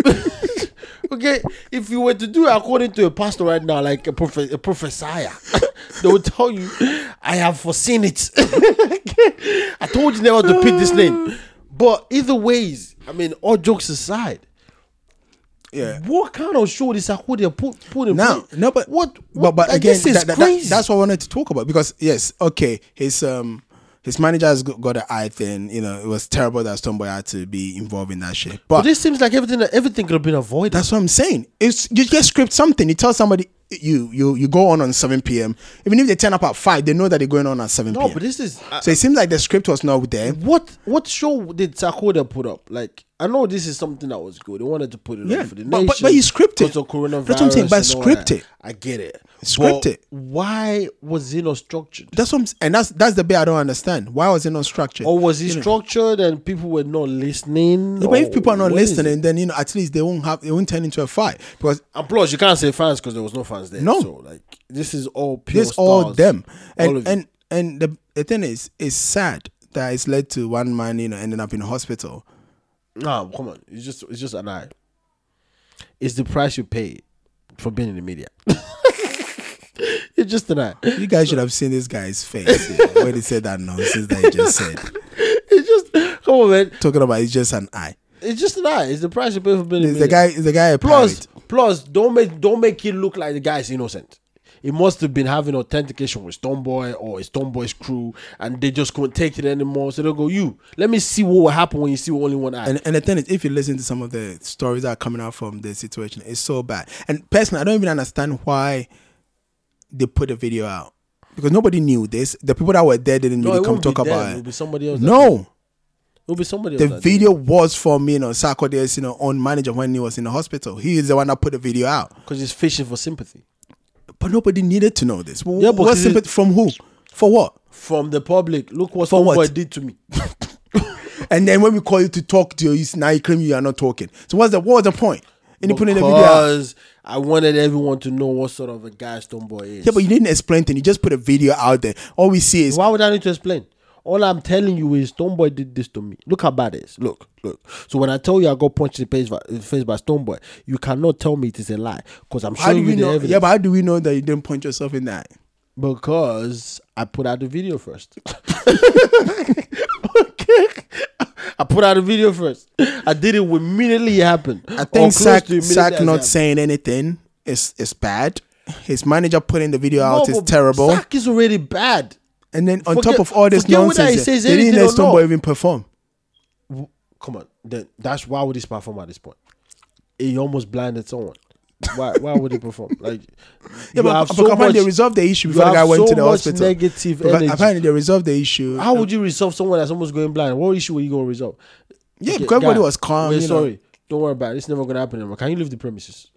[SPEAKER 1] okay, if you were to do it according to a pastor right now, like a prophet, a prophesier, they would tell you, "I have foreseen it. I told you never to pick this name." But either ways, I mean, all jokes aside,
[SPEAKER 2] Yeah.
[SPEAKER 1] what kind of show is Akode put put in
[SPEAKER 2] Now,
[SPEAKER 1] place?
[SPEAKER 2] no, but
[SPEAKER 1] what,
[SPEAKER 2] but,
[SPEAKER 1] what-
[SPEAKER 2] but
[SPEAKER 1] like,
[SPEAKER 2] again,
[SPEAKER 1] this is
[SPEAKER 2] that- that- that-
[SPEAKER 1] crazy.
[SPEAKER 2] that's what I wanted to talk about because yes, okay, his um his manager has got got an eye thing. You know, it was terrible that Stoneboy had to be involved in that shit. But,
[SPEAKER 1] but this seems like everything everything could have been avoided.
[SPEAKER 2] that's what I'm saying. It's you just script something. You tell somebody you you you go on on 7 p.m. Even if they turn up at five, they know that they're going on at 7
[SPEAKER 1] no,
[SPEAKER 2] p.m.
[SPEAKER 1] Oh, but this is
[SPEAKER 2] so it seems like the script was not there.
[SPEAKER 1] What what show did Sakoda put up? Like I know this is something that was good. They wanted to put it
[SPEAKER 2] Yeah,
[SPEAKER 1] up for the
[SPEAKER 2] but- but-
[SPEAKER 1] nation.
[SPEAKER 2] but you script it.
[SPEAKER 1] because of coronavirus
[SPEAKER 2] That's what I'm saying, but
[SPEAKER 1] and all
[SPEAKER 2] script
[SPEAKER 1] that.
[SPEAKER 2] it.
[SPEAKER 1] I get it.
[SPEAKER 2] Script
[SPEAKER 1] But
[SPEAKER 2] it.
[SPEAKER 1] Why was it not structured?
[SPEAKER 2] That's what I'm, s- and that's that's the bit I don't understand. Why was it not structured?
[SPEAKER 1] Or was it structured and people were not listening?
[SPEAKER 2] but if people are not
[SPEAKER 1] What is it?
[SPEAKER 2] listening, then you know at least they won't have they won't turn into a fight because
[SPEAKER 1] and plus you can't say fans because there was no fans there.
[SPEAKER 2] No.
[SPEAKER 1] so like this is all pure.
[SPEAKER 2] this all
[SPEAKER 1] stars.
[SPEAKER 2] them and
[SPEAKER 1] all of
[SPEAKER 2] and and the, the thing is it's sad that it's led to one man you know ending up in hospital.
[SPEAKER 1] you. nah, come on, it's just it's just an eye. It's the price you pay for being in the media. it's just that.
[SPEAKER 2] You guys should have seen this guy's face you know, when he said that nonsense that he just said.
[SPEAKER 1] It's just come on, man.
[SPEAKER 2] Talking about it's just an eye.
[SPEAKER 1] It's just that. It's the price you pay for being in
[SPEAKER 2] Is the
[SPEAKER 1] media.
[SPEAKER 2] guy is the guy a
[SPEAKER 1] plus
[SPEAKER 2] pirate?
[SPEAKER 1] plus don't make don't make it look like the guy is innocent. It must have been having authentication with Stone Boy or his Stone Boy's crew, and they just couldn't take it anymore. So they'll go, "You, let me see what will happen when you see only one eye."
[SPEAKER 2] And, and the thing is, if you listen to some of the stories that are coming out from the situation, it's so bad. And personally, I don't even understand why they put the video out because nobody knew this. The people that were there didn't
[SPEAKER 1] no,
[SPEAKER 2] really
[SPEAKER 1] it
[SPEAKER 2] come
[SPEAKER 1] won't
[SPEAKER 2] talk
[SPEAKER 1] be them.
[SPEAKER 2] about
[SPEAKER 1] It'll
[SPEAKER 2] it.
[SPEAKER 1] be somebody else. that-
[SPEAKER 2] No,
[SPEAKER 1] it'll be somebody
[SPEAKER 2] the
[SPEAKER 1] else. that did.
[SPEAKER 2] video was from you know Sarkodie's you know own manager when he was in the hospital. He is the one that put the video out,
[SPEAKER 1] because he's fishing for sympathy
[SPEAKER 2] but nobody needed to know this.
[SPEAKER 1] Yeah,
[SPEAKER 2] Yeah,
[SPEAKER 1] but
[SPEAKER 2] what
[SPEAKER 1] is it-
[SPEAKER 2] sympathy from who? For what?
[SPEAKER 1] from the public. Look what Stone
[SPEAKER 2] what?
[SPEAKER 1] Boy did to me.
[SPEAKER 2] And then when we call you to talk to you, now you claim you are not talking. So what's the what was the point? And you put in the video. out.
[SPEAKER 1] Because I wanted everyone to know what sort of a guy Stone Boy is.
[SPEAKER 2] Yeah, but you didn't explain anything. You just put a video out there. All we see is
[SPEAKER 1] Why would I need to explain? All I'm telling you is Stone Boy did this to me. Look how bad it is. Look, look. So when I tell you I got punched in the face by, in the face by Stone Boy, you cannot tell me it is a lie because I'm
[SPEAKER 2] how
[SPEAKER 1] showing
[SPEAKER 2] do
[SPEAKER 1] you
[SPEAKER 2] we
[SPEAKER 1] the
[SPEAKER 2] know?
[SPEAKER 1] evidence.
[SPEAKER 2] Yeah, but how do we know that you didn't point yourself in that?
[SPEAKER 1] because I put out the video first. okay. I put out the video first. I did it when immediately it happened.
[SPEAKER 2] I think Sack, Sack not saying anything is is bad. His manager putting the video out is terrible.
[SPEAKER 1] Sack is already bad.
[SPEAKER 2] and then on
[SPEAKER 1] forget-
[SPEAKER 2] top of all this
[SPEAKER 1] forget whether he
[SPEAKER 2] nonsense,
[SPEAKER 1] says
[SPEAKER 2] they didn't
[SPEAKER 1] anything
[SPEAKER 2] let
[SPEAKER 1] or not.
[SPEAKER 2] Stoneboy even perform.
[SPEAKER 1] come on, then that's why would he perform at this point? He almost blinded someone. Why? Why would he perform? Like,
[SPEAKER 2] Yeah,
[SPEAKER 1] you
[SPEAKER 2] but,
[SPEAKER 1] have
[SPEAKER 2] but
[SPEAKER 1] so
[SPEAKER 2] apparently
[SPEAKER 1] much-
[SPEAKER 2] they resolved the issue
[SPEAKER 1] you
[SPEAKER 2] before the
[SPEAKER 1] have
[SPEAKER 2] guy went
[SPEAKER 1] so
[SPEAKER 2] to the
[SPEAKER 1] much
[SPEAKER 2] hospital.
[SPEAKER 1] negative
[SPEAKER 2] Because
[SPEAKER 1] energy.
[SPEAKER 2] Apparently they resolved the issue.
[SPEAKER 1] How would you resolve someone that's almost going blind? What issue were you going to resolve?
[SPEAKER 2] Yeah, because everybody was calm,
[SPEAKER 1] We're
[SPEAKER 2] you know.
[SPEAKER 1] sorry. Don't worry about it. It's never going to happen anymore. Can you leave the premises?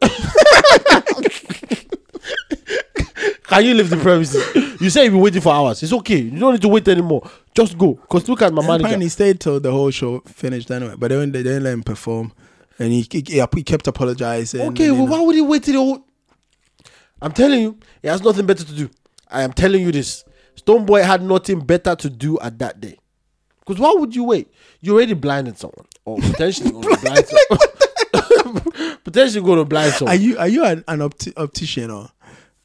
[SPEAKER 1] Can you leave the premises? You say you've been waiting for hours. It's okay. You don't need to wait anymore. Just go. Because look at my manager.
[SPEAKER 2] Apparently he stayed till the whole show finished anyway. But they didn't, they didn't let him perform, and he, he, he kept apologizing.
[SPEAKER 1] Okay,
[SPEAKER 2] and, you
[SPEAKER 1] well,
[SPEAKER 2] know.
[SPEAKER 1] why would he wait till the whole? I'm telling you, he has nothing better to do. I am telling you this. Stone Boy had nothing better to do at that day. Because why would you wait? You already blinded someone, or potentially going to blind someone. potentially going to blind
[SPEAKER 2] Are
[SPEAKER 1] someone.
[SPEAKER 2] you are you an, an opti- optician or?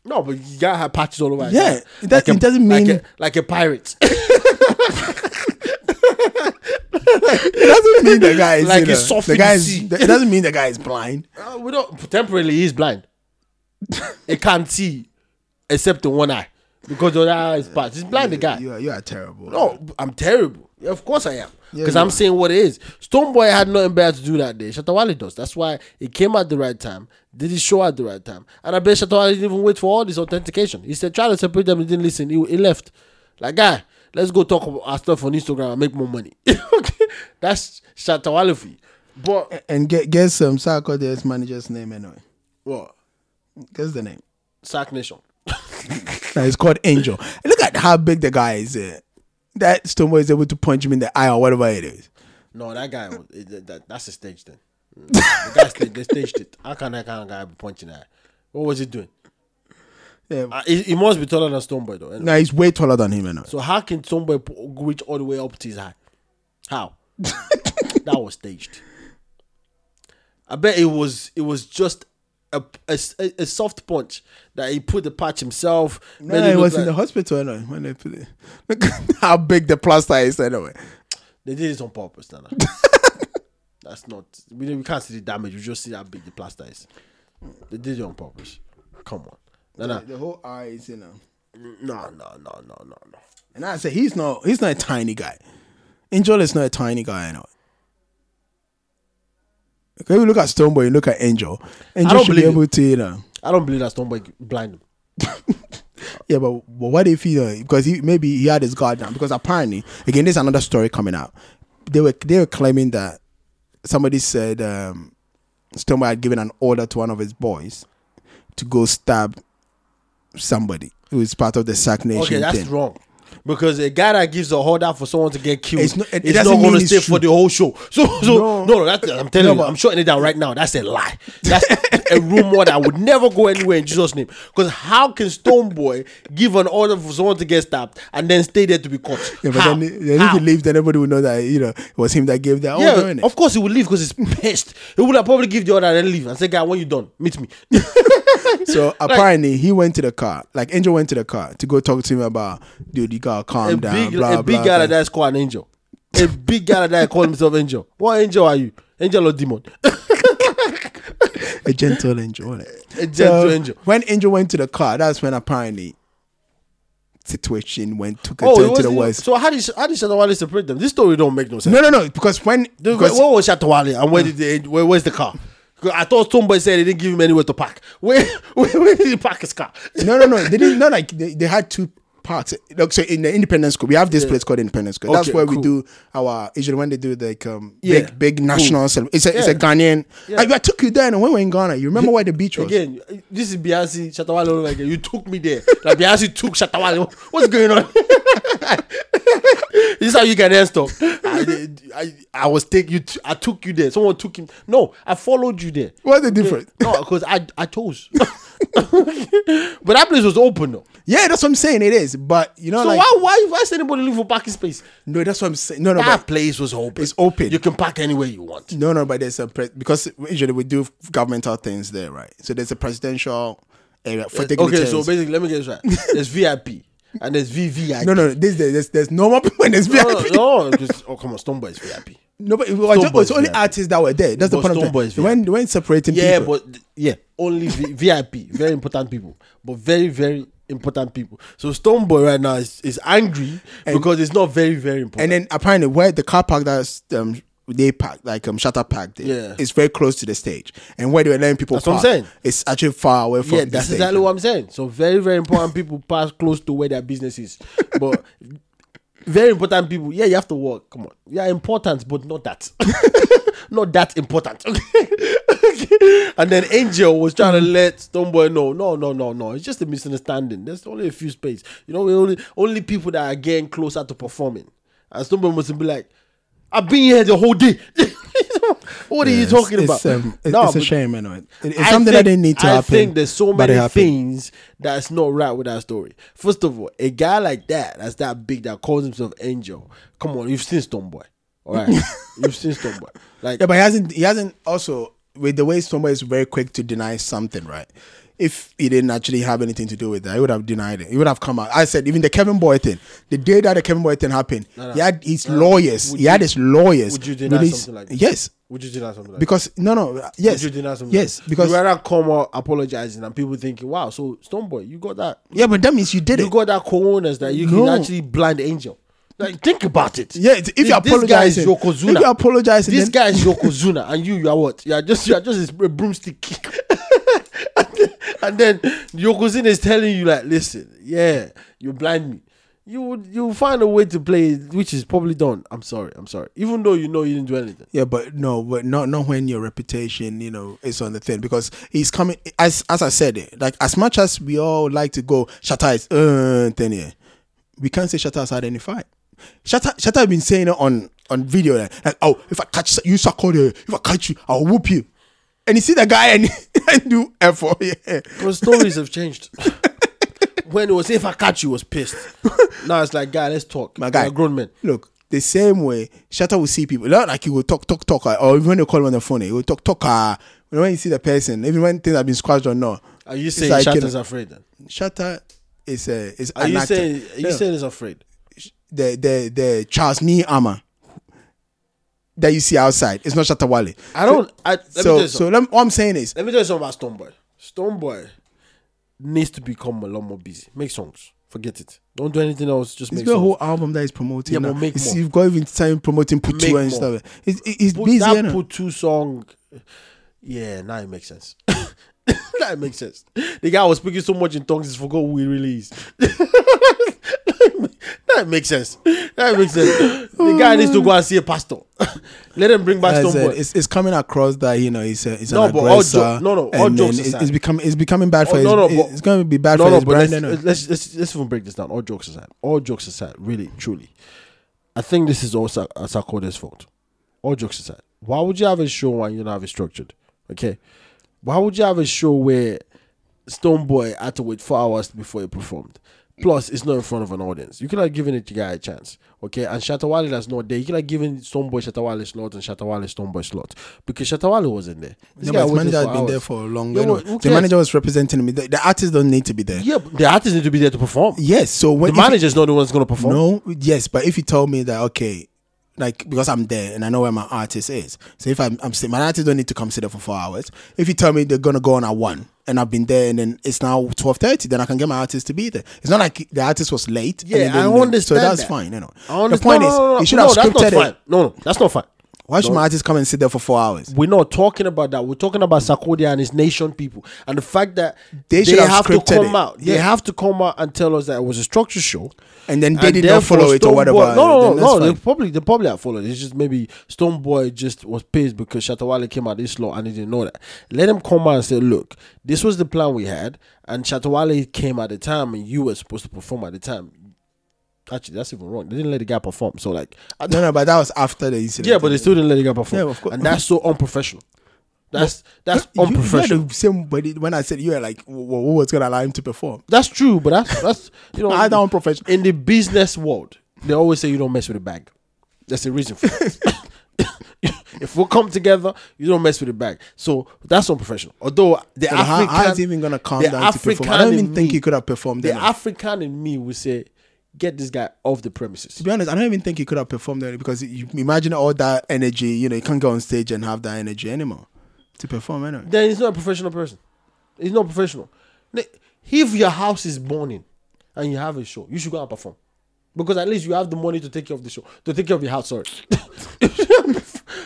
[SPEAKER 1] no, but you gotta have patches all over. his
[SPEAKER 2] Yeah,
[SPEAKER 1] hand.
[SPEAKER 2] it does- it doesn't
[SPEAKER 1] like
[SPEAKER 2] mean-
[SPEAKER 1] a, like a pirate,
[SPEAKER 2] It doesn't mean the guy is
[SPEAKER 1] Like
[SPEAKER 2] you know,
[SPEAKER 1] a soft
[SPEAKER 2] the
[SPEAKER 1] in
[SPEAKER 2] guy
[SPEAKER 1] the
[SPEAKER 2] is,
[SPEAKER 1] sea.
[SPEAKER 2] It doesn't mean the guy is blind.
[SPEAKER 1] Uh, we don't temporarily he's blind. he can't see except the one eye because the other eye is patched. He's blind. The guy.
[SPEAKER 2] You are, you are terrible.
[SPEAKER 1] No, I'm terrible. Yeah, of course I am.
[SPEAKER 2] Yeah,
[SPEAKER 1] Because
[SPEAKER 2] you
[SPEAKER 1] I'm
[SPEAKER 2] are.
[SPEAKER 1] saying what it is. Stone Boy had nothing bad to do that day. Shatawale does. That's why it came at the right time, did his show at the right time. And I bet Shatawale didn't even wait for all this authentication. He said, try to separate them. He didn't listen. He, he left. Like, guy, let's go talk about our stuff on Instagram and make more money. okay. That's Shatawale for you. Eh, But,
[SPEAKER 2] And get guess um Sarkodie's manager's name anyway.
[SPEAKER 1] well,
[SPEAKER 2] Guess the name.
[SPEAKER 1] Sack Nation.
[SPEAKER 2] Now it's called Angel. And Look at how big the guy is. eh. That Stonewall is able to punch him in the eye or whatever it is.
[SPEAKER 1] No, that guy, was- it- that- that, that's a stage thing. Mm. the guy staged, they staged it. How can that kind of guy be punching that? What was he doing?
[SPEAKER 2] Yeah.
[SPEAKER 1] Uh, he, he must be taller than Stone Boy though. anyway.
[SPEAKER 2] now he's way taller than him anyway.
[SPEAKER 1] So how can Stone Boy p- reach all the way up to his eye? How? that was staged. I bet it was it was just a, a, a soft punch that he put the patch himself.
[SPEAKER 2] No, he was in the hospital anyway when they put it. Look at how big the plaster is anyway.
[SPEAKER 1] They did it on purpose, Nana. That's not. We, don't- we can't see the damage. We just see how big the plaster is. They did it on purpose. Come on, Nana.
[SPEAKER 2] The whole eye is, you know.
[SPEAKER 1] No, no, no, no, no, no.
[SPEAKER 2] And I say he's not he's not a tiny guy. Angel is not a tiny guy anyway. Okay, you look at Stoneboy, you look at Angel. Angel
[SPEAKER 1] don't
[SPEAKER 2] should be
[SPEAKER 1] believe
[SPEAKER 2] able to, you know.
[SPEAKER 1] I don't believe that Stone Boy blind him.
[SPEAKER 2] Yeah, but, but what if he uh, because he maybe he had his guard down because apparently again there's another story coming out. They were they were claiming that somebody said um Stoneboy had given an order to one of his boys to go stab somebody who is part of the Sac Nation
[SPEAKER 1] Okay, that's
[SPEAKER 2] thing.
[SPEAKER 1] wrong. because a guy that gives a order for someone to get killed
[SPEAKER 2] It's not- it- it
[SPEAKER 1] is
[SPEAKER 2] doesn't
[SPEAKER 1] not going
[SPEAKER 2] mean
[SPEAKER 1] to
[SPEAKER 2] it's
[SPEAKER 1] stay
[SPEAKER 2] true.
[SPEAKER 1] for the whole show. So, so
[SPEAKER 2] No.
[SPEAKER 1] no, no, that's, I'm telling
[SPEAKER 2] No,
[SPEAKER 1] you,
[SPEAKER 2] but-
[SPEAKER 1] I'm shutting it down right now. That's a lie. That's a rumor that would never go anywhere in Jesus' name. Because how can Stone Boy give an order for someone to get stabbed and then stay there to be caught?
[SPEAKER 2] Yeah, but
[SPEAKER 1] How?
[SPEAKER 2] then, then if
[SPEAKER 1] How?
[SPEAKER 2] he leaves, then everybody will know that you know it was him that gave that Oh, order.
[SPEAKER 1] Yeah,
[SPEAKER 2] innit?
[SPEAKER 1] of course he will leave because he's pissed. He would have probably give the order and then leave and say, "Guy, when you done, meet me."
[SPEAKER 2] So apparently he went to the car. Like Angel went to the car to go talk to him about, dude, you gotta calm
[SPEAKER 1] a
[SPEAKER 2] down.
[SPEAKER 1] big,
[SPEAKER 2] blah,
[SPEAKER 1] a
[SPEAKER 2] blah,
[SPEAKER 1] big guy
[SPEAKER 2] blah.
[SPEAKER 1] like that is called an angel. A big guy like that call himself angel. What angel are you? Angel or demon?
[SPEAKER 2] a gentle angel. innit?
[SPEAKER 1] A gentle angel.
[SPEAKER 2] When Angel went to the car, that's when apparently situation went took a
[SPEAKER 1] Oh, it
[SPEAKER 2] turn to
[SPEAKER 1] was
[SPEAKER 2] the worst.
[SPEAKER 1] so how did how did Shatawale separate them? This story don't make no sense.
[SPEAKER 2] No, no, no. Because when
[SPEAKER 1] The-
[SPEAKER 2] because
[SPEAKER 1] where was Shatawale and where did the where, where's the car? 'Cause I thought somebody said they didn't give him anywhere to park. Where where, where did he park his car?
[SPEAKER 2] no, no, no. They didn't. Not like they, they had two parts. Like so, in the Independence School, we have this place called Independence School. That's
[SPEAKER 1] Okay,
[SPEAKER 2] where we
[SPEAKER 1] cool.
[SPEAKER 2] do our usually when they do like um
[SPEAKER 1] Yeah,
[SPEAKER 2] big big national. celebra- It's a it's a
[SPEAKER 1] Yeah.
[SPEAKER 2] Ghanaian.
[SPEAKER 1] Yeah.
[SPEAKER 2] I, I took you there and when we were in Ghana. You remember where the beach was?
[SPEAKER 1] Again, this is Beyonce Shatawale all over again. You took me there. Like Beyonce took Shatawale. What's going on? this is how you can end stuff. I, I, I was take you. T- I took you there. Someone took him. No, I followed you there.
[SPEAKER 2] What's the difference?
[SPEAKER 1] No, because I I chose. but that place was open though.
[SPEAKER 2] Yeah, that's what I'm saying. It is, but you know,
[SPEAKER 1] So
[SPEAKER 2] like
[SPEAKER 1] why why why is anybody leave for parking space?
[SPEAKER 2] no, that's what I'm saying. No, no,
[SPEAKER 1] That
[SPEAKER 2] but,
[SPEAKER 1] place was open.
[SPEAKER 2] It's open.
[SPEAKER 1] You can park anywhere you want.
[SPEAKER 2] no, no, but there's a pre- because usually we do governmental things there, right? So there's a presidential area for
[SPEAKER 1] Okay,
[SPEAKER 2] dignitaries.
[SPEAKER 1] so basically, let me get this right. There's VIP and there's VVIP.
[SPEAKER 2] no, no, this there's there's normal people and there's VIP.
[SPEAKER 1] No, no, no, 'cause- oh come on, Stone Boy is VIP.
[SPEAKER 2] No, but it was
[SPEAKER 1] Stone
[SPEAKER 2] just- it's
[SPEAKER 1] Boys,
[SPEAKER 2] only
[SPEAKER 1] yeah.
[SPEAKER 2] artists that were there. That's
[SPEAKER 1] But
[SPEAKER 2] the point
[SPEAKER 1] Stone
[SPEAKER 2] of
[SPEAKER 1] Boys,
[SPEAKER 2] it.
[SPEAKER 1] yeah.
[SPEAKER 2] When when separating
[SPEAKER 1] Yeah,
[SPEAKER 2] people.
[SPEAKER 1] but th- yeah, only v- VIP, very important people, but very very important people. So Stone Boy right now is, is angry because it's not very very important.
[SPEAKER 2] and then apparently where the car park that's um they parked like um shutter parked
[SPEAKER 1] Yeah.
[SPEAKER 2] it's very close to the stage and where they were letting people
[SPEAKER 1] what I'm
[SPEAKER 2] park,
[SPEAKER 1] saying.
[SPEAKER 2] it's actually far away from
[SPEAKER 1] yeah,
[SPEAKER 2] the
[SPEAKER 1] that's
[SPEAKER 2] stage.
[SPEAKER 1] exactly what I'm saying. So very very important people pass close to where their business is, but. Very important people. Yeah, you have to work. Come on. Yeah, important, but not that. not that important. Okay. and then Angel was trying to let Stoneboy know, no, no, no, no. It's just a misunderstanding. There's only a few space. You know, we only only people that are getting closer to performing. And Stoneboy must be like, I've been here the whole day. what are you
[SPEAKER 2] It's-
[SPEAKER 1] talking
[SPEAKER 2] it's,
[SPEAKER 1] about?
[SPEAKER 2] um, it-
[SPEAKER 1] No,
[SPEAKER 2] it's a
[SPEAKER 1] but-
[SPEAKER 2] shame you know it, it's
[SPEAKER 1] I
[SPEAKER 2] something
[SPEAKER 1] think-
[SPEAKER 2] that didn't need to
[SPEAKER 1] I
[SPEAKER 2] happen
[SPEAKER 1] think there's so
[SPEAKER 2] but it
[SPEAKER 1] many
[SPEAKER 2] happened.
[SPEAKER 1] things that's not right with that story. First of all, a guy like that, that's that big, that calls himself Angel. Come on, you've seen Stone Boy, all right? you've seen Stone Boy. Like,
[SPEAKER 2] yeah but he hasn't he hasn't also with the way somebody is very quick to deny something right if he didn't actually have anything to do with that, he would have denied it. He would have come out. I said, even the Kevin Boy thing, the day that the Kevin Boy thing happened, he had his lawyers.
[SPEAKER 1] Would
[SPEAKER 2] He had his lawyers.
[SPEAKER 1] would you deny
[SPEAKER 2] release-
[SPEAKER 1] something like that?
[SPEAKER 2] Yes.
[SPEAKER 1] would you deny something like
[SPEAKER 2] Because no, no,
[SPEAKER 1] that?
[SPEAKER 2] yes,
[SPEAKER 1] Would you deny something?
[SPEAKER 2] yes,
[SPEAKER 1] like that?
[SPEAKER 2] because
[SPEAKER 1] you rather come out apologizing and people thinking, wow, so Stone Boy, you got that,
[SPEAKER 2] yeah, but that means you did
[SPEAKER 1] you
[SPEAKER 2] it.
[SPEAKER 1] got that cojones that you
[SPEAKER 2] No.
[SPEAKER 1] can actually blind Angel. Like, think about it.
[SPEAKER 2] Yeah, if
[SPEAKER 1] This-
[SPEAKER 2] you
[SPEAKER 1] this guy is
[SPEAKER 2] apologize, if
[SPEAKER 1] Yokozuna.
[SPEAKER 2] you apologize,
[SPEAKER 1] this
[SPEAKER 2] then,
[SPEAKER 1] guy is Yokozuna, and you, you are what? You are just, you are just a broomstick. and then Yokozuna is telling you, like, listen, yeah, you blind me. You would, you will find a way to play, it, which is probably done. I'm sorry, I'm sorry. Even though you know you didn't do anything.
[SPEAKER 2] yeah, but no, but not not when your reputation, you know, is on the thing because he's coming. As as I said, it like as much as we all like to go, Shatta is uh, thing here. We can't say Shatta has had any fight. Shatta Shatta has been saying it on on video like, like, oh, if I catch you, Sakode, if I catch you, I'll whoop you. And you see the guy and, and do effort, yeah.
[SPEAKER 1] Because stories have changed. when it was, if I catch you, was pissed. now it's like, guy, let's talk.
[SPEAKER 2] My guy.
[SPEAKER 1] You're a grown man.
[SPEAKER 2] Look, the same way Shatta will see people. Not like he will talk, talk, talk, uh, or even when you call him on the phone, he will talk, talk. Uh, when you see the person, even when things have been squashed or not,
[SPEAKER 1] Are you
[SPEAKER 2] It's
[SPEAKER 1] saying
[SPEAKER 2] like, you
[SPEAKER 1] Shatter's
[SPEAKER 2] know-
[SPEAKER 1] afraid then?
[SPEAKER 2] Shatta is a is
[SPEAKER 1] Are
[SPEAKER 2] an
[SPEAKER 1] you
[SPEAKER 2] actor.
[SPEAKER 1] saying, are you
[SPEAKER 2] No,
[SPEAKER 1] saying he's afraid?
[SPEAKER 2] the the the Charles Niemeyer that you see outside? It's not Shatta Wale.
[SPEAKER 1] I don't, I, let me tell
[SPEAKER 2] so
[SPEAKER 1] you something.
[SPEAKER 2] so let me- what I'm saying is
[SPEAKER 1] Let me tell you something about Stone Boy. Stone Boy needs to become a lot more busy. Make songs. Forget it. Don't do anything else. Just
[SPEAKER 2] He's
[SPEAKER 1] make
[SPEAKER 2] got a
[SPEAKER 1] songs.
[SPEAKER 2] whole album that he's promoting.
[SPEAKER 1] Yeah,
[SPEAKER 2] now.
[SPEAKER 1] but make
[SPEAKER 2] He's-
[SPEAKER 1] more.
[SPEAKER 2] You've got even time promoting Putu
[SPEAKER 1] Make more.
[SPEAKER 2] and stuff. He's, he's
[SPEAKER 1] Put
[SPEAKER 2] busy. you
[SPEAKER 1] that
[SPEAKER 2] know?
[SPEAKER 1] put two song. Yeah, now it makes sense. now it makes sense. The guy was speaking so much in tongues, he forgot who he really is. that makes sense. That makes sense. The guy needs to go and see a pastor. Let him bring back
[SPEAKER 2] As I
[SPEAKER 1] Stone
[SPEAKER 2] said,
[SPEAKER 1] Boy.
[SPEAKER 2] it's, it's coming across that you know he's a, he's
[SPEAKER 1] No,
[SPEAKER 2] an
[SPEAKER 1] but all
[SPEAKER 2] aggressor.
[SPEAKER 1] jo- no, no, all
[SPEAKER 2] and
[SPEAKER 1] jokes
[SPEAKER 2] then it's,
[SPEAKER 1] aside.
[SPEAKER 2] it's becoming it's becoming bad for
[SPEAKER 1] Oh,
[SPEAKER 2] his.
[SPEAKER 1] no, no, but-
[SPEAKER 2] it's going to be bad
[SPEAKER 1] no,
[SPEAKER 2] for
[SPEAKER 1] no,
[SPEAKER 2] his
[SPEAKER 1] but
[SPEAKER 2] brand.
[SPEAKER 1] let's,
[SPEAKER 2] No, no.
[SPEAKER 1] let's, let's, let's even break this down. All jokes aside, all jokes aside, really, truly, I think this is also Sarkozy's fault. All jokes aside, why would you have a show when you don't have it structured? Okay, why would you have a show where Stone Boy had to wait four hours before he performed? Plus, it's not in front of an audience. You could have given it the guy a chance, okay? And Shatawale that's not there. You could have given Stone Boy Shatawale slot and Shatawale Stone Boy slot because Shatawale wasn't there. This
[SPEAKER 2] No,
[SPEAKER 1] guy
[SPEAKER 2] but his
[SPEAKER 1] waited
[SPEAKER 2] manager has
[SPEAKER 1] for
[SPEAKER 2] been there
[SPEAKER 1] hours.
[SPEAKER 2] for a long
[SPEAKER 1] Yeah,
[SPEAKER 2] way.
[SPEAKER 1] but
[SPEAKER 2] now.
[SPEAKER 1] who
[SPEAKER 2] the
[SPEAKER 1] cares?
[SPEAKER 2] manager was representing me. The, the artists don't need to be there.
[SPEAKER 1] Yeah, but the artists need to be there to perform.
[SPEAKER 2] Yes. So when
[SPEAKER 1] The
[SPEAKER 2] if you-
[SPEAKER 1] manager's not the one that's going to perform.
[SPEAKER 2] No, yes, but if you told me that okay, like because I'm there and I know where my artist is, so if I'm, I'm saying my artist don't need to come sit there for four hours. If you tell me they're gonna go on at one and I've been there and then it's now twelve thirty, then I can get my artist to be there. It's not like the artist was late. and
[SPEAKER 1] Yeah,
[SPEAKER 2] then they
[SPEAKER 1] I
[SPEAKER 2] didn't-
[SPEAKER 1] understand
[SPEAKER 2] So that's
[SPEAKER 1] that.
[SPEAKER 2] fine, you know.
[SPEAKER 1] I
[SPEAKER 2] The
[SPEAKER 1] understand.
[SPEAKER 2] point
[SPEAKER 1] no,
[SPEAKER 2] is,
[SPEAKER 1] no, no, no.
[SPEAKER 2] you should
[SPEAKER 1] no,
[SPEAKER 2] have
[SPEAKER 1] that's not
[SPEAKER 2] scripted
[SPEAKER 1] fine.
[SPEAKER 2] it.
[SPEAKER 1] No, no, that's not fine.
[SPEAKER 2] Why should my artist come and sit there for four hours?
[SPEAKER 1] We're not talking about that. We're talking about Sakodia and his nation people, and the fact that
[SPEAKER 2] They
[SPEAKER 1] they,
[SPEAKER 2] should have
[SPEAKER 1] have, to
[SPEAKER 2] scripted
[SPEAKER 1] come
[SPEAKER 2] it.
[SPEAKER 1] out. They
[SPEAKER 2] Yeah.
[SPEAKER 1] have to come out and tell us that it was a structure show,
[SPEAKER 2] And then they did not
[SPEAKER 1] therefore
[SPEAKER 2] follow it or
[SPEAKER 1] Stone
[SPEAKER 2] whatever,
[SPEAKER 1] Boy- no, no,
[SPEAKER 2] then that's
[SPEAKER 1] no. no
[SPEAKER 2] fine.
[SPEAKER 1] they probably they probably have followed. It's just maybe Stone Boy just was pissed because Shatawale came out this slow and he didn't know that. Let him come out and say, look, this was the plan we had, and Shatawale came at the time, and you were supposed to perform at the time. Actually, that's even wrong. They didn't let the guy perform. So like, I
[SPEAKER 2] No, no, but that was after the incident.
[SPEAKER 1] Yeah, but they still didn't let it go perform.
[SPEAKER 2] Yeah, of course.
[SPEAKER 1] And that's so unprofessional. That's that's
[SPEAKER 2] You-
[SPEAKER 1] unprofessional.
[SPEAKER 2] You, are the same body when I said you were like, "Wh- wh- who was gonna allow him to perform?
[SPEAKER 1] that's true, but that's that's you know
[SPEAKER 2] I don't professional.
[SPEAKER 1] in the business world, they always say you don't mess with a bag. That's the reason for it. if we come together, you don't mess with the bag. So that's unprofessional. Although the
[SPEAKER 2] So how-
[SPEAKER 1] African,
[SPEAKER 2] how is he even gonna calm
[SPEAKER 1] the
[SPEAKER 2] down to perform? I don't
[SPEAKER 1] in
[SPEAKER 2] even think
[SPEAKER 1] me-
[SPEAKER 2] he could have performed
[SPEAKER 1] The
[SPEAKER 2] there.
[SPEAKER 1] African in me would say, get this guy off the premises.
[SPEAKER 2] to be honest, I don't even think he could have performed there because you imagine all that energy. You know, you can't go on stage and have that energy anymore to perform anyway.
[SPEAKER 1] then he's not a professional person. He's not professional. Ni- If your house is burning and you have a show, you should go and perform. Because at least you have the money to take care of the show, to take care of your house. Sorry,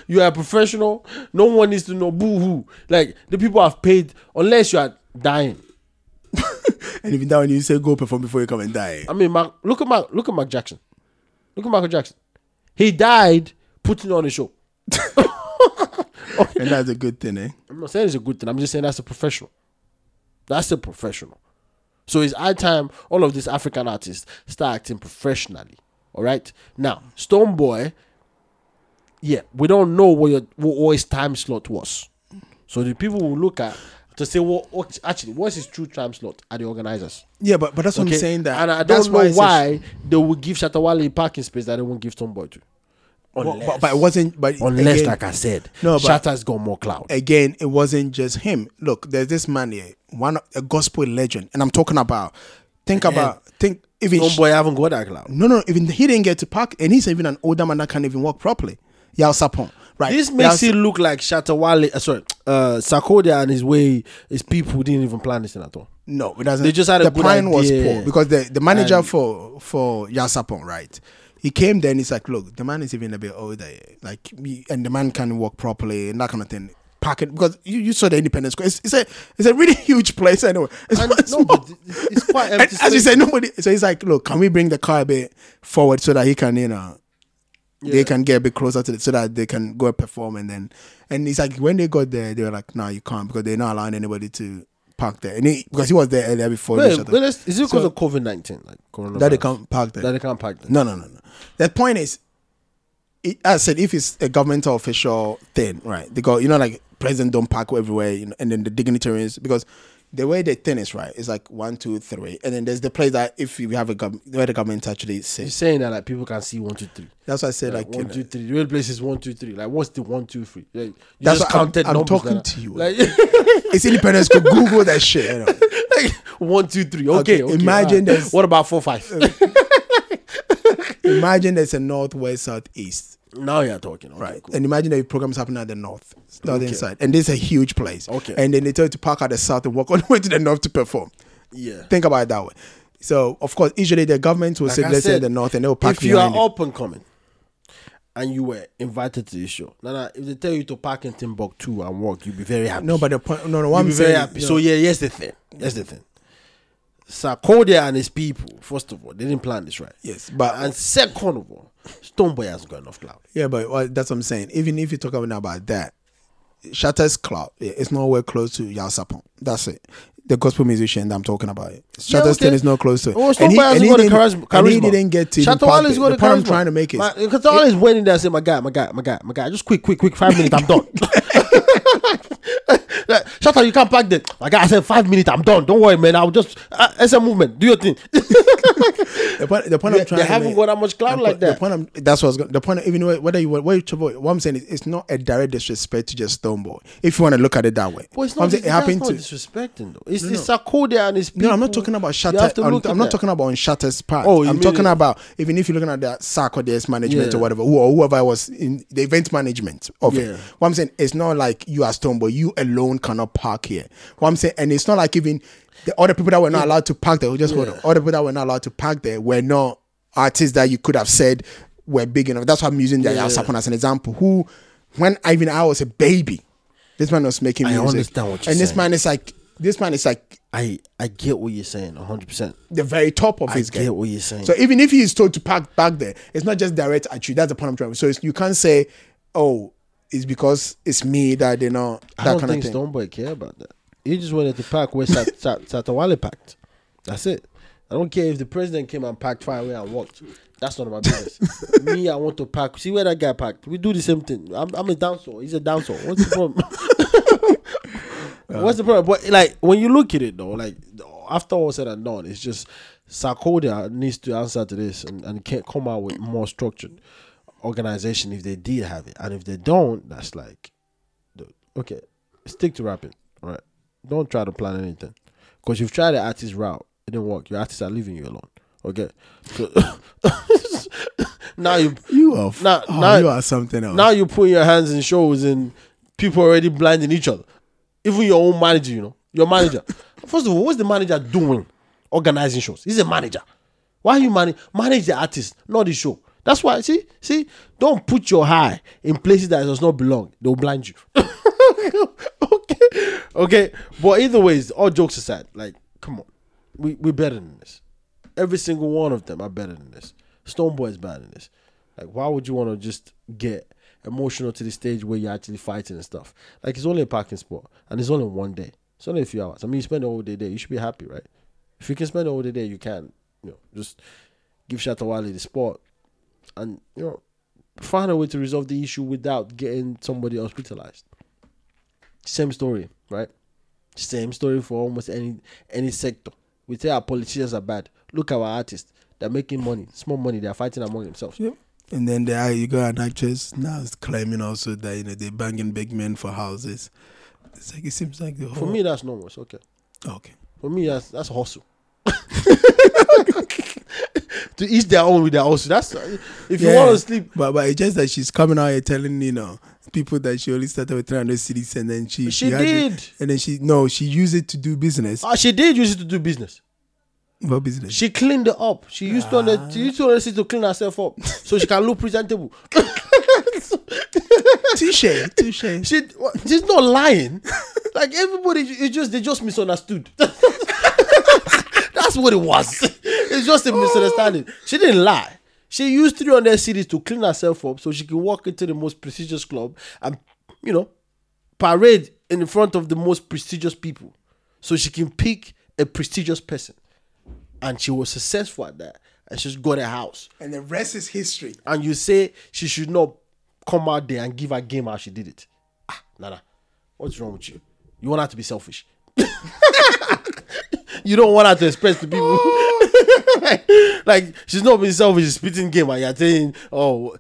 [SPEAKER 1] you are a professional. No one needs to know boo hoo. Like the people have paid, unless you are dying.
[SPEAKER 2] And even that when you say go perform before you come and die,
[SPEAKER 1] I mean, Mark, look at Mark, look at Mark Jackson, look at Michael Jackson. He died putting on a show.
[SPEAKER 2] and that's a good thing, eh?
[SPEAKER 1] I'm not saying it's a good thing. I'm just saying that's a professional. That's a professional. So it's high time all of these African artists start acting professionally. All right. Now, Stone Boy, yeah, we don't know what your what, what his time slot was. So the people will look at to say, well, what, actually, what's his true time slot? Are the organizers?
[SPEAKER 2] Yeah, but but that's what
[SPEAKER 1] Okay?
[SPEAKER 2] I'm saying. That
[SPEAKER 1] and I
[SPEAKER 2] that's
[SPEAKER 1] don't know
[SPEAKER 2] it's a-
[SPEAKER 1] why they will give Shatawale a parking space that they won't give Stone Boy to.
[SPEAKER 2] Well,
[SPEAKER 1] Unless,
[SPEAKER 2] but, but it wasn't. But
[SPEAKER 1] unless
[SPEAKER 2] again,
[SPEAKER 1] like I said,
[SPEAKER 2] No,
[SPEAKER 1] no,
[SPEAKER 2] but- Eh,
[SPEAKER 1] Shata's got more clout.
[SPEAKER 2] again, it wasn't just him. Look, there's this man here, one a gospel legend, and I'm talking about. Think about think even
[SPEAKER 1] Stone Boy haven't got that clout.
[SPEAKER 2] No, no, even he didn't get to park, and he's even an older man that can't even walk properly. Yao Sapon, right?
[SPEAKER 1] This makes
[SPEAKER 2] Yao-
[SPEAKER 1] it look like Shatawale, uh, sorry, uh, Sakodia and his way, his people didn't even plan this thing at all.
[SPEAKER 2] no, it doesn't.
[SPEAKER 1] they just had a
[SPEAKER 2] the
[SPEAKER 1] good
[SPEAKER 2] plan was
[SPEAKER 1] idea.
[SPEAKER 2] poor because the, the manager
[SPEAKER 1] And-
[SPEAKER 2] for for Yao Sapon, right? He came there and he's like, look, the man is even a bit older, like, he- and the man can walk properly and that kind of thing. Park it because you, you saw the Independence Square. It's, it's a it's a really huge place anyway. It's
[SPEAKER 1] And
[SPEAKER 2] quite
[SPEAKER 1] no, but
[SPEAKER 2] small.
[SPEAKER 1] it's- it's quite
[SPEAKER 2] And
[SPEAKER 1] empty
[SPEAKER 2] As you
[SPEAKER 1] space.
[SPEAKER 2] said, nobody. So he's like, look, can we bring the car a bit forward so that he can, you know, they can get a bit closer to it so that they can go and perform and then and it's like when they got there they were like no you can't because they're not allowing anybody to park there and he, because he was there earlier before they
[SPEAKER 1] Wait,
[SPEAKER 2] shut
[SPEAKER 1] wait,
[SPEAKER 2] up,
[SPEAKER 1] let's- is it because
[SPEAKER 2] So-
[SPEAKER 1] of COVID 19? Like, coronavirus?
[SPEAKER 2] that they can't park there
[SPEAKER 1] That they can't pack them.
[SPEAKER 2] no no no no the point is it, as I said if it's a governmental official thing right they go you know like president don't park everywhere you know, and then the dignitaries because the way the thing is right is like one two three and then there's the place that if you have a government where the government actually
[SPEAKER 1] You're
[SPEAKER 2] says
[SPEAKER 1] saying that like people can see one, two, three.
[SPEAKER 2] that's why I said
[SPEAKER 1] Like,
[SPEAKER 2] like, you
[SPEAKER 1] one,
[SPEAKER 2] know,
[SPEAKER 1] two, three. The real place is one, two, three. Like, what's the one, two, three? Like, you
[SPEAKER 2] That's
[SPEAKER 1] just
[SPEAKER 2] what I'm-
[SPEAKER 1] counted
[SPEAKER 2] I'm
[SPEAKER 1] numbers
[SPEAKER 2] talking
[SPEAKER 1] that are-
[SPEAKER 2] to you.
[SPEAKER 1] Like,
[SPEAKER 2] it's independence could Google that shit you know.
[SPEAKER 1] like, one, two, three. Okay.
[SPEAKER 2] Okay,
[SPEAKER 1] okay,
[SPEAKER 2] imagine
[SPEAKER 1] alright.
[SPEAKER 2] there's-
[SPEAKER 1] What about four, five?
[SPEAKER 2] imagine there's a north, west, south, east,
[SPEAKER 1] now you're talking. Okay,
[SPEAKER 2] right?
[SPEAKER 1] cool.
[SPEAKER 2] And imagine that your program's happening at the north, northern
[SPEAKER 1] Okay.
[SPEAKER 2] side, and this is a huge place.
[SPEAKER 1] Okay.
[SPEAKER 2] And then they tell you to park at the south and walk all the way to the north to perform.
[SPEAKER 1] Yeah.
[SPEAKER 2] Think about it that way. So of course, usually the government will say
[SPEAKER 1] Like I
[SPEAKER 2] let's say
[SPEAKER 1] said,
[SPEAKER 2] the north and they'll park
[SPEAKER 1] If you
[SPEAKER 2] behind it.
[SPEAKER 1] are up and coming and you were invited to the show, now, now if they tell you to park in Timbuktu and walk, you'll be very happy.
[SPEAKER 2] no, but the point, no, no,
[SPEAKER 1] you'll
[SPEAKER 2] one
[SPEAKER 1] be
[SPEAKER 2] very
[SPEAKER 1] very happy. So yeah, here's the thing. Here's the thing. Sarkodia and his people, first of all, they didn't plan this right.
[SPEAKER 2] Yes, but
[SPEAKER 1] And second of all, Stone Boy hasn't got enough clout.
[SPEAKER 2] yeah, but well, that's what I'm saying. Even if you talk about about that, Shatter's clout, i- it's nowhere close to Yao Sapon. That's it. The gospel musician that I'm talking about. Shatter's
[SPEAKER 1] okay. Oh,
[SPEAKER 2] thing is not close to it.
[SPEAKER 1] Well, Stone Boy hasn't got the charisma.
[SPEAKER 2] and he
[SPEAKER 1] charisma.
[SPEAKER 2] didn't get to
[SPEAKER 1] Shatta
[SPEAKER 2] the part,
[SPEAKER 1] Wallace's
[SPEAKER 2] the,
[SPEAKER 1] got
[SPEAKER 2] the
[SPEAKER 1] the
[SPEAKER 2] part I'm
[SPEAKER 1] charisma.
[SPEAKER 2] trying to make is
[SPEAKER 1] My- Because all is waiting there, and say, "My guy, my guy, my guy, my guy, just quick, quick, quick, five minutes, I'm done." like, shut up! You can't pack that. My guy, I said five minutes, I'm done. Don't worry, man. I'll just uh, SM movement. Do your thing.
[SPEAKER 2] the point, the point
[SPEAKER 1] They-
[SPEAKER 2] I'm trying
[SPEAKER 1] they
[SPEAKER 2] to
[SPEAKER 1] haven't
[SPEAKER 2] make,
[SPEAKER 1] got that much clout
[SPEAKER 2] the
[SPEAKER 1] like
[SPEAKER 2] point- the
[SPEAKER 1] that.
[SPEAKER 2] point I'm, that's what I was going the point even whe- whether you were- what, you trouble- what I'm saying is it's not a direct disrespect to just Stone Boy if you want to look at it that way.
[SPEAKER 1] But it's
[SPEAKER 2] What
[SPEAKER 1] not.
[SPEAKER 2] I'm saying,
[SPEAKER 1] It
[SPEAKER 2] it happened
[SPEAKER 1] not
[SPEAKER 2] to
[SPEAKER 1] disrespecting though. It's, it's Sarkodia and his people.
[SPEAKER 2] No, I'm not talking about
[SPEAKER 1] You
[SPEAKER 2] Shatter.
[SPEAKER 1] have to
[SPEAKER 2] I'm,
[SPEAKER 1] look
[SPEAKER 2] I'm
[SPEAKER 1] at
[SPEAKER 2] not
[SPEAKER 1] that.
[SPEAKER 2] talking about on Shatter's part.
[SPEAKER 1] Oh, you
[SPEAKER 2] I'm
[SPEAKER 1] mean
[SPEAKER 2] talking
[SPEAKER 1] it-
[SPEAKER 2] about even if you're looking at that Sarkodie's management
[SPEAKER 1] Yeah.
[SPEAKER 2] or whatever, who- or whoever was in the event management of
[SPEAKER 1] Yeah.
[SPEAKER 2] it. What I'm saying, it's not like you are Stone, but you alone cannot park here. What I'm saying, and it's not like even the other people that were not allowed to park there. oh, Just hold on. Other people that were not allowed to park there were not artists that you could have said were big enough. That's why I'm using the
[SPEAKER 1] Yeah.
[SPEAKER 2] yeah. as an example. Who, when I even I was a baby, this man was making
[SPEAKER 1] I
[SPEAKER 2] music.
[SPEAKER 1] understand what you're
[SPEAKER 2] and this
[SPEAKER 1] saying.
[SPEAKER 2] man is like, this man is like
[SPEAKER 1] I I get what you're saying, 100. percent
[SPEAKER 2] the very top of
[SPEAKER 1] I
[SPEAKER 2] his game.
[SPEAKER 1] get what you're saying.
[SPEAKER 2] So even if he is told to park back there, it's not just direct at you. That's the point I'm trying. to So it's, you can't say, "Oh, it's because it's me that they know
[SPEAKER 1] I
[SPEAKER 2] that
[SPEAKER 1] don't
[SPEAKER 2] kind of
[SPEAKER 1] think
[SPEAKER 2] thing."
[SPEAKER 1] Stone Boy care about that. He just wanted to pack where Sat- Sat- Satawale packed. That's it. I don't care if the president came and packed far away and walked. That's not my business. Me, I want to pack. See where that guy packed. We do the same thing. I'm, I'm a dancer. He's a dancer. What's the problem? Uh, What's the problem? But like when you look at it though, like after all said and done, it's just Sarkodia needs to answer to this and, and can't come out with more structured organization if they did have it. And if they don't, that's like dude, okay, stick to rapping, right? Don't try to plan anything. Because you've tried the artist route, it didn't work. Your artists are leaving you alone. Okay. So now you
[SPEAKER 2] You are f-
[SPEAKER 1] Nah,
[SPEAKER 2] oh,
[SPEAKER 1] nah.
[SPEAKER 2] you are something else.
[SPEAKER 1] now you put your hands in shows and people already blinding each other. Even your own manager, you know, your manager. First of all, what's the manager doing? Organizing shows. He's a manager. Why you manage manage the artist, not the show? That's why. See, see, don't put your eye in places that does not belong. They'll blind you. okay, okay. But either ways, all jokes aside, like, come on, we we better than this. Every single one of them are better than this. Stone Boy is better than this. Like, why would you want to just get emotional to the stage where you're actually fighting and stuff? Like, it's only a parking spot, and it's only one day. It's only a few hours. I mean, you spend the whole day there. You should be happy, right? If you can spend the whole day there, you can, you know, just give Shatawale the spot, and you know, find a way to resolve the issue without getting somebody hospitalized. Same story, right? Same story for almost any any sector. We say our politicians are bad. Look at our artists. They're making money, small money. They're fighting among themselves.
[SPEAKER 2] and then there you got an actress now is claiming also that you know they're banging big men for houses. It's like it seems like the
[SPEAKER 1] For
[SPEAKER 2] whole
[SPEAKER 1] me, that's normal. It's okay.
[SPEAKER 2] okay.
[SPEAKER 1] For me, that's that's hustle. to each their own with their hustle. That's if you want to sleep.
[SPEAKER 2] but but it's just that she's coming out here telling you know people that she only started with 300 cities and then she
[SPEAKER 1] She
[SPEAKER 2] had to-
[SPEAKER 1] did.
[SPEAKER 2] and then she no she used it to do business.
[SPEAKER 1] Ah, she did use it to do business.
[SPEAKER 2] What business?
[SPEAKER 1] She cleaned it up. She used to under, she used to under to clean herself up so she can look presentable.
[SPEAKER 2] Touche, touche.
[SPEAKER 1] She what- she's not lying. Like everybody, it's just they just misunderstood. That's what it was. It's just a misunderstanding. She didn't lie. She used 300 cities to clean herself up so she could walk into the most prestigious club and, you know, parade in front of the most prestigious people. So she can pick a prestigious person. And she was successful at that. And she's got a house
[SPEAKER 2] and the rest is history.
[SPEAKER 1] and you say she should not come out there and give her game how she did it. Ah, Nana, what's wrong with you? You want her to be selfish. you don't want her to express to people. like, she's not being selfish, she's spitting game, and you're saying, oh,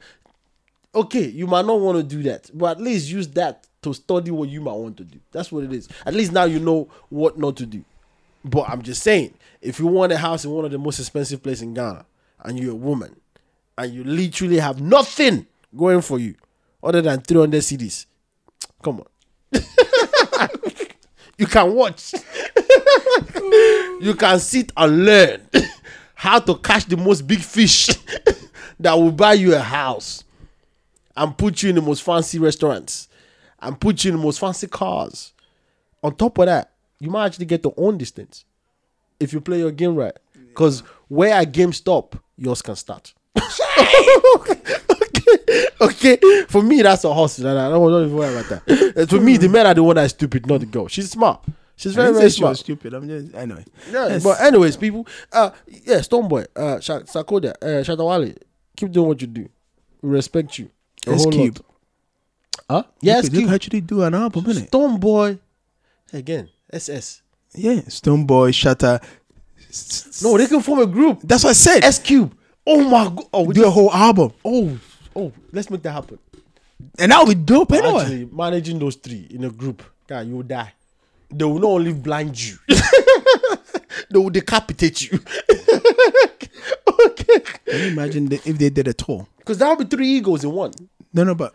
[SPEAKER 1] okay, you might not want to do that, but at least use that to study what you might want to do. That's what it is. At least now you know what not to do. But I'm just saying, if you want a house in one of the most expensive places in Ghana and you're a woman and you literally have nothing going for you other than 300 CDs, come on. you can watch, you can sit and learn how to catch the most big fish that will buy you a house and put you in the most fancy restaurants and put you in the most fancy cars. On top of that, you might actually get to own these things. if you play your game right. Because where our game stop, yours can start. okay. okay, for me that's a horse. I don't, I don't even worry about that. Uh, To me, the men are the one that's stupid, not the girl. She's smart. She's
[SPEAKER 2] I
[SPEAKER 1] very
[SPEAKER 2] didn't
[SPEAKER 1] very
[SPEAKER 2] say she
[SPEAKER 1] smart.
[SPEAKER 2] was stupid. I'm just anyway.
[SPEAKER 1] Yeah,
[SPEAKER 2] Yes.
[SPEAKER 1] but anyways, people. Uh, yeah, Stoneboy, uh, Sha- Sakoda, uh, Shatawale, keep doing what you do. We respect you. A
[SPEAKER 2] S
[SPEAKER 1] whole lot.
[SPEAKER 2] Cube.
[SPEAKER 1] Huh?
[SPEAKER 2] You
[SPEAKER 1] Yeah, S
[SPEAKER 2] could- you
[SPEAKER 1] Cube.
[SPEAKER 2] could actually do an album, innit?
[SPEAKER 1] Stoneboy, again. SS.
[SPEAKER 2] Yeah, Stone Boy, Shatter. S- s-
[SPEAKER 1] No, they can form a group.
[SPEAKER 2] that's what I said.
[SPEAKER 1] S Cube. Oh my god. Oh, we
[SPEAKER 2] do a whole album,
[SPEAKER 1] oh, oh. Let's make that happen.
[SPEAKER 2] and that would be dope anyway.
[SPEAKER 1] Actually, managing those three in a group, God, you will die. They will not only blind you, they will decapitate you. okay.
[SPEAKER 2] Can you imagine the, if they did a tour?
[SPEAKER 1] Because that would be three egos in one.
[SPEAKER 2] No, no, but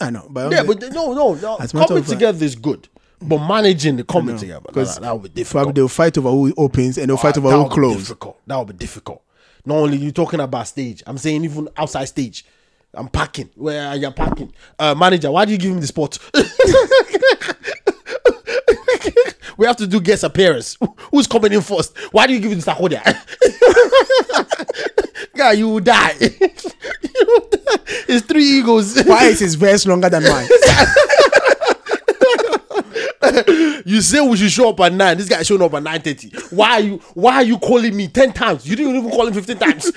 [SPEAKER 2] I know, but
[SPEAKER 1] Yeah, but no, no, no.
[SPEAKER 2] As a matter
[SPEAKER 1] Coming
[SPEAKER 2] of fact-
[SPEAKER 1] together is good, but managing the coming together, because
[SPEAKER 2] because
[SPEAKER 1] that, would be
[SPEAKER 2] probably
[SPEAKER 1] difficult.
[SPEAKER 2] they'll fight over who opens and they'll fight
[SPEAKER 1] That
[SPEAKER 2] over who
[SPEAKER 1] would be
[SPEAKER 2] closes.
[SPEAKER 1] difficult. That would be difficult. Not only you talking about stage, I'm saying even outside stage. I'm packing. Where are you packing? Uh, manager, why do you give him the spot? we have to do guest appearance. Who's coming in first? Why do you give him Sakoda? Guy, you will die. You will die. it's three egos.
[SPEAKER 2] Why is his verse longer than mine?
[SPEAKER 1] You say we should show up at nine. This guy showing up at nine thirty. Why are you Why are you calling me ten times? You didn't even call him fifteen times.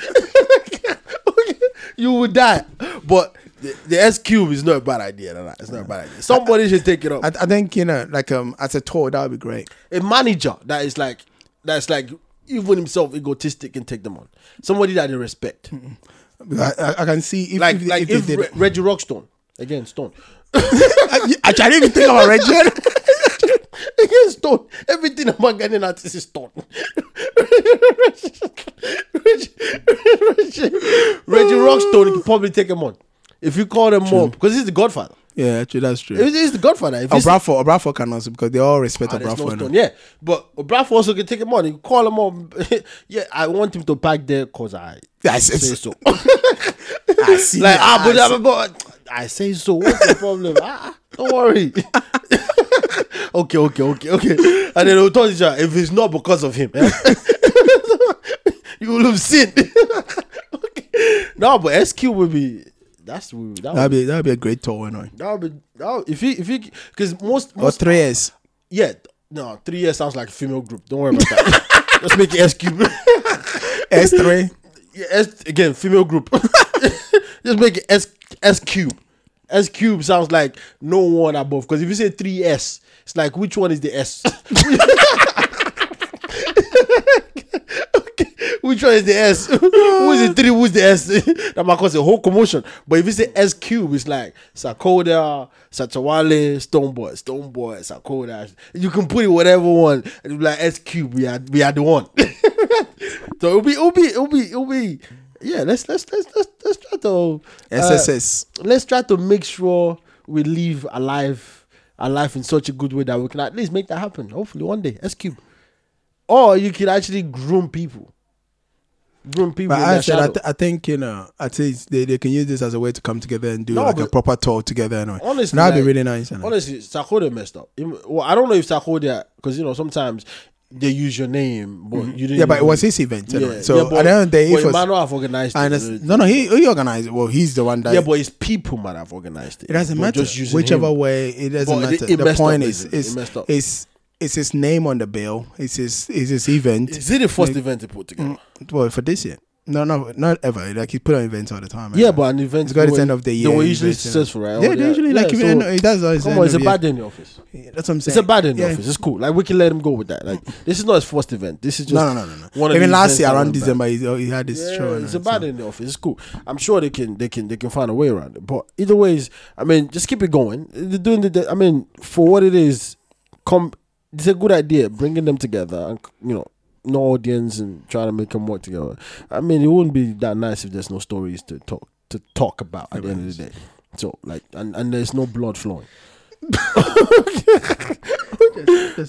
[SPEAKER 1] you would die. But the, the S cube is not a bad idea. No, no, it's not a bad idea. Somebody should take it up.
[SPEAKER 2] I, I think you know, like um, as a tour, that would be great.
[SPEAKER 1] A manager that is like that's like even himself egotistic can take them on. Somebody that they respect.
[SPEAKER 2] Because I, I, I can see if
[SPEAKER 1] Like
[SPEAKER 2] Mm-hmm. if,
[SPEAKER 1] like
[SPEAKER 2] if, they
[SPEAKER 1] if,
[SPEAKER 2] did.
[SPEAKER 1] Re-
[SPEAKER 2] it.
[SPEAKER 1] Reggie Rockstone again Stone.
[SPEAKER 2] I, I can't even think about Reggie.
[SPEAKER 1] Again, stone. Everything about Ghanaian artists is stone. Reggie, Reggie, Reggie Rockstone could probably take him on if you call him up because he's the Godfather.
[SPEAKER 2] Yeah, actually, that's true.
[SPEAKER 1] He's, he's the Godfather.
[SPEAKER 2] Oh,
[SPEAKER 1] If he's,
[SPEAKER 2] Obrafo, Obrafo can also because they all respect
[SPEAKER 1] Ah, there's no
[SPEAKER 2] Obrafo.
[SPEAKER 1] stone. Yeah, but Brafo also can take him on. You call him up. yeah, I want him to back there because I
[SPEAKER 2] I
[SPEAKER 1] say
[SPEAKER 2] say
[SPEAKER 1] so.
[SPEAKER 2] I see.
[SPEAKER 1] like
[SPEAKER 2] that.
[SPEAKER 1] ah, but,
[SPEAKER 2] I see-
[SPEAKER 1] but, but I say so. What's the problem? ah, don't worry. okay, okay, okay, okay. And then we'll tell each other if it's not because of him, eh, you will have seen. okay. No, but SQ will be. That's will- that
[SPEAKER 2] that'd
[SPEAKER 1] would
[SPEAKER 2] be that'd be a great tour, anyway.
[SPEAKER 1] that would be that would, if he if he because most,
[SPEAKER 2] Or
[SPEAKER 1] most
[SPEAKER 2] three years.
[SPEAKER 1] yeah no three years sounds like a female group. Don't worry about that. Let's make it SQ.
[SPEAKER 2] S three.
[SPEAKER 1] Yeah, S, again, female group. Just make it S S cube. S cube sounds like no one above. Because if you say three S, it's like which one is the S? Okay, Which one is the S? Who is the three? Who's the S? that might cause a whole commotion. But if you say S cube, it's like Sakoda, Satawale, Stoneboy, Stoneboy, Sakoda. You can put it whatever one. It'll be like S cube. We are we are the one. so it'll be it'll be it'll be it'll be yeah. Let's let's let's let's let's try to uh,
[SPEAKER 2] SSS.
[SPEAKER 1] let's try to make sure we live alive alive in such a good way that we can at least make that happen. Hopefully one day. S cube. Or you can actually groom people. Groom people.
[SPEAKER 2] But
[SPEAKER 1] in their
[SPEAKER 2] I said, I,
[SPEAKER 1] shadow.
[SPEAKER 2] th- I think you know, at least they, they can use this as a way to come together and do
[SPEAKER 1] No,
[SPEAKER 2] like a
[SPEAKER 1] but-
[SPEAKER 2] proper tour together. Anyway,
[SPEAKER 1] Honestly,
[SPEAKER 2] that'd
[SPEAKER 1] like-
[SPEAKER 2] be really nice. Anyway.
[SPEAKER 1] Honestly, Sakoda messed up. Im- Well, I don't know if Sakoda because you know sometimes they use your name, but you didn't.
[SPEAKER 2] Mm-hmm. yeah, but it
[SPEAKER 1] even-
[SPEAKER 2] was his event. Anyway.
[SPEAKER 1] Yeah,
[SPEAKER 2] so
[SPEAKER 1] yeah, but-
[SPEAKER 2] at the end of the
[SPEAKER 1] but
[SPEAKER 2] day, it was.
[SPEAKER 1] Emmanuel have organized.
[SPEAKER 2] I
[SPEAKER 1] it.
[SPEAKER 2] understand. No, no, he, he organized. it. Well, he's the one that.
[SPEAKER 1] yeah, but it's people might have organized it.
[SPEAKER 2] it doesn't
[SPEAKER 1] But
[SPEAKER 2] matter.
[SPEAKER 1] Just using
[SPEAKER 2] Whichever
[SPEAKER 1] him.
[SPEAKER 2] way, it doesn't
[SPEAKER 1] But it-
[SPEAKER 2] matter.
[SPEAKER 1] it
[SPEAKER 2] the
[SPEAKER 1] messed up,
[SPEAKER 2] point is,
[SPEAKER 1] isn't it? It
[SPEAKER 2] is,
[SPEAKER 1] messed up.
[SPEAKER 2] is, is his name on the bill? It's his, is his event?
[SPEAKER 1] Is it the first event they put together?
[SPEAKER 2] mm. well, for this year, no, no, not ever. Like he put on events all the time.
[SPEAKER 1] Yeah,
[SPEAKER 2] right?
[SPEAKER 1] but an event.
[SPEAKER 2] It's got
[SPEAKER 1] they
[SPEAKER 2] its
[SPEAKER 1] were-
[SPEAKER 2] end of the year.
[SPEAKER 1] They were usually
[SPEAKER 2] events, you know.
[SPEAKER 1] successful, right?
[SPEAKER 2] Yeah,
[SPEAKER 1] Oh,
[SPEAKER 2] they usually like
[SPEAKER 1] so-
[SPEAKER 2] even it does. all its
[SPEAKER 1] Come
[SPEAKER 2] end
[SPEAKER 1] on,
[SPEAKER 2] of
[SPEAKER 1] it's a
[SPEAKER 2] the year.
[SPEAKER 1] bad day in the office.
[SPEAKER 2] That's what I'm saying.
[SPEAKER 1] It's a bad in the
[SPEAKER 2] Yeah.
[SPEAKER 1] office. It's cool. Like we can let him go with that. Like this is not his first event. This is just
[SPEAKER 2] No, no, no, no, no.
[SPEAKER 1] one of
[SPEAKER 2] Even
[SPEAKER 1] the
[SPEAKER 2] last
[SPEAKER 1] events
[SPEAKER 2] year
[SPEAKER 1] that
[SPEAKER 2] around
[SPEAKER 1] went back.
[SPEAKER 2] December, he, he had his
[SPEAKER 1] Yeah,
[SPEAKER 2] show. and
[SPEAKER 1] it's
[SPEAKER 2] all
[SPEAKER 1] a
[SPEAKER 2] that
[SPEAKER 1] bad
[SPEAKER 2] stuff.
[SPEAKER 1] in the office. It's cool. I'm sure they can they can they can find a way around it. But either ways, I mean, just keep it going. They're doing the- the. I mean, for what it is, come. It's a good idea bringing them together and you know no audience and trying to make them work together. I mean, it wouldn't be that nice if there's no stories to talk to talk about at the end of the day. So like, and, and there's no blood flowing.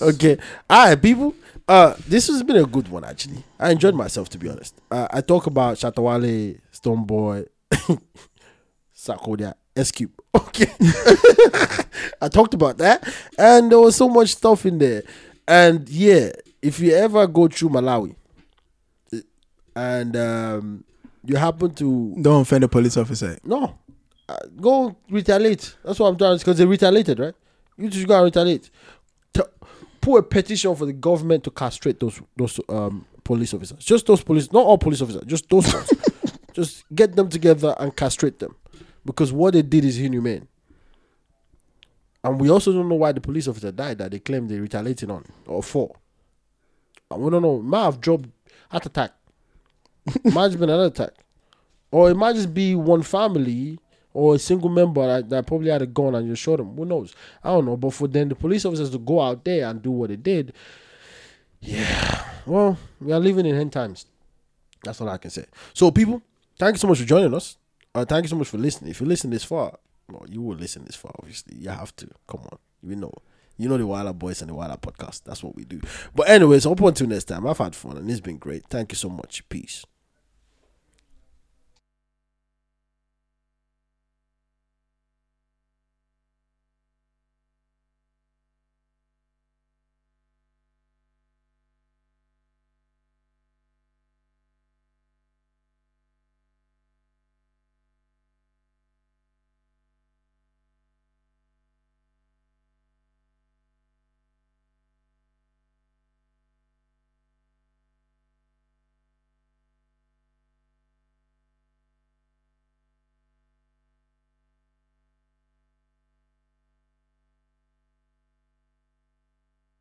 [SPEAKER 1] okay all right people uh this has been a good one actually i enjoyed myself to be honest uh, i talk about shatawale stoneboy sakoda s cube okay i talked about that and there was so much stuff in there and yeah if you ever go through Malawi eh, and um, you happen to
[SPEAKER 2] Don't offend a police officer.
[SPEAKER 1] no, uh, go retaliate. That's what I'm trying because they retaliated, right? You just go and retaliate. T- put a petition for the government to castrate those those um, police officers. Just those police, not all police officers, just those ones. just get them together and castrate them, because what they did is inhumane. And we also don't know why the police officer died that they claim they retaliated on or for. And we don't know. Might have dropped heart attack. Might have been another attack or it might just be one family or a single member that, that probably had a gun and you shot him. Who knows? I don't know. But for then the police officers to go out there and do what they did, yeah. Well, we are living in end times. That's all I can say. So, people, thank you so much for joining us. Uh, thank you so much for listening. If you listen this far, well, you will listen this far. Obviously, you have to. Come on, you know. You know the Wilder Boys and the Wilder Podcast. That's what we do. But anyways, up until next time, I've had fun and it's been great. Thank you so much. Peace.